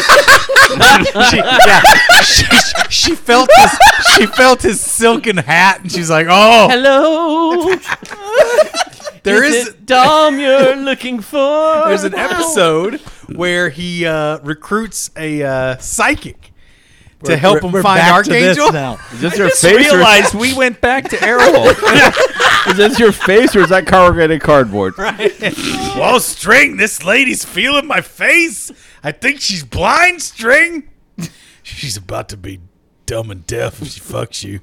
Speaker 3: she, yeah, she, she felt his she felt his silken hat, and she's like, "Oh,
Speaker 2: Hello,
Speaker 3: there
Speaker 2: is
Speaker 3: is
Speaker 2: it Dom you're looking for?
Speaker 3: there's an episode where he uh, recruits a uh, psychic to
Speaker 4: there.
Speaker 3: help
Speaker 4: We're-
Speaker 3: him
Speaker 4: we're
Speaker 3: find
Speaker 4: back to this
Speaker 3: Archangel."
Speaker 4: now.
Speaker 5: Is this your face? Or is,
Speaker 6: we went back to Errol.
Speaker 5: this your face or is that corrugated cardboard?
Speaker 3: Whoa, String, this lady's feeling my face. I think she's blind, String. She's about to be dumb and deaf if she fucks you.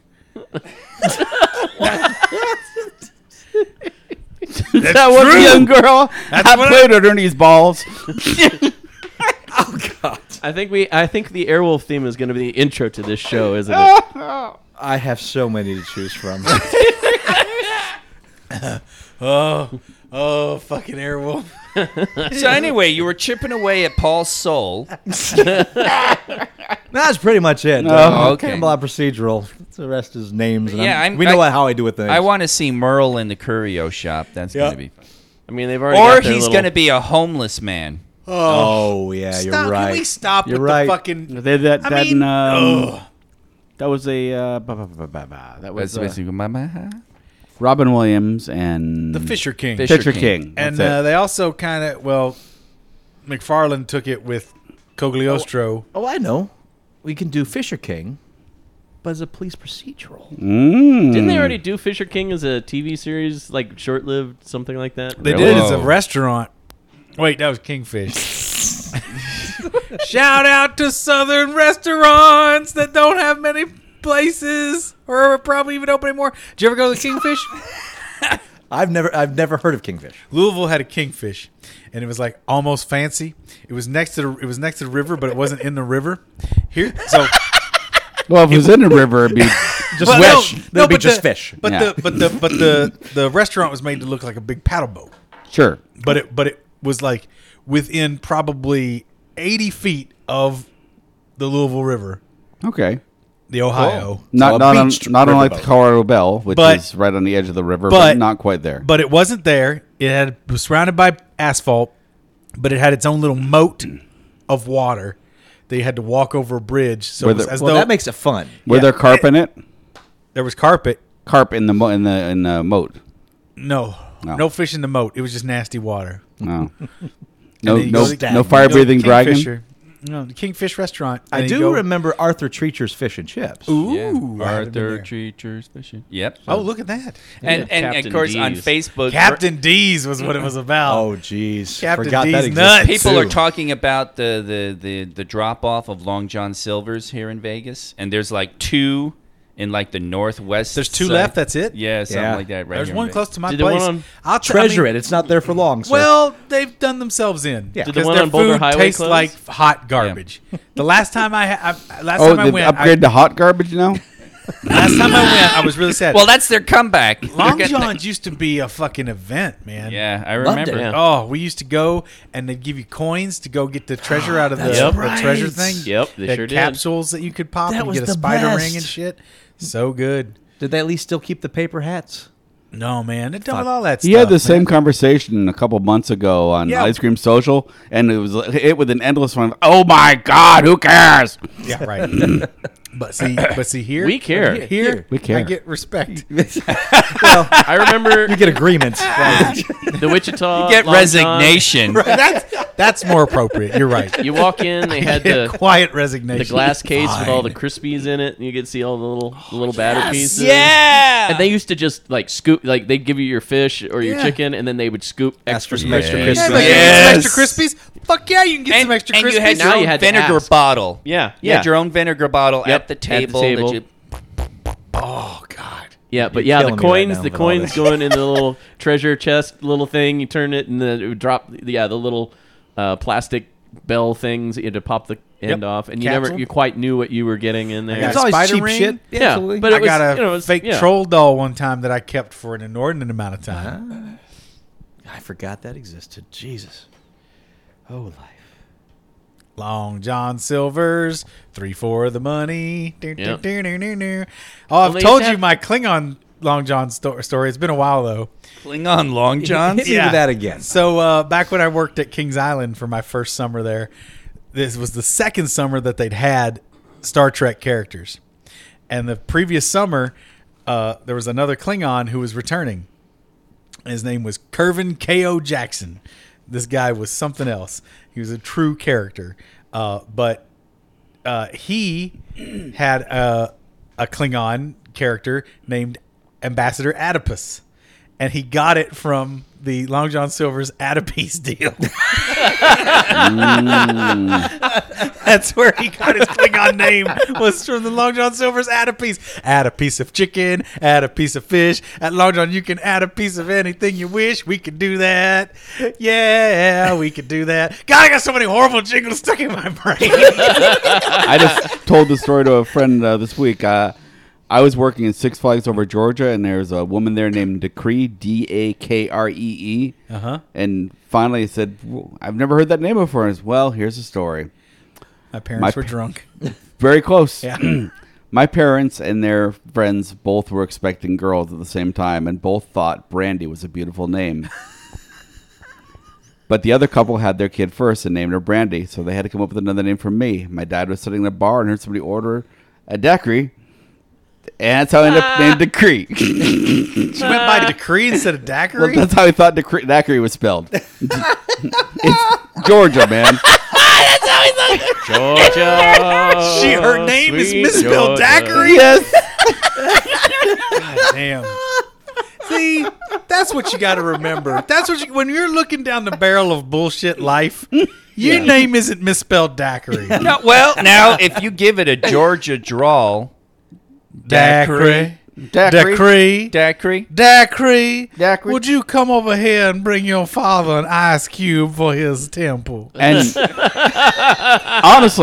Speaker 3: That's
Speaker 2: that one young girl.
Speaker 5: I played underneath his balls.
Speaker 2: I think we. I think the Airwolf theme is going to be the intro to this show, isn't it?
Speaker 4: I have so many to choose from.
Speaker 3: Oh, oh, fucking Airwolf.
Speaker 6: so anyway, you were chipping away at Paul's soul.
Speaker 4: That's pretty much it.
Speaker 5: Oh,
Speaker 6: okay.
Speaker 4: Kind of a lot of procedural. The rest is names. And
Speaker 6: Yeah,
Speaker 4: I'm-
Speaker 6: I'm-
Speaker 4: we know
Speaker 6: I-
Speaker 4: how I do with things.
Speaker 6: I want to see Merle in the curio shop. That's
Speaker 3: Yeah.
Speaker 6: gonna be. Fun.
Speaker 2: I mean, they've already.
Speaker 6: Or
Speaker 2: got their
Speaker 6: he's
Speaker 2: little-
Speaker 6: gonna be a homeless man.
Speaker 4: oh yeah,
Speaker 3: stop.
Speaker 4: you're right.
Speaker 3: Can we stop
Speaker 4: You're
Speaker 3: with
Speaker 4: right.
Speaker 3: the fucking.
Speaker 5: They, that,
Speaker 3: I
Speaker 5: that,
Speaker 3: mean,
Speaker 5: um,
Speaker 3: ugh.
Speaker 5: that was a uh, ba- ba- ba- ba- ba. that
Speaker 6: That's
Speaker 5: was uh,
Speaker 6: basically my- my-
Speaker 5: Robin Williams and
Speaker 3: the Fisher King.
Speaker 6: Fish-
Speaker 5: Fisher
Speaker 6: King.
Speaker 5: King.
Speaker 3: and
Speaker 5: That's
Speaker 3: uh,
Speaker 5: it.
Speaker 3: they also kind of, well, McFarlane took it with Cogliostro.
Speaker 4: Oh, I know. We can do Fisher King, but as a police procedural.
Speaker 5: Mm.
Speaker 2: Didn't they already do Fisher King as a TV series, like short-lived, something like that?
Speaker 3: They
Speaker 5: Really?
Speaker 3: did. It's a
Speaker 6: Whoa.
Speaker 3: restaurant. Wait, that was Kingfish. Shout out to Southern restaurants that don't have many places or are probably even open anymore. Did you ever go to the Kingfish?
Speaker 4: I've never, I've never heard of Kingfish.
Speaker 3: Louisville had a Kingfish, and it was like almost fancy. It was next to the, it was next to the river, but it wasn't in the river. Here, so
Speaker 5: Well, if it was in a river, it'd be
Speaker 4: Just
Speaker 3: Well,
Speaker 4: fish.
Speaker 3: no,
Speaker 4: There'll
Speaker 3: no,
Speaker 4: be
Speaker 3: but
Speaker 4: just
Speaker 3: the-
Speaker 4: fish.
Speaker 3: But
Speaker 5: Yeah.
Speaker 3: the but the but the the restaurant was made to look like a big paddle boat.
Speaker 5: sure.
Speaker 3: but it but it was like within probably 80 feet of the Louisville River,
Speaker 5: Okay.
Speaker 3: the Ohio.
Speaker 4: So a
Speaker 5: Not not, on,
Speaker 4: beached
Speaker 5: not unlike
Speaker 4: riverboat.
Speaker 5: the Colorado Bell, which
Speaker 3: But-
Speaker 5: is right on the edge of the river, but,
Speaker 3: but-
Speaker 5: not quite there.
Speaker 3: But it wasn't there. It had it was surrounded by asphalt, but it had its own little moat of water. They had to walk over a bridge, so
Speaker 5: Were
Speaker 3: it was
Speaker 5: there-
Speaker 3: as
Speaker 4: Well,
Speaker 3: though
Speaker 4: that makes it fun.
Speaker 5: Were
Speaker 3: yeah.
Speaker 5: there carp in it?
Speaker 3: there was carpet.
Speaker 5: Carp in the mo- in the in the moat.
Speaker 3: No,
Speaker 5: No.
Speaker 3: no, fish in the moat. It was just nasty water.
Speaker 5: Oh. No. No,
Speaker 3: then you
Speaker 5: no,
Speaker 3: go to-
Speaker 5: no fire breathing dragon.
Speaker 3: Kingfisher. No, the Kingfish Restaurant.
Speaker 4: I
Speaker 3: And you
Speaker 4: do
Speaker 3: go-
Speaker 4: remember Arthur Treacher's fish and chips.
Speaker 3: Ooh, I haven't been
Speaker 6: Arthur
Speaker 3: there.
Speaker 6: Treacher's fishing. Yep.
Speaker 3: Oh, look at that!
Speaker 6: and
Speaker 2: Yeah,
Speaker 6: and
Speaker 2: Captain
Speaker 6: of course on
Speaker 2: D's.
Speaker 6: Facebook,
Speaker 3: Captain D's was what it was about.
Speaker 4: Oh, jeez.
Speaker 3: Captain
Speaker 4: Forgot
Speaker 3: D's
Speaker 4: that existed.
Speaker 3: nuts.
Speaker 6: people
Speaker 4: too.
Speaker 6: are talking about the the the, the drop off of Long John Silver's here in Vegas, and there's like two in like the northwest.
Speaker 3: There's two
Speaker 6: side.
Speaker 3: left. That's it.
Speaker 6: Yeah, something
Speaker 4: Yeah.
Speaker 6: like that. Right.
Speaker 3: There's
Speaker 6: here in
Speaker 3: one
Speaker 6: Vegas.
Speaker 3: close to my
Speaker 2: Did the
Speaker 3: place.
Speaker 2: one on-
Speaker 3: I'll t- I
Speaker 4: Treasure
Speaker 3: mean,
Speaker 4: it. It's not there for long. Sir.
Speaker 3: Well, they've done themselves in.
Speaker 4: Yeah. Did
Speaker 2: the
Speaker 3: 'Cause
Speaker 2: one
Speaker 3: their
Speaker 2: on Boulder
Speaker 3: food
Speaker 2: Highway
Speaker 3: tastes
Speaker 2: close?
Speaker 3: like hot garbage. The last time I, ha- I last
Speaker 5: Oh,
Speaker 3: time I
Speaker 5: they've
Speaker 3: went, I,
Speaker 5: upgraded to hot garbage now.
Speaker 3: last time I went, I was really sad.
Speaker 6: Well, that's their comeback.
Speaker 3: Long
Speaker 6: They're getting-
Speaker 3: John's used to be a fucking event, man.
Speaker 6: Yeah, I
Speaker 4: Loved it.
Speaker 6: remember.
Speaker 2: Yeah.
Speaker 3: Oh, we used to go and they'd give you coins to go get the treasure out of the,
Speaker 2: Yep.
Speaker 3: the treasure thing.
Speaker 2: Yep, they
Speaker 3: They
Speaker 2: sure did.
Speaker 3: capsules that you could pop
Speaker 4: That
Speaker 3: and
Speaker 4: was
Speaker 3: get a
Speaker 4: the
Speaker 3: spider
Speaker 4: best.
Speaker 3: ring and shit. So good.
Speaker 4: Did they at least still keep the paper hats?
Speaker 3: No, man. They're done with all that
Speaker 5: He
Speaker 3: stuff.
Speaker 5: had the
Speaker 3: man.
Speaker 5: same conversation a couple months ago on
Speaker 3: Yeah.
Speaker 5: Ice Cream Social, and it was it with an endless one. Oh my God, who cares?
Speaker 3: Yeah, right. but see, but see here,
Speaker 2: We care.
Speaker 3: Here, here
Speaker 5: We care.
Speaker 3: I get respect.
Speaker 2: I remember
Speaker 4: You get agreements.
Speaker 2: the Wichita.
Speaker 6: Get
Speaker 2: Long
Speaker 6: resignation.
Speaker 3: that's that's more appropriate. You're right.
Speaker 2: John. You walk in, they had
Speaker 3: Yeah,
Speaker 2: the
Speaker 3: quiet resignation.
Speaker 2: the glass case with all the crispies in it, and you could see all the little the little batter pieces.
Speaker 6: Yeah.
Speaker 2: And they used to just like scoop, like they'd give you your fish or your
Speaker 3: Yeah.
Speaker 2: chicken, and then they would scoop extra,
Speaker 4: for some
Speaker 2: extra crispies.
Speaker 4: extra crispies.
Speaker 3: Yeah, but you
Speaker 6: Yes.
Speaker 3: get some extra crispies. Fuck yeah, you can get
Speaker 6: and,
Speaker 3: some extra
Speaker 6: and
Speaker 3: crispies.
Speaker 6: you had
Speaker 2: Now
Speaker 6: your own
Speaker 2: you had to
Speaker 6: vinegar
Speaker 2: ask.
Speaker 6: bottle.
Speaker 2: Yeah,
Speaker 6: You had
Speaker 2: yeah.
Speaker 6: your own vinegar bottle
Speaker 2: Yep,
Speaker 6: at the
Speaker 2: at the
Speaker 6: table.
Speaker 2: table.
Speaker 6: That you,
Speaker 3: Oh,
Speaker 2: Yeah, but
Speaker 4: You're
Speaker 2: yeah, the
Speaker 4: killing me right
Speaker 2: coins,
Speaker 4: now
Speaker 2: the
Speaker 4: with all
Speaker 2: coins
Speaker 4: this.
Speaker 2: going in the little treasure chest, little thing. You turn it, and then it would drop. Yeah, the little uh, plastic bell things. You had to pop the end
Speaker 3: Yep.
Speaker 2: off, and you never,
Speaker 3: Capsule.
Speaker 2: you quite knew what you were getting in there.
Speaker 3: got
Speaker 4: It's always
Speaker 3: Spider
Speaker 4: cheap
Speaker 3: ring?
Speaker 4: shit.
Speaker 2: Yeah,
Speaker 4: Absolutely.
Speaker 2: but it
Speaker 3: I
Speaker 2: was,
Speaker 3: got a
Speaker 2: you know, it was-
Speaker 3: fake
Speaker 2: yeah.
Speaker 3: troll doll one time that I kept for an inordinate amount of time.
Speaker 2: Uh-huh.
Speaker 4: I forgot that existed. Jesus. Oh, life.
Speaker 3: Long John Silver's three for the money. Do, do,
Speaker 2: Yep.
Speaker 3: do, do, do, do. Oh, I've
Speaker 2: they used
Speaker 3: told
Speaker 2: to
Speaker 3: you
Speaker 2: have-
Speaker 3: my Klingon Long John sto- story. It's been a while though.
Speaker 6: Klingon Long Johns.
Speaker 4: Hit me with that again.
Speaker 3: So uh, back when I worked at Kings Island for my first summer there, this was the second summer that they'd had Star Trek characters, and the previous summer uh, there was another Klingon who was returning. His name was Curvin K.O. Jackson. This guy was something else. He was a true character, uh, but uh, he had a, a Klingon character named Ambassador Adipus, and he got it from the Long John Silver's Adipese deal. That's where he got his Klingon name was from the Long John Silver's Adipese. Add a piece of chicken, add a piece of fish. At Long John, you can add a piece of anything you wish. We could do that. Yeah, we could do that. God, I got so many horrible jingles stuck in my brain.
Speaker 5: I just told the story to a friend uh, this week. Uh, I was working in Six Flags over Georgia, and there's a woman there named Decree D A K R E E. Uh huh. And finally, I said, "Well, "I've never heard that name before." And I said, well, here's the story. My
Speaker 3: My parents were
Speaker 5: pa-
Speaker 3: drunk.
Speaker 5: Very close.
Speaker 3: Yeah.
Speaker 5: My parents and their friends both were expecting girls at the same time, and both thought Brandy was a beautiful name. but the other couple had their kid first and named her Brandy, so they had to come up with another name for me. My dad was sitting in a bar and heard somebody order a daiquiri, and that's how I ended up named Decree.
Speaker 3: She went by decree instead of daiquiri.
Speaker 5: that's how I thought Decree- daiquiri was spelled. it's Georgia, man.
Speaker 2: Georgia.
Speaker 3: she, her name is
Speaker 2: sweet
Speaker 3: misspelled
Speaker 2: Georgia.
Speaker 3: daiquiri.
Speaker 5: yes.
Speaker 3: Damn. See, that's what you got to remember. That's what you, when you're looking down the barrel of bullshit life, your name isn't misspelled daiquiri.
Speaker 6: No, well, now if you give it a Georgia drawl,
Speaker 3: Daiquiri.
Speaker 5: Daiquiri.
Speaker 3: Daiquiri.
Speaker 6: daiquiri,
Speaker 3: Daiquiri.
Speaker 5: Daiquiri.
Speaker 3: Would you come over here and bring your father an ice cube for his temple?
Speaker 5: And honestly,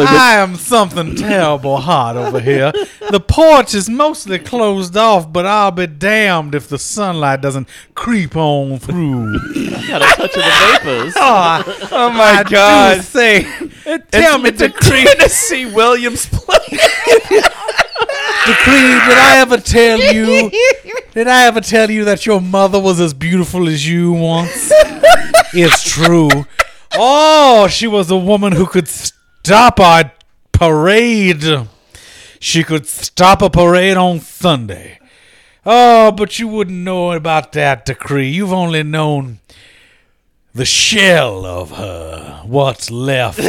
Speaker 5: this-
Speaker 3: I am something terrible hot over here. The porch is mostly closed off, but I'll be damned if the sunlight doesn't creep on through.
Speaker 2: Got a touch of the vapors.
Speaker 3: oh,
Speaker 6: Oh my
Speaker 3: I
Speaker 6: God!
Speaker 3: do say, tell me to creep.
Speaker 6: Tennessee Williams play.
Speaker 3: Decree, did I ever tell you? Did I ever tell you that your mother was as beautiful as you once? it's true. Oh, she was a woman who could stop a parade. She could stop a parade on Sunday. Oh, but you wouldn't know about that decree. You've only known the shell of her, what's left.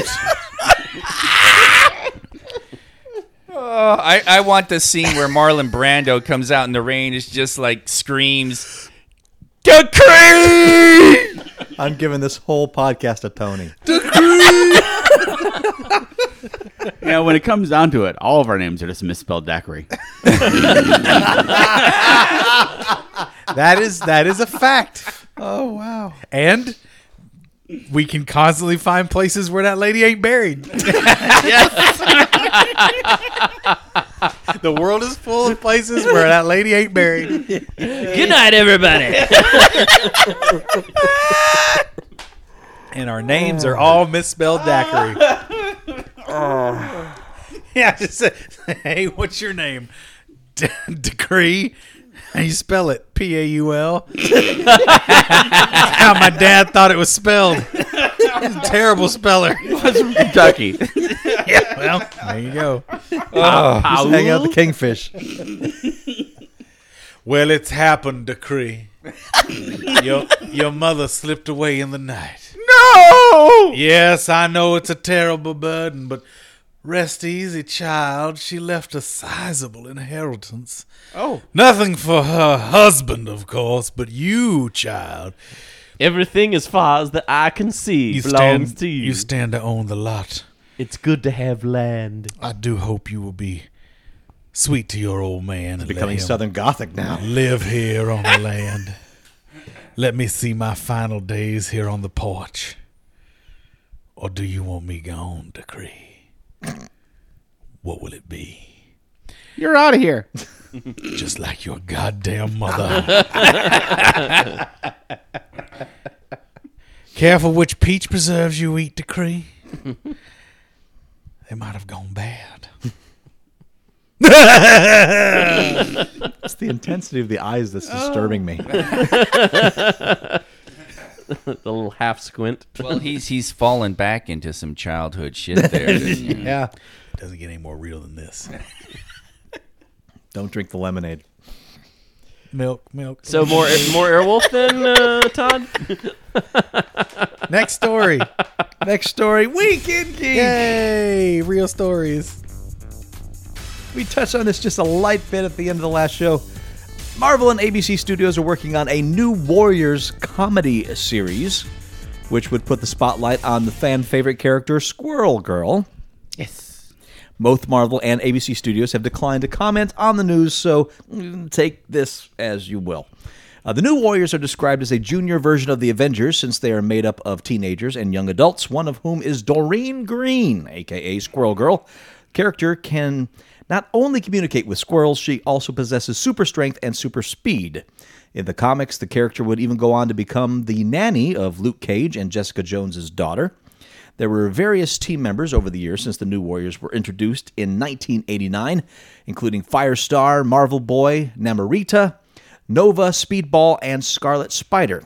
Speaker 6: Oh, I, I want the scene where Marlon Brando comes out in the rain. It's just like screams, "Decree!"
Speaker 4: I'm giving this whole podcast a Tony.
Speaker 5: You know, when it comes down to it, all of our names are just misspelled daiquiri.
Speaker 3: That is that is a fact. Oh wow! And we can constantly find places where that lady ain't buried. the world is full of places where that lady ain't buried.
Speaker 8: Good night, everybody.
Speaker 3: And our names are all misspelled daiquiri. Yeah, just say, hey, what's your name? D- decree. How you spell it? P A U L. How my dad thought it was spelled. He's a terrible speller.
Speaker 5: Kentucky.
Speaker 3: Well, there you go.
Speaker 4: Oh, Just hang out the kingfish.
Speaker 3: Well, it's happened, Decree. your your mother slipped away in the night. No. Yes, I know it's a terrible burden, but rest easy, child. She left a sizable inheritance. Oh. Nothing for her husband, of course, but you, child.
Speaker 2: Everything as far as the eye can see
Speaker 3: You
Speaker 2: belongs
Speaker 3: stand
Speaker 2: to you.
Speaker 3: you stand to own the lot.
Speaker 2: it's good to have land.
Speaker 3: I do hope you will be sweet to your old man. and let
Speaker 4: Becoming
Speaker 3: him-
Speaker 4: Southern Gothic now.
Speaker 3: live here on the land. Let me see my final days here on the porch. Or do you want me gone, Decree? What will it be?
Speaker 5: You're out of here.
Speaker 3: Just like your goddamn mother. Careful which peach preserves you eat, Decree. They might have gone bad.
Speaker 4: It's the intensity of the eyes that's disturbing me.
Speaker 2: The little half squint.
Speaker 6: well, he's he's fallen back into some childhood shit there.
Speaker 3: Yeah. Doesn't get any more real than this.
Speaker 4: Don't drink the lemonade.
Speaker 3: Milk, milk.
Speaker 2: So more more Airwolf than uh, Todd.
Speaker 3: Next story. Next story. Weekend Geek. Yay. Real stories.
Speaker 4: We touched on this just a light bit at the end of the last show. Marvel and ABC Studios are working on a new Warriors comedy series, which would put the spotlight on the fan favorite character Squirrel Girl. Yes. Both Marvel and ABC Studios have declined to comment on the news, so mm, take this as you will. Uh, the new Warriors are described as a junior version of the Avengers since they are made up of teenagers and young adults, one of whom is Doreen Green, aka Squirrel Girl. Character can not only communicate with squirrels, she also possesses super strength and super speed. In the comics, the character would even go on to become the nanny of Luke Cage and Jessica Jones's daughter. There were various team members over the years since the New Warriors were introduced in 1989, including Firestar, Marvel Boy, Namorita, Nova, Speedball, and Scarlet Spider.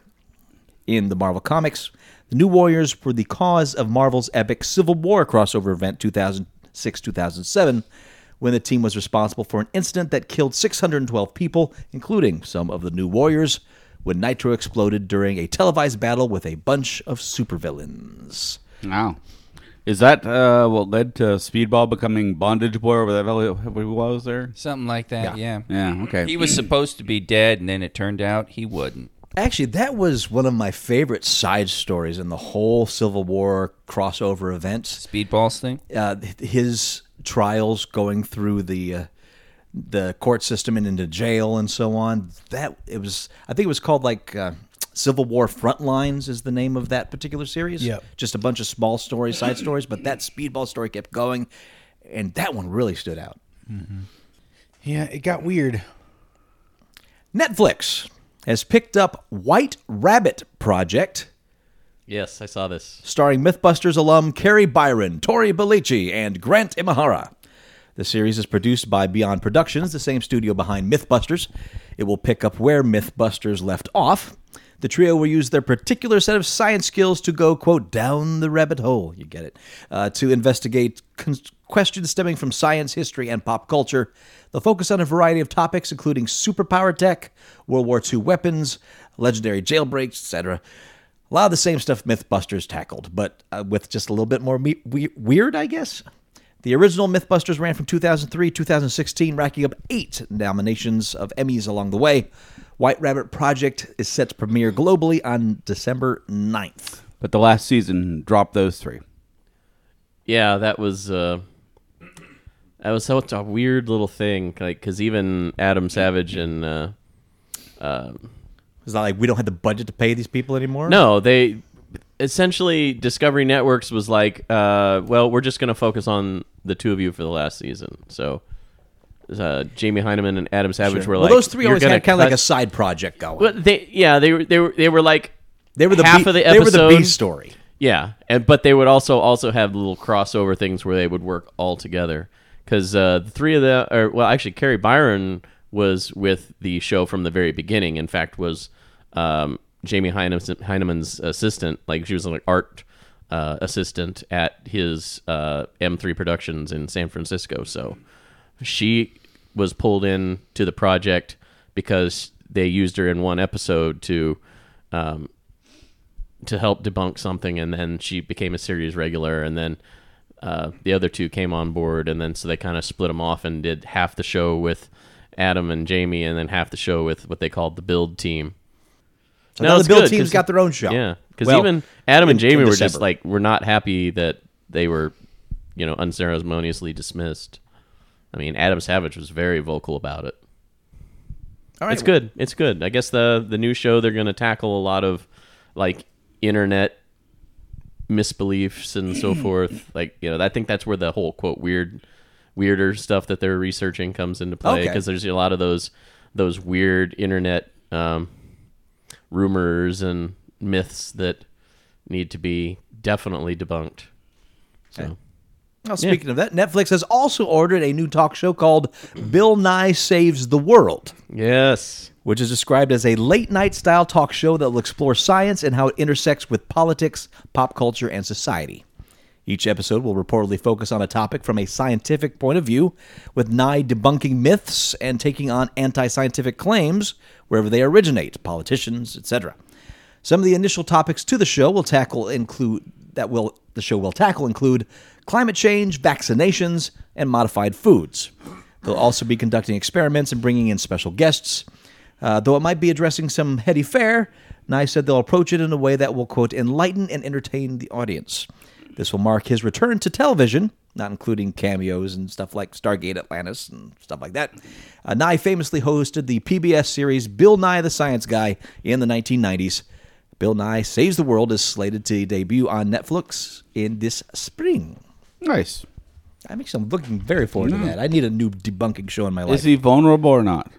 Speaker 4: In the Marvel Comics, the New Warriors were the cause of Marvel's epic Civil War crossover event 2006 2007, when the team was responsible for an incident that killed 612 people, including some of the New Warriors, when Nitro exploded during a televised battle with a bunch of supervillains.
Speaker 5: Wow. Is that uh, what led to Speedball becoming Bondage Boy or whatever he was there?
Speaker 6: Something like that. Yeah.
Speaker 5: Yeah, okay.
Speaker 6: He was supposed to be dead, and then it turned out he wouldn't.
Speaker 4: Actually, that was one of my favorite side stories in the whole Civil War crossover event.
Speaker 6: Speedballs thing.
Speaker 4: uh, his trials going through the uh, the court system and into jail and so on. That it was, I think it was called like uh, Civil War Frontlines is the name of that particular series.
Speaker 3: Yep.
Speaker 4: just a bunch of small stories, side stories, but that speedball story kept going, and that one really stood out.
Speaker 3: Yeah, it got weird.
Speaker 4: Netflix has picked up White Rabbit Project.
Speaker 2: Yes, I saw this.
Speaker 4: starring Mythbusters alum Carrie Byron, Tori Bellici, and Grant Imahara. The series is produced by Beyond Productions, the same studio behind Mythbusters. It will pick up where Mythbusters left off. The trio will use their particular set of science skills to go, quote, down the rabbit hole, you get it, uh, to investigate con- questions stemming from science, history, and pop culture. They'll focus on a variety of topics, including superpower tech, World War II weapons, legendary jailbreaks, etc. A lot of the same stuff Mythbusters tackled, but uh, with just a little bit more me- we- weird, I guess. The original Mythbusters ran from 2003 2016, racking up eight nominations of Emmys along the way. White Rabbit Project is set to premiere globally on December 9th.
Speaker 5: But the last season dropped those three.
Speaker 2: Yeah, that was uh, that was such a weird little thing, like because even Adam Savage and uh,
Speaker 4: It's not like we don't have the budget to pay these people anymore.
Speaker 2: no, they essentially Discovery Networks was like, uh, well, we're just going to focus on the two of you for the last season. So uh, Jamie Heineman and Adam Savage were
Speaker 4: well,
Speaker 2: like,
Speaker 4: those three
Speaker 2: "You're
Speaker 4: always
Speaker 2: gonna
Speaker 4: had kind of like
Speaker 2: cut-"
Speaker 4: a side project going.
Speaker 2: But they, yeah, they were, they were, they were like,
Speaker 4: they were the
Speaker 2: half
Speaker 4: B,
Speaker 2: of the
Speaker 4: They were the B
Speaker 2: episode-
Speaker 4: story.
Speaker 2: Yeah, and but they would also also have little crossover things where they would work all together because uh, the three of the or well actually Carrie Byron was with the show from the very beginning. In fact, was um, Jamie Heinem- Heineman's assistant. Like she was an art uh, assistant at his uh, M3 Productions in San Francisco. So she was pulled in to the project because they used her in one episode to um, to help debunk something, and then she became a series regular, and then uh, the other two came on board, and then so they kind of split them off and did half the show with Adam and Jamie, and then half the show with what they called the build team.
Speaker 4: So now
Speaker 2: it's
Speaker 4: the Bill
Speaker 2: good,
Speaker 4: team's
Speaker 2: 'cause-
Speaker 4: got their own show.
Speaker 2: Yeah, because
Speaker 4: Well,
Speaker 2: even Adam and
Speaker 4: in- in
Speaker 2: Jamie were just
Speaker 4: December.
Speaker 2: like were not happy that they were, you know, unceremoniously dismissed. I mean, Adam Savage was very vocal about it.
Speaker 4: All right,
Speaker 2: It's good. It's good. I guess the the new show they're going to tackle a lot of like internet misbeliefs and so forth. Like you know, I think that's where the whole quote weird weirder stuff that they're researching comes into play
Speaker 4: Okay.
Speaker 2: because there's a lot of those those weird internet um, rumors and myths that need to be definitely debunked. So
Speaker 4: Well, Oh, speaking of that, Netflix has also ordered a new talk show called Bill Nye Saves the World,
Speaker 2: yes,
Speaker 4: which is described as a late night style talk show that will explore science and how it intersects with politics, pop culture, and society. Each episode will reportedly focus on a topic from a scientific point of view, with Nye debunking myths and taking on anti scientific claims wherever they originate, politicians, etc. Some of the initial topics to the show will tackle include that will the show will tackle include climate change, vaccinations, and modified foods. They'll also be conducting experiments and bringing in special guests. Uh, though it might be addressing some heady fare, Nye said they'll approach it in a way that will quote enlighten and entertain the audience. This will mark his return to television, not including cameos and stuff like Stargate Atlantis and stuff like that. Uh, Nye famously hosted the PBS series Bill Nye the Science Guy in the 1990s. Bill Nye Saves the World is slated to debut on Netflix in this spring.
Speaker 5: Nice.
Speaker 4: I'm actually I'm looking very forward to that. I need a new debunking show in my life.
Speaker 5: Is he vulnerable or not?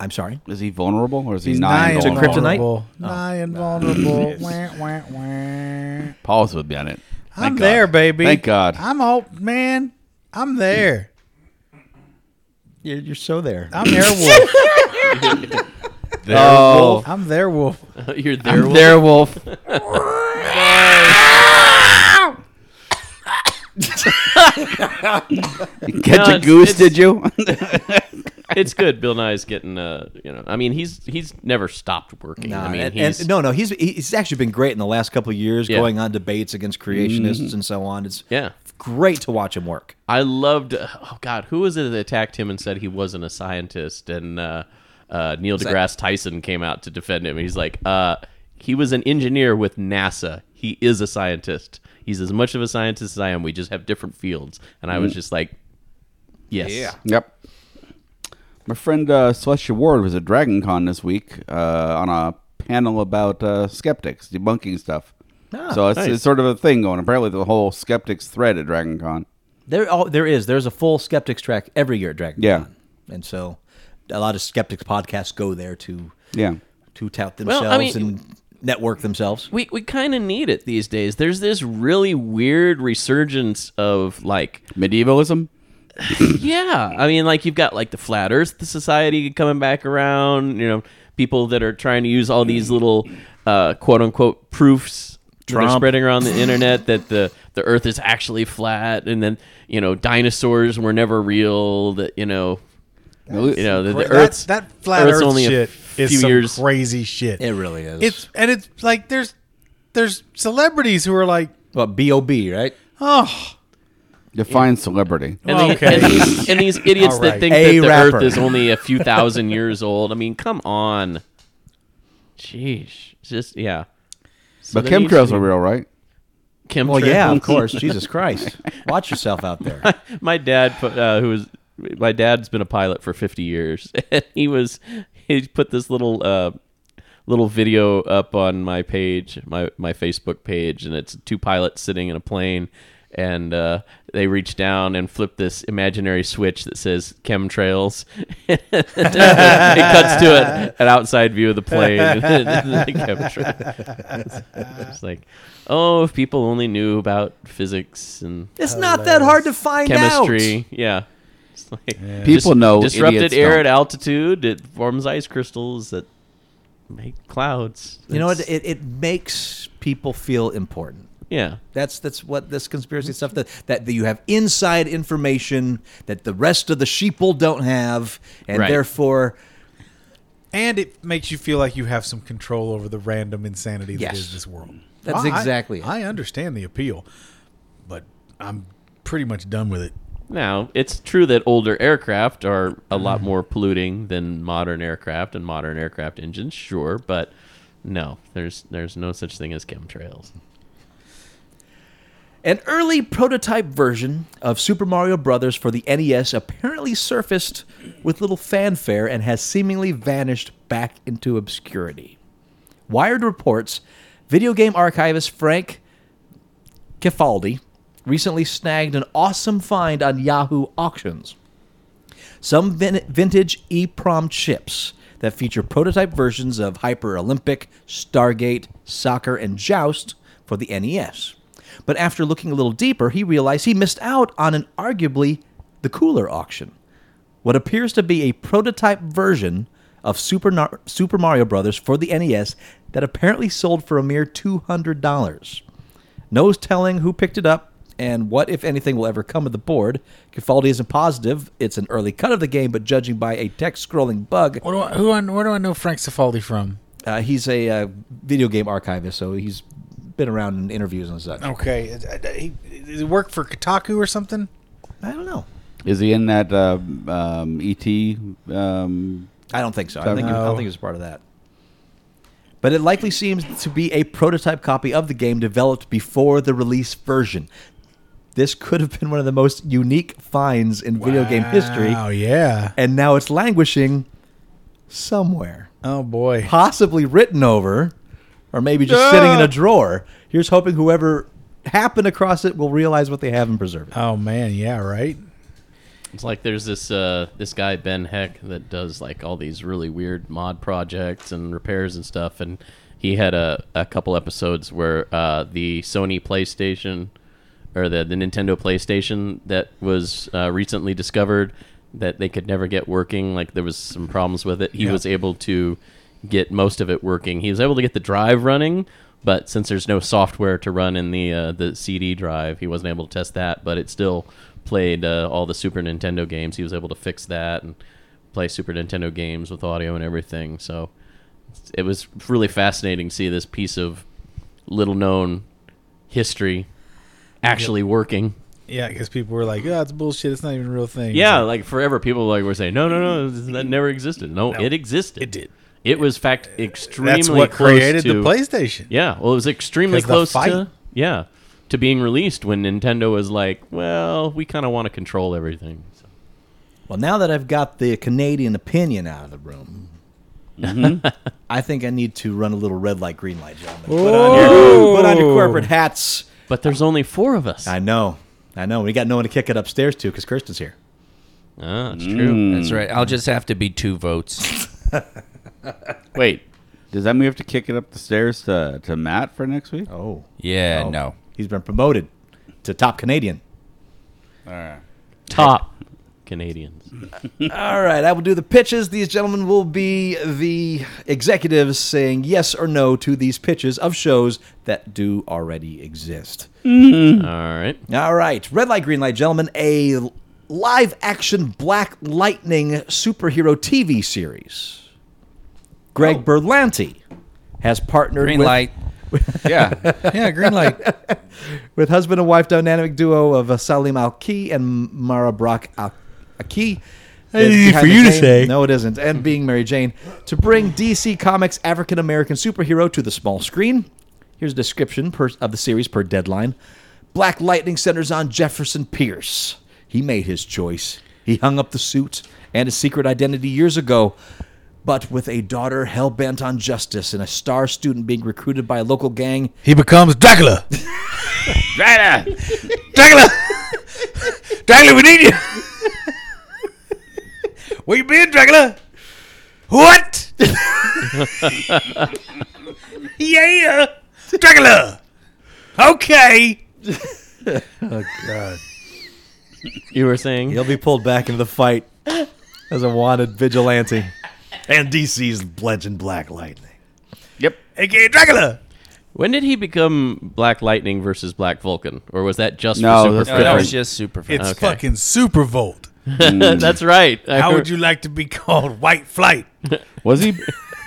Speaker 4: I'm sorry.
Speaker 5: Is he vulnerable or is he
Speaker 3: He's
Speaker 5: not?
Speaker 3: nigh
Speaker 5: vulnerable?
Speaker 4: kryptonite?
Speaker 3: invulnerable. Nigh invulnerable. wah, wah, wah.
Speaker 5: Paul's would be on it. Thank
Speaker 3: I'm
Speaker 5: God.
Speaker 3: there, baby.
Speaker 5: Thank God.
Speaker 3: I'm all man. I'm there.
Speaker 4: You're, you're so there.
Speaker 3: I'm there wolf.
Speaker 5: oh,
Speaker 3: I'm there wolf.
Speaker 2: you're there. Will.
Speaker 5: there, Wolf. You Catch
Speaker 2: No,
Speaker 5: a
Speaker 2: it's-
Speaker 5: goose,
Speaker 2: it's-
Speaker 5: did you?
Speaker 2: It's good. Bill Nye's getting uh, you know, I mean, he's he's never stopped working.
Speaker 4: Nah,
Speaker 2: I mean,
Speaker 4: Uh, and-
Speaker 2: he's
Speaker 4: and- no, no, he's he's actually been great in the last couple of years,
Speaker 2: Yeah.
Speaker 4: going on debates against creationists and so on. It's
Speaker 2: yeah.
Speaker 4: great to watch him work.
Speaker 2: I loved. Oh God, who was it that attacked him and said he wasn't a scientist? And uh, uh, Neil deGrasse Tyson came out to defend him. He's like, uh, he was an engineer with NASA. He is a scientist. He's as much of a scientist as I am. We just have different fields. And I was just like, yes, Mm. yeah.
Speaker 5: Yep. My friend uh, Celestia Ward was at Dragon Con this week uh, on a panel about uh, skeptics, debunking stuff.
Speaker 2: Ah,
Speaker 5: so it's, it's sort of a thing going. Apparently, the whole skeptics thread at Dragon Con.
Speaker 4: There, oh, there is there's a full skeptics track every year at Dragon.
Speaker 5: Yeah.
Speaker 4: Con. and so a lot of skeptics podcasts go there to
Speaker 5: Yeah.
Speaker 4: to tout
Speaker 2: Well,
Speaker 4: themselves
Speaker 2: I mean-
Speaker 4: and network themselves.
Speaker 2: we we kind of need it these days. There's this really weird resurgence of like
Speaker 5: Medievalism?
Speaker 2: Yeah, I mean, like you've got like the flat Earth society coming back around. You know, people that are trying to use all these little uh, quote unquote proofs that are
Speaker 4: Trump.
Speaker 2: spreading around the internet that the the Earth is actually flat, and then you know dinosaurs were never real. That you know, you know the, the
Speaker 3: That-
Speaker 2: Earth's
Speaker 3: that, flat
Speaker 2: Earth's
Speaker 3: Earth
Speaker 2: only
Speaker 3: shit
Speaker 2: a few
Speaker 3: is some
Speaker 2: years.
Speaker 3: crazy shit.
Speaker 4: It really is.
Speaker 3: It's and it's like there's there's celebrities who are like,
Speaker 4: well, B O B, right?
Speaker 3: oh,
Speaker 5: Define celebrity.
Speaker 2: And, the-
Speaker 3: Okay.
Speaker 2: and these, and these idiots that
Speaker 3: Alright.
Speaker 2: think
Speaker 4: A
Speaker 2: that the
Speaker 4: rapper.
Speaker 2: Earth is only a few thousand years old. I mean, come on. Jeez, It's just yeah. So
Speaker 5: But
Speaker 2: there needs to
Speaker 5: chemtrails
Speaker 2: be-
Speaker 5: are real, right?
Speaker 2: Chemtrails.
Speaker 4: Well, yeah, of course. Jesus Christ. Watch yourself out there.
Speaker 2: my dad put uh, who was my dad's been a pilot for 50 years and he was he put this little uh little video up on my page my my facebook page and it's two pilots sitting in a plane and uh, they reach down and flip this imaginary switch that says chemtrails. it cuts to it, an outside view of the plane. the chemtrails. It's like, oh, if people only knew about physics and
Speaker 4: It's not that hard to find out.
Speaker 2: chemistry. Yeah. It's like-
Speaker 5: People know
Speaker 2: disrupted
Speaker 5: idiots
Speaker 2: air
Speaker 5: don't.
Speaker 2: at altitude. It forms ice crystals that make clouds.
Speaker 4: You know what?
Speaker 2: It's-
Speaker 4: It, it makes people feel important.
Speaker 2: yeah,
Speaker 4: That's that's what this conspiracy stuff that, that you have inside information that the rest of the sheeple don't have, and
Speaker 2: Right.
Speaker 4: therefore
Speaker 3: And it makes you feel like you have some control over the random insanity
Speaker 4: Yes.
Speaker 3: that is this world.
Speaker 4: That's
Speaker 3: I-
Speaker 4: exactly it.
Speaker 3: I understand the appeal, but I'm pretty much done with it.
Speaker 2: now it's true that older aircraft are a
Speaker 4: Mm.
Speaker 2: lot more polluting than modern aircraft and modern aircraft engines. Sure, but no, there's there's no such thing as chemtrails.
Speaker 4: An early prototype version of Super Mario Brothers for the NES apparently surfaced with little fanfare and has seemingly vanished back into obscurity. Wired reports video game archivist Frank Kifaldi recently snagged an awesome find on Yahoo auctions. Some vin- vintage EPROM chips that feature prototype versions of Hyper Olympic, Stargate, Soccer, and Joust for the NES. But after looking a little deeper, he realized he missed out on an arguably the cooler auction. What appears to be a prototype version of Super, Nar- Super Mario Brothers for the NES that apparently sold for a mere $200. No telling who picked it up and what, if anything, will ever come of the board. Kifaldi isn't positive. It's an early cut of the game, but judging by a text scrolling bug,
Speaker 3: What do I, who I, where do I know Frank Cifaldi from?
Speaker 4: uh, he's a uh, video game archivist, so he's been around in interviews and such.
Speaker 3: Okay, is- uh, he, does he work for Kotaku or something?
Speaker 4: I don't know.
Speaker 5: Is he in that uh, um, ET? Um,
Speaker 4: I don't think so. I think
Speaker 3: No.
Speaker 4: I don't think it's part of that. But it likely seems to be a prototype copy of the game developed before the release version. This could have been one of the most unique finds in video game history,
Speaker 3: Oh yeah.
Speaker 4: and now it's languishing somewhere.
Speaker 3: Oh boy.
Speaker 4: possibly written over, or maybe just sitting in a drawer. Here's hoping whoever happened across it will realize what they have and preserve it.
Speaker 3: Oh man. Yeah. Right.
Speaker 2: It's like there's this uh, this guy Ben Heck that does like all these really weird mod projects and repairs and stuff, and he had a, a couple episodes where uh, the Sony PlayStation or the the Nintendo PlayStation that was uh, recently discovered that they could never get working, like there was some problems with it. He was able to get most of it working. He was able to get the drive running, but since there's no software to run in the uh, the CD drive, he wasn't able to test that. But it still played uh, all the Super Nintendo games. He was able to fix that and play Super Nintendo games with audio and everything. So it was really fascinating to see this piece of little known history actually working.
Speaker 3: Yeah, because people were like, "Oh, it's bullshit. It's not even a real thing."
Speaker 2: Yeah, like forever, people like were saying, "No, no, no, this- that never existed." Mm-hmm. No, it existed.
Speaker 3: it did.
Speaker 2: It was, in fact, extremely
Speaker 3: that's what
Speaker 2: close
Speaker 3: created
Speaker 2: to,
Speaker 3: the PlayStation.
Speaker 2: Yeah, well, it was extremely
Speaker 3: 'Cause the
Speaker 2: close
Speaker 3: fight-
Speaker 2: to yeah to being released when Nintendo was like, "Well, we kind of want to control everything." So,
Speaker 4: Well, now that I've got the Canadian opinion out of the room, I think I need to run a little red light, green light, gentlemen. Put on, your, put on your corporate hats.
Speaker 2: but there's only four of us.
Speaker 4: I know. I know. We got no one to kick it upstairs to because Kirsten's here.
Speaker 2: ah, that's true.
Speaker 6: That's right. I'll just have to be two votes.
Speaker 2: Wait,
Speaker 5: does that mean we have to kick it up the stairs to, to Matt for next week?
Speaker 4: Oh.
Speaker 6: Yeah,
Speaker 4: Oh.
Speaker 6: no.
Speaker 4: He's been promoted to top Canadian.
Speaker 2: top Canadians.
Speaker 4: All right, I will do the pitches. These gentlemen will be the executives saying yes or no to these pitches of shows that do already exist.
Speaker 2: All right.
Speaker 4: All right, red light, green light, gentlemen. A live action Black Lightning superhero TV series. Greg Berlanti has partnered
Speaker 6: Oh. Green
Speaker 4: with
Speaker 6: light.
Speaker 5: yeah.
Speaker 3: yeah, green light.
Speaker 4: with husband and wife dynamic duo of uh, Salim Al Key and Mara Brock Al Aki.
Speaker 3: That's
Speaker 4: is
Speaker 3: easy
Speaker 4: behind
Speaker 3: for
Speaker 4: the
Speaker 3: you to
Speaker 4: name-
Speaker 3: say.
Speaker 4: No, it isn't. And being Mary Jane to bring DC Comics African American superhero to the small screen. Here's a description per, of the series per deadline. Black Lightning centers on Jefferson Pierce. He made his choice. He hung up the suit and his secret identity years ago. But with a daughter hell bent on justice and a star student being recruited by a local gang,
Speaker 3: He becomes Dracula. Dracula. Dracula, we need you. Where you been, Dracula? What? yeah, Dracula. Okay.
Speaker 2: You were saying?
Speaker 4: He'll be pulled back into the fight as a wanted vigilante.
Speaker 7: And DC's Legend Black Lightning.
Speaker 3: AKA Dracula.
Speaker 2: When did he become Black Lightning versus Black Vulcan, or was that just
Speaker 5: No,
Speaker 2: for
Speaker 5: that's
Speaker 2: Super
Speaker 6: No, Oh, that was
Speaker 5: different.
Speaker 6: just super fun.
Speaker 3: It's
Speaker 2: Okay.
Speaker 3: fucking Supervolt.
Speaker 2: that's right. I
Speaker 3: How would
Speaker 2: heard-
Speaker 3: you like to be called White Flight?
Speaker 5: Was he?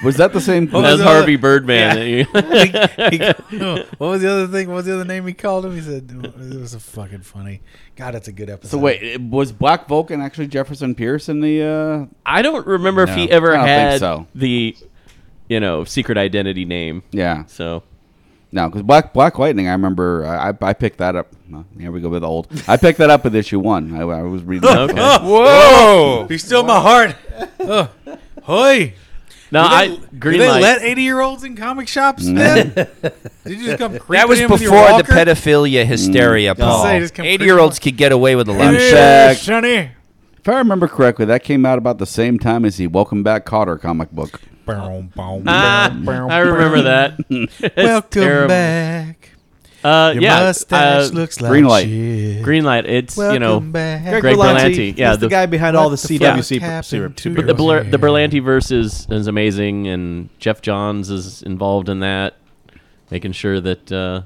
Speaker 5: Was that the same?
Speaker 3: Oh,
Speaker 2: That's
Speaker 3: no.
Speaker 2: Harvey Birdman. that you-
Speaker 3: He- he- what was the other thing? What was the other name he called him? He said it was a fucking funny. God, that's a good episode.
Speaker 5: so wait, it- was Black Vulcan actually Jefferson Pierce in the? Uh,
Speaker 2: I don't remember if he
Speaker 5: No,
Speaker 2: ever
Speaker 5: I don't think
Speaker 2: had
Speaker 5: so.
Speaker 2: the, you know, secret identity name.
Speaker 5: yeah,
Speaker 2: So
Speaker 5: no, because Black Black Lightning. I remember I, I- I picked that up. Well, here we go with old. I picked that up with issue one. I, I was reading. that.
Speaker 2: okay.
Speaker 3: Whoa! You stole my heart. Oh, hoy!
Speaker 2: now
Speaker 3: Do
Speaker 2: I
Speaker 3: do
Speaker 2: green
Speaker 3: they
Speaker 2: light.
Speaker 3: let eighty-year-olds in comic shops? Then did you just come?
Speaker 6: that was before the pedophilia hysteria, Paul.
Speaker 3: say, just come creeping
Speaker 6: Eighty-year-olds
Speaker 3: up.
Speaker 6: could get away with a lot.
Speaker 5: I'm
Speaker 6: of
Speaker 5: Yeah.
Speaker 6: shit.
Speaker 5: back.
Speaker 3: Sonny.
Speaker 5: If I remember correctly, that came out about the same time as the Welcome Back Cotter comic book.
Speaker 3: Boom, boom,
Speaker 2: Ah,
Speaker 3: boom, boom.
Speaker 2: I remember that. It's
Speaker 3: Welcome
Speaker 2: terrible.
Speaker 3: back.
Speaker 2: Uh,
Speaker 3: Your
Speaker 2: yeah,
Speaker 3: mustache
Speaker 2: uh,
Speaker 3: looks like
Speaker 5: green light.
Speaker 3: shit.
Speaker 2: green light. It's
Speaker 3: Welcome
Speaker 2: you know
Speaker 3: back.
Speaker 2: Greg Berlanti. Yeah,
Speaker 4: he's the,
Speaker 2: the-
Speaker 4: guy behind all the
Speaker 3: What the
Speaker 4: CWC
Speaker 3: fuck happened to
Speaker 2: But the
Speaker 3: Yeah.
Speaker 2: Blur- the Berlanti verse is, is amazing, and Jeff Johns is involved in that, making sure that uh,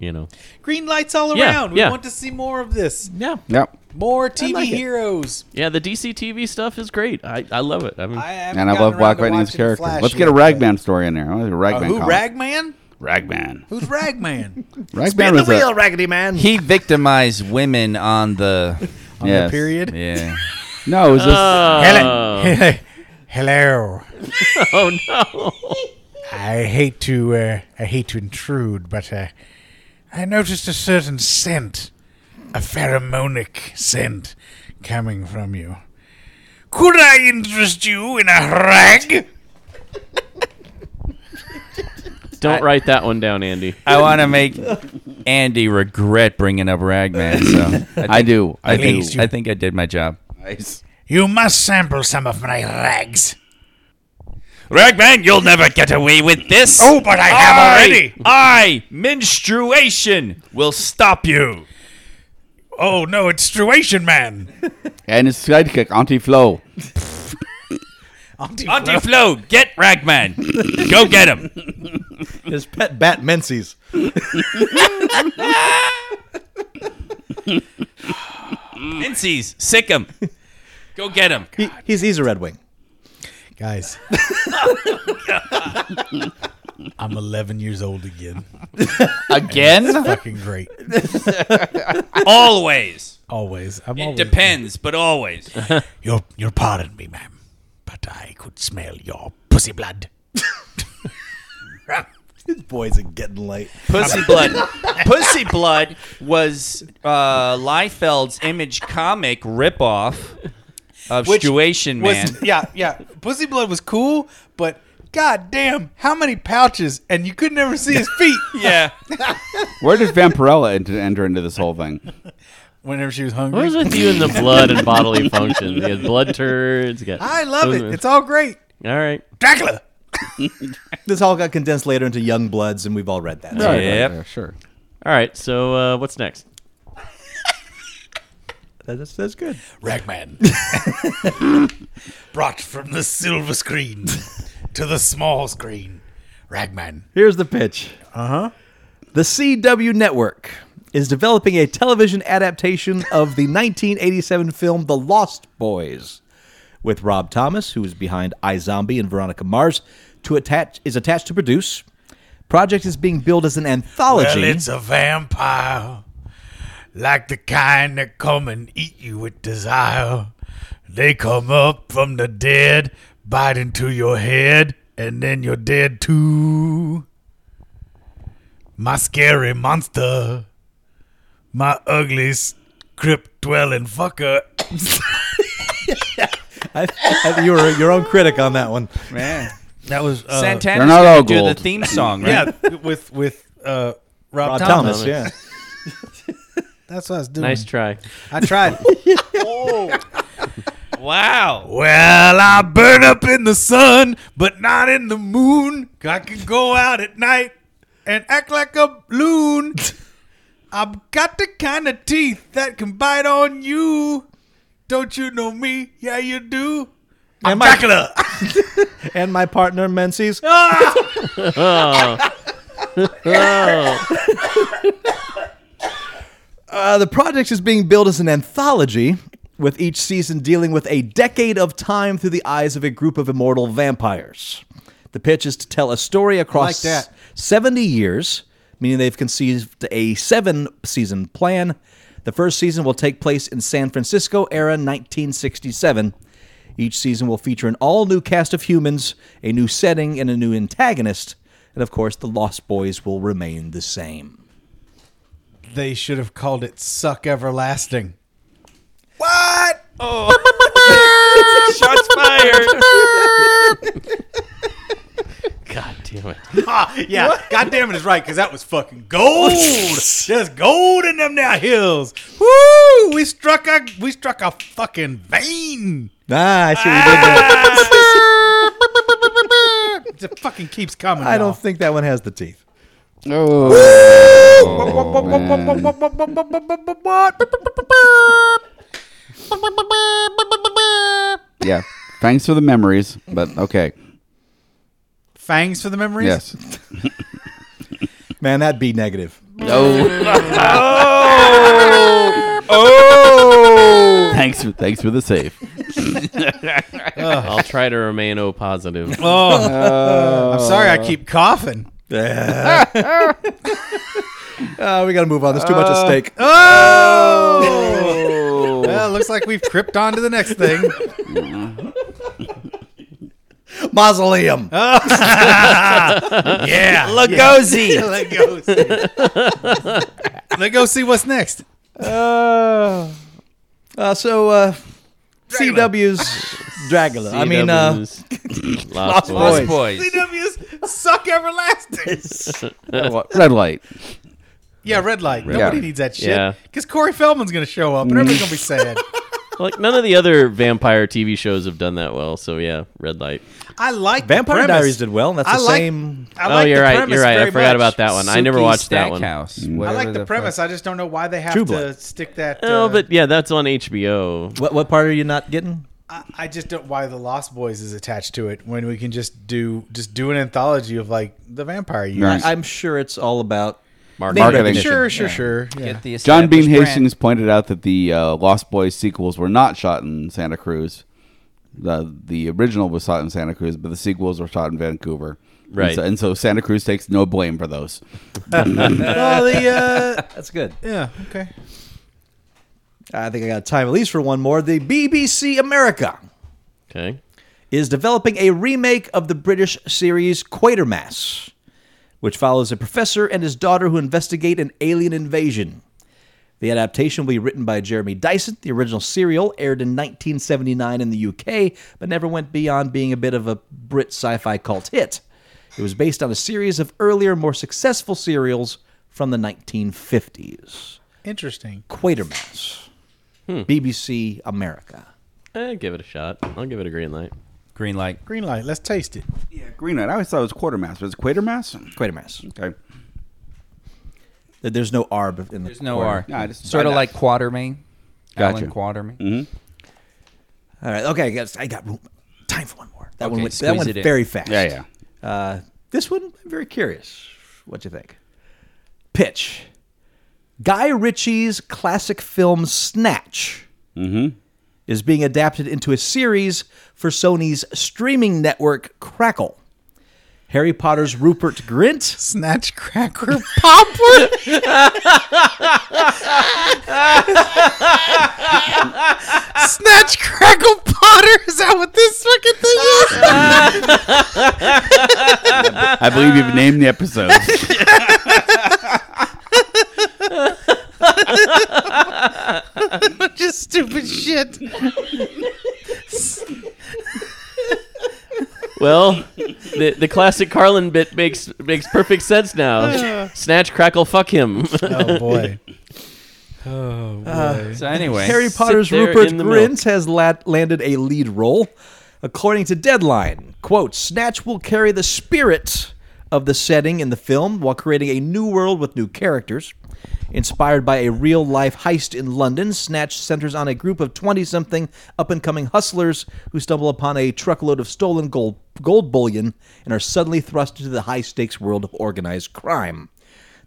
Speaker 2: you know.
Speaker 3: Green lights all
Speaker 2: Yeah,
Speaker 3: around. We
Speaker 2: yeah.
Speaker 3: want to see more of this.
Speaker 2: Yeah,
Speaker 5: Yep.
Speaker 3: More TV
Speaker 4: like it.
Speaker 3: heroes.
Speaker 2: yeah. The DC TV stuff is great. I, I love it. I mean,
Speaker 3: I haven't
Speaker 5: And I
Speaker 3: gotten
Speaker 5: love
Speaker 3: around
Speaker 5: Black
Speaker 3: to
Speaker 5: Lightning's
Speaker 3: watching The
Speaker 5: character.
Speaker 3: Flash
Speaker 5: Let's
Speaker 3: yet,
Speaker 5: get a
Speaker 3: but-
Speaker 5: Ragman story in there. I want a
Speaker 3: Uh,
Speaker 5: Ragman.
Speaker 3: who?
Speaker 5: comic.
Speaker 3: Ragman?
Speaker 5: Ragman.
Speaker 3: Who's Ragman?
Speaker 5: Ragman was a,
Speaker 4: raggedy man.
Speaker 6: He victimized women on the.
Speaker 5: yes.
Speaker 3: Period. Uh,
Speaker 6: Yeah.
Speaker 5: No, it was just
Speaker 3: Hello. Uh-huh. Hello.
Speaker 2: oh no!
Speaker 3: I hate to uh, I hate to intrude, but uh, I noticed a certain scent, a pheromonic scent, coming from you. Could I interest you in a rag?
Speaker 2: Don't write that one down, Andy.
Speaker 6: I want to make Andy regret bringing up Ragman. So I, think,
Speaker 5: I do. I do.
Speaker 3: least you-
Speaker 6: I think I did my job.
Speaker 5: Nice.
Speaker 3: You must sample some of my rags.
Speaker 6: Ragman, you'll never get away with this.
Speaker 3: Oh, but I have already.
Speaker 6: I menstruation will stop you.
Speaker 3: Oh no, it's Struation Man.
Speaker 5: And his sidekick, Auntie Flo.
Speaker 6: Auntie Flo, get Ragman. Go get him.
Speaker 4: His pet bat Menzies.
Speaker 6: Mincy's, sick him. Go get him.
Speaker 4: He, he's he's a Red Wing.
Speaker 3: Guys, I'm 11 years old again.
Speaker 6: Again?
Speaker 3: Fucking great.
Speaker 6: Always.
Speaker 3: Always. I'm
Speaker 6: It
Speaker 3: always
Speaker 6: depends, but always.
Speaker 3: You'll you'll pardon me, ma'am, but I could smell your pussy blood.
Speaker 4: His boys are getting late.
Speaker 6: Pussy Blood. Pussy Blood was uh, Liefeld's image comic ripoff of
Speaker 3: Which
Speaker 6: Situation Man.
Speaker 3: Was, yeah, yeah. Pussy blood was cool, but god damn, how many pouches and you could never see his feet.
Speaker 6: yeah.
Speaker 5: Where did Vampirella ent- enter into this whole thing?
Speaker 3: Whenever she was
Speaker 2: What
Speaker 3: hungry.
Speaker 2: is with you and the blood and bodily functions? You got blood turds. you got-
Speaker 3: I love it. It's all great.
Speaker 2: all right.
Speaker 3: Dracula.
Speaker 4: This all got condensed later into Young Bloods, and we've all read that.
Speaker 5: Right,
Speaker 6: Yep.
Speaker 5: right, sure.
Speaker 2: All right. So uh, what's next?
Speaker 4: That's, that's good.
Speaker 7: Ragman. Brought from the silver screen to the small screen. Ragman.
Speaker 4: Here's the pitch. Uh huh.
Speaker 3: Uh-huh.
Speaker 4: The CW Network is developing a television adaptation of the 1987 film The Lost Boys, with Rob Thomas, who is behind iZombie and Veronica Mars, to attach is attached to produce. Project is being billed as an anthology.
Speaker 7: Well, it's a vampire, like the kind that come and eat you with desire. They come up from the dead, bite into your head, and then you're dead too. My scary monster, my ugly crypt dwelling fucker.
Speaker 4: I, I think you were your own critic on that one.
Speaker 6: Man.
Speaker 3: That was uh,
Speaker 6: Santana's
Speaker 5: They're not all
Speaker 6: gonna do
Speaker 5: gold.
Speaker 6: the theme song, right?
Speaker 3: Yeah, with with uh, Rob,
Speaker 4: Rod
Speaker 3: Thomas.
Speaker 4: Thomas, yeah.
Speaker 3: That's what I was doing.
Speaker 2: Nice try.
Speaker 3: I tried.
Speaker 6: Wow.
Speaker 7: Well, I burn up in the sun, but not in the moon. I can go out at night and act like a loon. I've got the kind of teeth that can bite on you. Don't you know me? Yeah, you do. I'm Dracula.
Speaker 4: and my partner Menzies. uh, the project is being billed as an anthology, with each season dealing with a decade of time through the eyes of a group of immortal vampires. The pitch is to tell a story across
Speaker 3: like that.
Speaker 4: 70 years, meaning they've conceived a seven season plan. The first season will take place in San Francisco era 1967. Each season will feature an all new cast of humans, a new setting, and a new antagonist. And of course, the Lost Boys will remain the same.
Speaker 3: they should have called it "Suck Everlasting."
Speaker 7: what?
Speaker 2: Oh. Shots fired. God damn it.
Speaker 7: Ah, yeah. God damn it is right because that was fucking gold. There's gold in them now hills. Woo! We struck a we struck a fucking vein.
Speaker 4: Ah, I see what you did there.
Speaker 3: It fucking keeps coming.
Speaker 4: I don't think that one has the teeth.
Speaker 5: yeah. Thanks for the memories, but okay.
Speaker 3: fangs for the memories.
Speaker 5: Yes.
Speaker 4: Man, that'd be negative.
Speaker 5: thanks. For, thanks for the save.
Speaker 2: I'll try to remain O positive.
Speaker 3: I'm sorry, I keep coughing.
Speaker 4: Uh, oh! we got to move on. There's too much at stake.
Speaker 3: Well, looks like we've tripped on to the next thing.
Speaker 4: Mausoleum.
Speaker 7: Yeah.
Speaker 6: Lugosi.
Speaker 7: Let go.
Speaker 3: Let's go see what's next.
Speaker 4: Uh, so, uh, CW's Dragula. I mean, uh,
Speaker 2: CW's Lost
Speaker 6: Lost
Speaker 2: Boys.
Speaker 6: Boys.
Speaker 7: CWs suck everlasting.
Speaker 5: Red light.
Speaker 3: Yeah, red light. Nobody needs that shit.
Speaker 2: Yeah.
Speaker 3: Because Corey Feldman's gonna show up and everybody's gonna be sad.
Speaker 2: Like none of the other vampire TV shows have done that well. So yeah, Red Light.
Speaker 3: I like the
Speaker 4: Vampire
Speaker 3: premise.
Speaker 4: Diaries did well, and that's
Speaker 3: I
Speaker 4: the
Speaker 3: like-
Speaker 4: same.
Speaker 3: I
Speaker 2: oh,
Speaker 3: like the
Speaker 2: you're right.
Speaker 3: premise
Speaker 2: You're right. I
Speaker 3: very
Speaker 2: forgot
Speaker 3: much.
Speaker 2: about that one. I never
Speaker 6: Suki
Speaker 2: watched that one.
Speaker 6: Stackhouse,
Speaker 3: I
Speaker 6: whatever
Speaker 3: like the,
Speaker 6: fuck.
Speaker 3: premise. I just don't know why they have
Speaker 4: True
Speaker 3: to
Speaker 4: Blood.
Speaker 3: stick that.
Speaker 2: Oh,
Speaker 3: uh,
Speaker 2: but yeah, that's on HBO.
Speaker 4: What, what part are you not getting?
Speaker 3: I, I just don't why the Lost Boys is attached to it when we can just do just do an anthology of like the vampire years.
Speaker 5: Right.
Speaker 4: I'm sure it's all about.
Speaker 2: Marketing.
Speaker 5: Marketing.
Speaker 3: Sure, sure, sure. Yeah.
Speaker 6: Get the
Speaker 5: John Bean
Speaker 6: established
Speaker 5: Hastings pointed out that the uh, Lost Boys sequels were not shot in Santa Cruz. The the original was shot in Santa Cruz, but the sequels were shot in Vancouver. And
Speaker 2: Right.
Speaker 5: so- and so Santa Cruz takes no blame for those.
Speaker 3: Well, the, uh,
Speaker 4: That's good.
Speaker 3: yeah, okay.
Speaker 4: I think I got time at least for one more. The BBC America
Speaker 2: Okay.
Speaker 4: is developing a remake of the British series Quatermass, which follows a professor and his daughter who investigate an alien invasion. The adaptation will be written by Jeremy Dyson. The original serial aired in 1979 in the UK, but never went beyond being a bit of a Brit sci fi cult hit. It was based on a series of earlier, more successful serials from the 1950s.
Speaker 3: Interesting.
Speaker 4: Quatermass,
Speaker 6: Hmm.
Speaker 4: BBC America.
Speaker 2: Eh, give it a shot. I'll give it a green light.
Speaker 6: Green light.
Speaker 3: Green light. Let's taste it.
Speaker 5: Yeah, Green Knight. I always thought it was Quartermaster. Is it Quatermass?
Speaker 4: Quatermass.
Speaker 5: Okay.
Speaker 4: There- There's no R in the
Speaker 6: There's no
Speaker 4: quarter.
Speaker 6: R.
Speaker 5: Yeah, I just-
Speaker 6: sort
Speaker 5: I
Speaker 6: of
Speaker 5: know.
Speaker 6: like Quatermain.
Speaker 5: Gotcha.
Speaker 6: Alan Quatermain.
Speaker 4: All right. Okay. I guess I got room. Time for one more. That
Speaker 6: Okay,
Speaker 4: one went, that
Speaker 6: squeeze
Speaker 4: went
Speaker 6: it in.
Speaker 4: very fast.
Speaker 5: Yeah, yeah.
Speaker 4: Uh, this one, I'm very curious. What you think? Pitch. Guy Ritchie's classic film Snatch
Speaker 6: Mm-hmm.
Speaker 4: is being adapted into a series for Sony's streaming network Crackle. Harry Potter's Rupert Grint.
Speaker 3: Snatch cracker popper. Snatch crackle Potter. Is that what this fucking thing is?
Speaker 5: I believe
Speaker 4: Uh.
Speaker 5: you've named the episode.
Speaker 3: Just stupid shit.
Speaker 2: Well, the the classic Carlin bit makes makes perfect sense now. Snatch, crackle, fuck him.
Speaker 3: Oh boy. Oh boy.
Speaker 6: So anyway,
Speaker 4: Harry Potter's
Speaker 2: there
Speaker 4: Rupert
Speaker 2: in the milk.
Speaker 4: Grint has la- landed a lead role. According to Deadline, quote, Snatch will carry the spirit of the setting in the film while creating a new world with new characters. Inspired by a real life heist in London, Snatch centers on a group of 20 something up and coming hustlers who stumble upon a truckload of stolen gold, gold bullion and are suddenly thrust into the high stakes world of organized crime.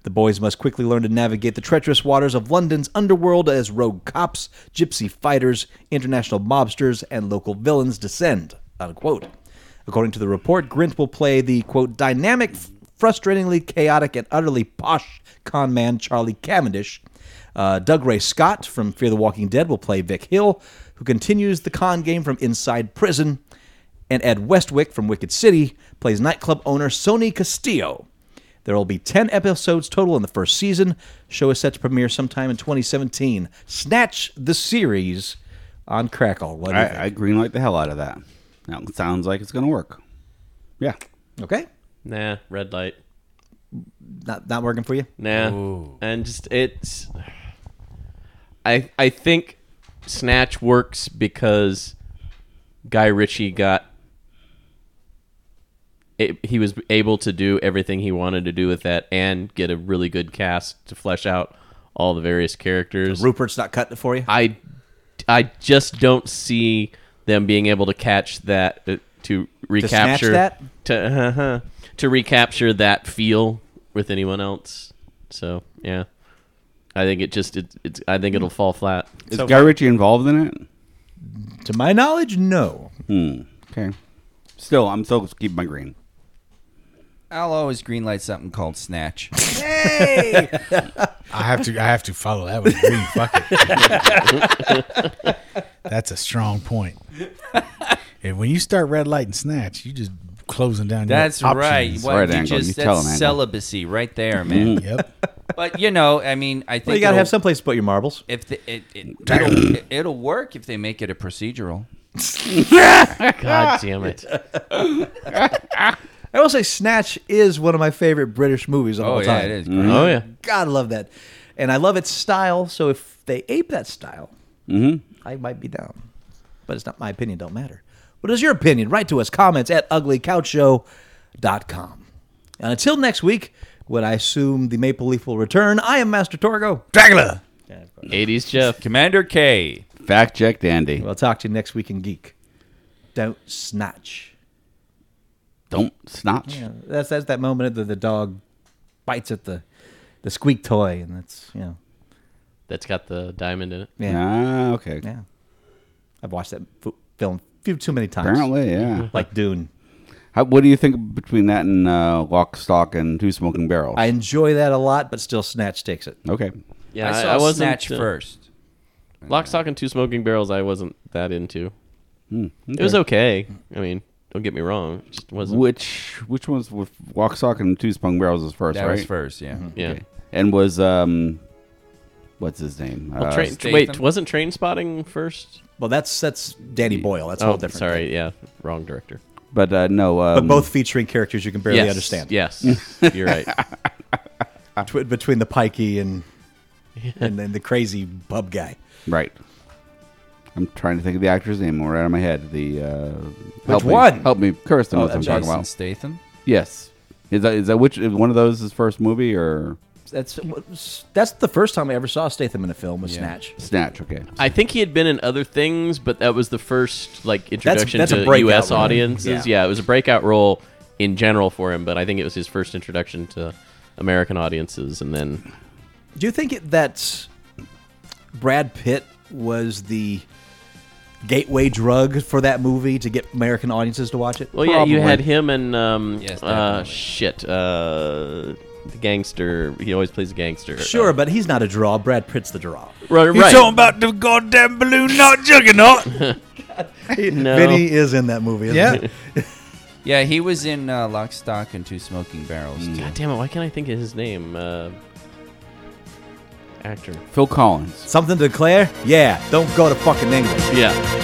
Speaker 4: The boys must quickly learn to navigate the treacherous waters of London's underworld as rogue cops, gypsy fighters, international mobsters, and local villains descend. Unquote. According to the report, Grint will play the quote dynamic, frustratingly chaotic, and utterly posh con man Charlie Cavendish. Uh, Doug Ray Scott from Fear the Walking Dead will play Vic Hill, who continues the con game from inside prison. And Ed Westwick from Wicked City plays nightclub owner Sony Castillo. There will be 10 episodes total in the first season. Show is set to premiere sometime in 2017. Snatch the series on Crackle. What do you
Speaker 5: I, I greenlight the hell out of that. That sounds like it's going to work. Yeah.
Speaker 4: think? Okay.
Speaker 2: nah, red light.
Speaker 4: Not, not working for you?
Speaker 2: Nah. And just it's I I think Snatch works because Guy Ritchie got it, he was able to do everything he wanted to do with that and get a really good cast to flesh out all the various characters.
Speaker 4: Rupert's not cutting it for you?
Speaker 2: I I just don't see them being able to catch that uh, to recapture
Speaker 4: that?
Speaker 2: to uh-huh, to recapture that feel with anyone else. So yeah, I think it just it, it's I think it'll fall flat.
Speaker 5: Is Guy Ritchie involved in it?
Speaker 4: To my knowledge, no.
Speaker 5: Okay. Still, I'm still keeping my green.
Speaker 6: I'll always greenlight something called Snatch.
Speaker 3: I have to. I have to follow that with a green. Fuck it. That's a strong point. And when you start red light and snatch, you just closing down.
Speaker 6: That's
Speaker 3: your
Speaker 6: right.
Speaker 3: options.
Speaker 5: What- Right, Angle, you tell him,
Speaker 6: that's
Speaker 5: Angle.
Speaker 6: celibacy right there,
Speaker 3: Mm.
Speaker 6: man.
Speaker 3: Yep.
Speaker 6: but you know, I mean, I think
Speaker 4: Well, you got to
Speaker 6: it'll-
Speaker 4: have some place to put your marbles.
Speaker 6: If the, it, it, it'll, it, it'll work if they make it a procedural.
Speaker 2: God damn it!
Speaker 4: I will say Snatch is one of my favorite British movies of
Speaker 6: Oh
Speaker 4: all
Speaker 6: yeah,
Speaker 4: time.
Speaker 6: it is.
Speaker 2: Oh yeah,
Speaker 4: God, I love that. And I love its style. So if they ape that style, I might be down. But it's not my opinion. Don't matter. What is your opinion? Write to us. Comments at uglycouchshow.com. And until next week, when I assume the Maple Leaf will return, I am Master Torgo.
Speaker 3: Dracula.
Speaker 2: eighties Jeff.
Speaker 6: Commander K.
Speaker 5: Fact checked, Andy.
Speaker 4: We'll talk to you next week in Geek. Don't snatch.
Speaker 5: Don't snotch.
Speaker 4: You know, that's, that's that moment that the dog bites at the, the squeak toy. And that's, you know,
Speaker 2: That's got the diamond in it.
Speaker 4: yeah.
Speaker 5: Ah, okay.
Speaker 4: Yeah. I've watched that f- film few too many times.
Speaker 5: Apparently, yeah.
Speaker 4: Like Dune.
Speaker 5: How, what do you think between that and uh, Lock, Stock, and Two Smoking Barrels?
Speaker 4: I enjoy that a lot, but still Snatch takes it.
Speaker 5: okay.
Speaker 2: Yeah,
Speaker 6: I saw
Speaker 2: wasn't,
Speaker 6: Snatch
Speaker 2: uh,
Speaker 6: first.
Speaker 2: Lock, stock, and two smoking barrels. I wasn't that into. It was Hmm, okay. I mean, don't get me wrong. It just wasn't.
Speaker 5: Which which one's with Lock, Stock, and Two Smoking Barrels is first,
Speaker 6: That
Speaker 5: right?
Speaker 6: was first,
Speaker 4: Mm-hmm.
Speaker 6: yeah.
Speaker 2: yeah.
Speaker 5: And was um, what's his name? Uh,
Speaker 2: Well, train,
Speaker 6: Uh, Statham?
Speaker 2: wait, wasn't Train Spotting first?
Speaker 4: Well, that's that's Danny Boyle. That's a
Speaker 2: Oh,
Speaker 4: whole different.
Speaker 2: sorry.
Speaker 4: thing.
Speaker 2: Yeah, wrong director.
Speaker 5: but uh, no. Um,
Speaker 4: But both featuring characters you can barely
Speaker 2: yes,
Speaker 4: understand.
Speaker 2: Yes, you're right.
Speaker 4: Tw- between the pikey and and then the crazy pub guy.
Speaker 5: Right. I'm trying to think of the actor's name more out of my head. The uh, which
Speaker 4: one?
Speaker 5: help me, Kirsten. what I'm talking
Speaker 6: Jason
Speaker 5: about.
Speaker 6: Statham.
Speaker 5: Yes. Is that is that which is one of those his first movie or
Speaker 4: That's that's the first time I ever saw Statham in a film was Snatch.
Speaker 5: Snatch? Okay.
Speaker 2: I think he had been in other things, but that was the first like introduction
Speaker 4: that's a
Speaker 2: to
Speaker 4: breakout
Speaker 2: U.S.
Speaker 4: role.
Speaker 2: audiences.
Speaker 4: Yeah.
Speaker 2: Yeah. it was a breakout role in general for him, but I think it was his first introduction to American audiences, and then
Speaker 4: Do you think it, that Brad Pitt was the gateway drug for that movie to get American audiences to watch it?
Speaker 2: Well, yeah, you had him and um,
Speaker 6: Yes,
Speaker 2: uh,
Speaker 6: definitely.
Speaker 2: shit, uh, the gangster. He always plays a gangster.
Speaker 4: Sure,
Speaker 2: Uh,
Speaker 4: but he's not a draw. Brad Pitt's the draw.
Speaker 2: right,
Speaker 7: You
Speaker 2: right.
Speaker 7: talking about the goddamn balloon not juggernaut?
Speaker 2: No.
Speaker 4: Vinny is in that movie. Isn't
Speaker 3: Yeah.
Speaker 4: he?
Speaker 6: Yeah, he was in uh, Lock, Stock, and Two Smoking Barrels.
Speaker 4: Mm-hmm.
Speaker 6: Too.
Speaker 2: God damn it! Why can't I think of his name? Uh, actor.
Speaker 5: Phil Collins.
Speaker 4: Something to declare? Yeah. Don't go to fucking England.
Speaker 2: Yeah.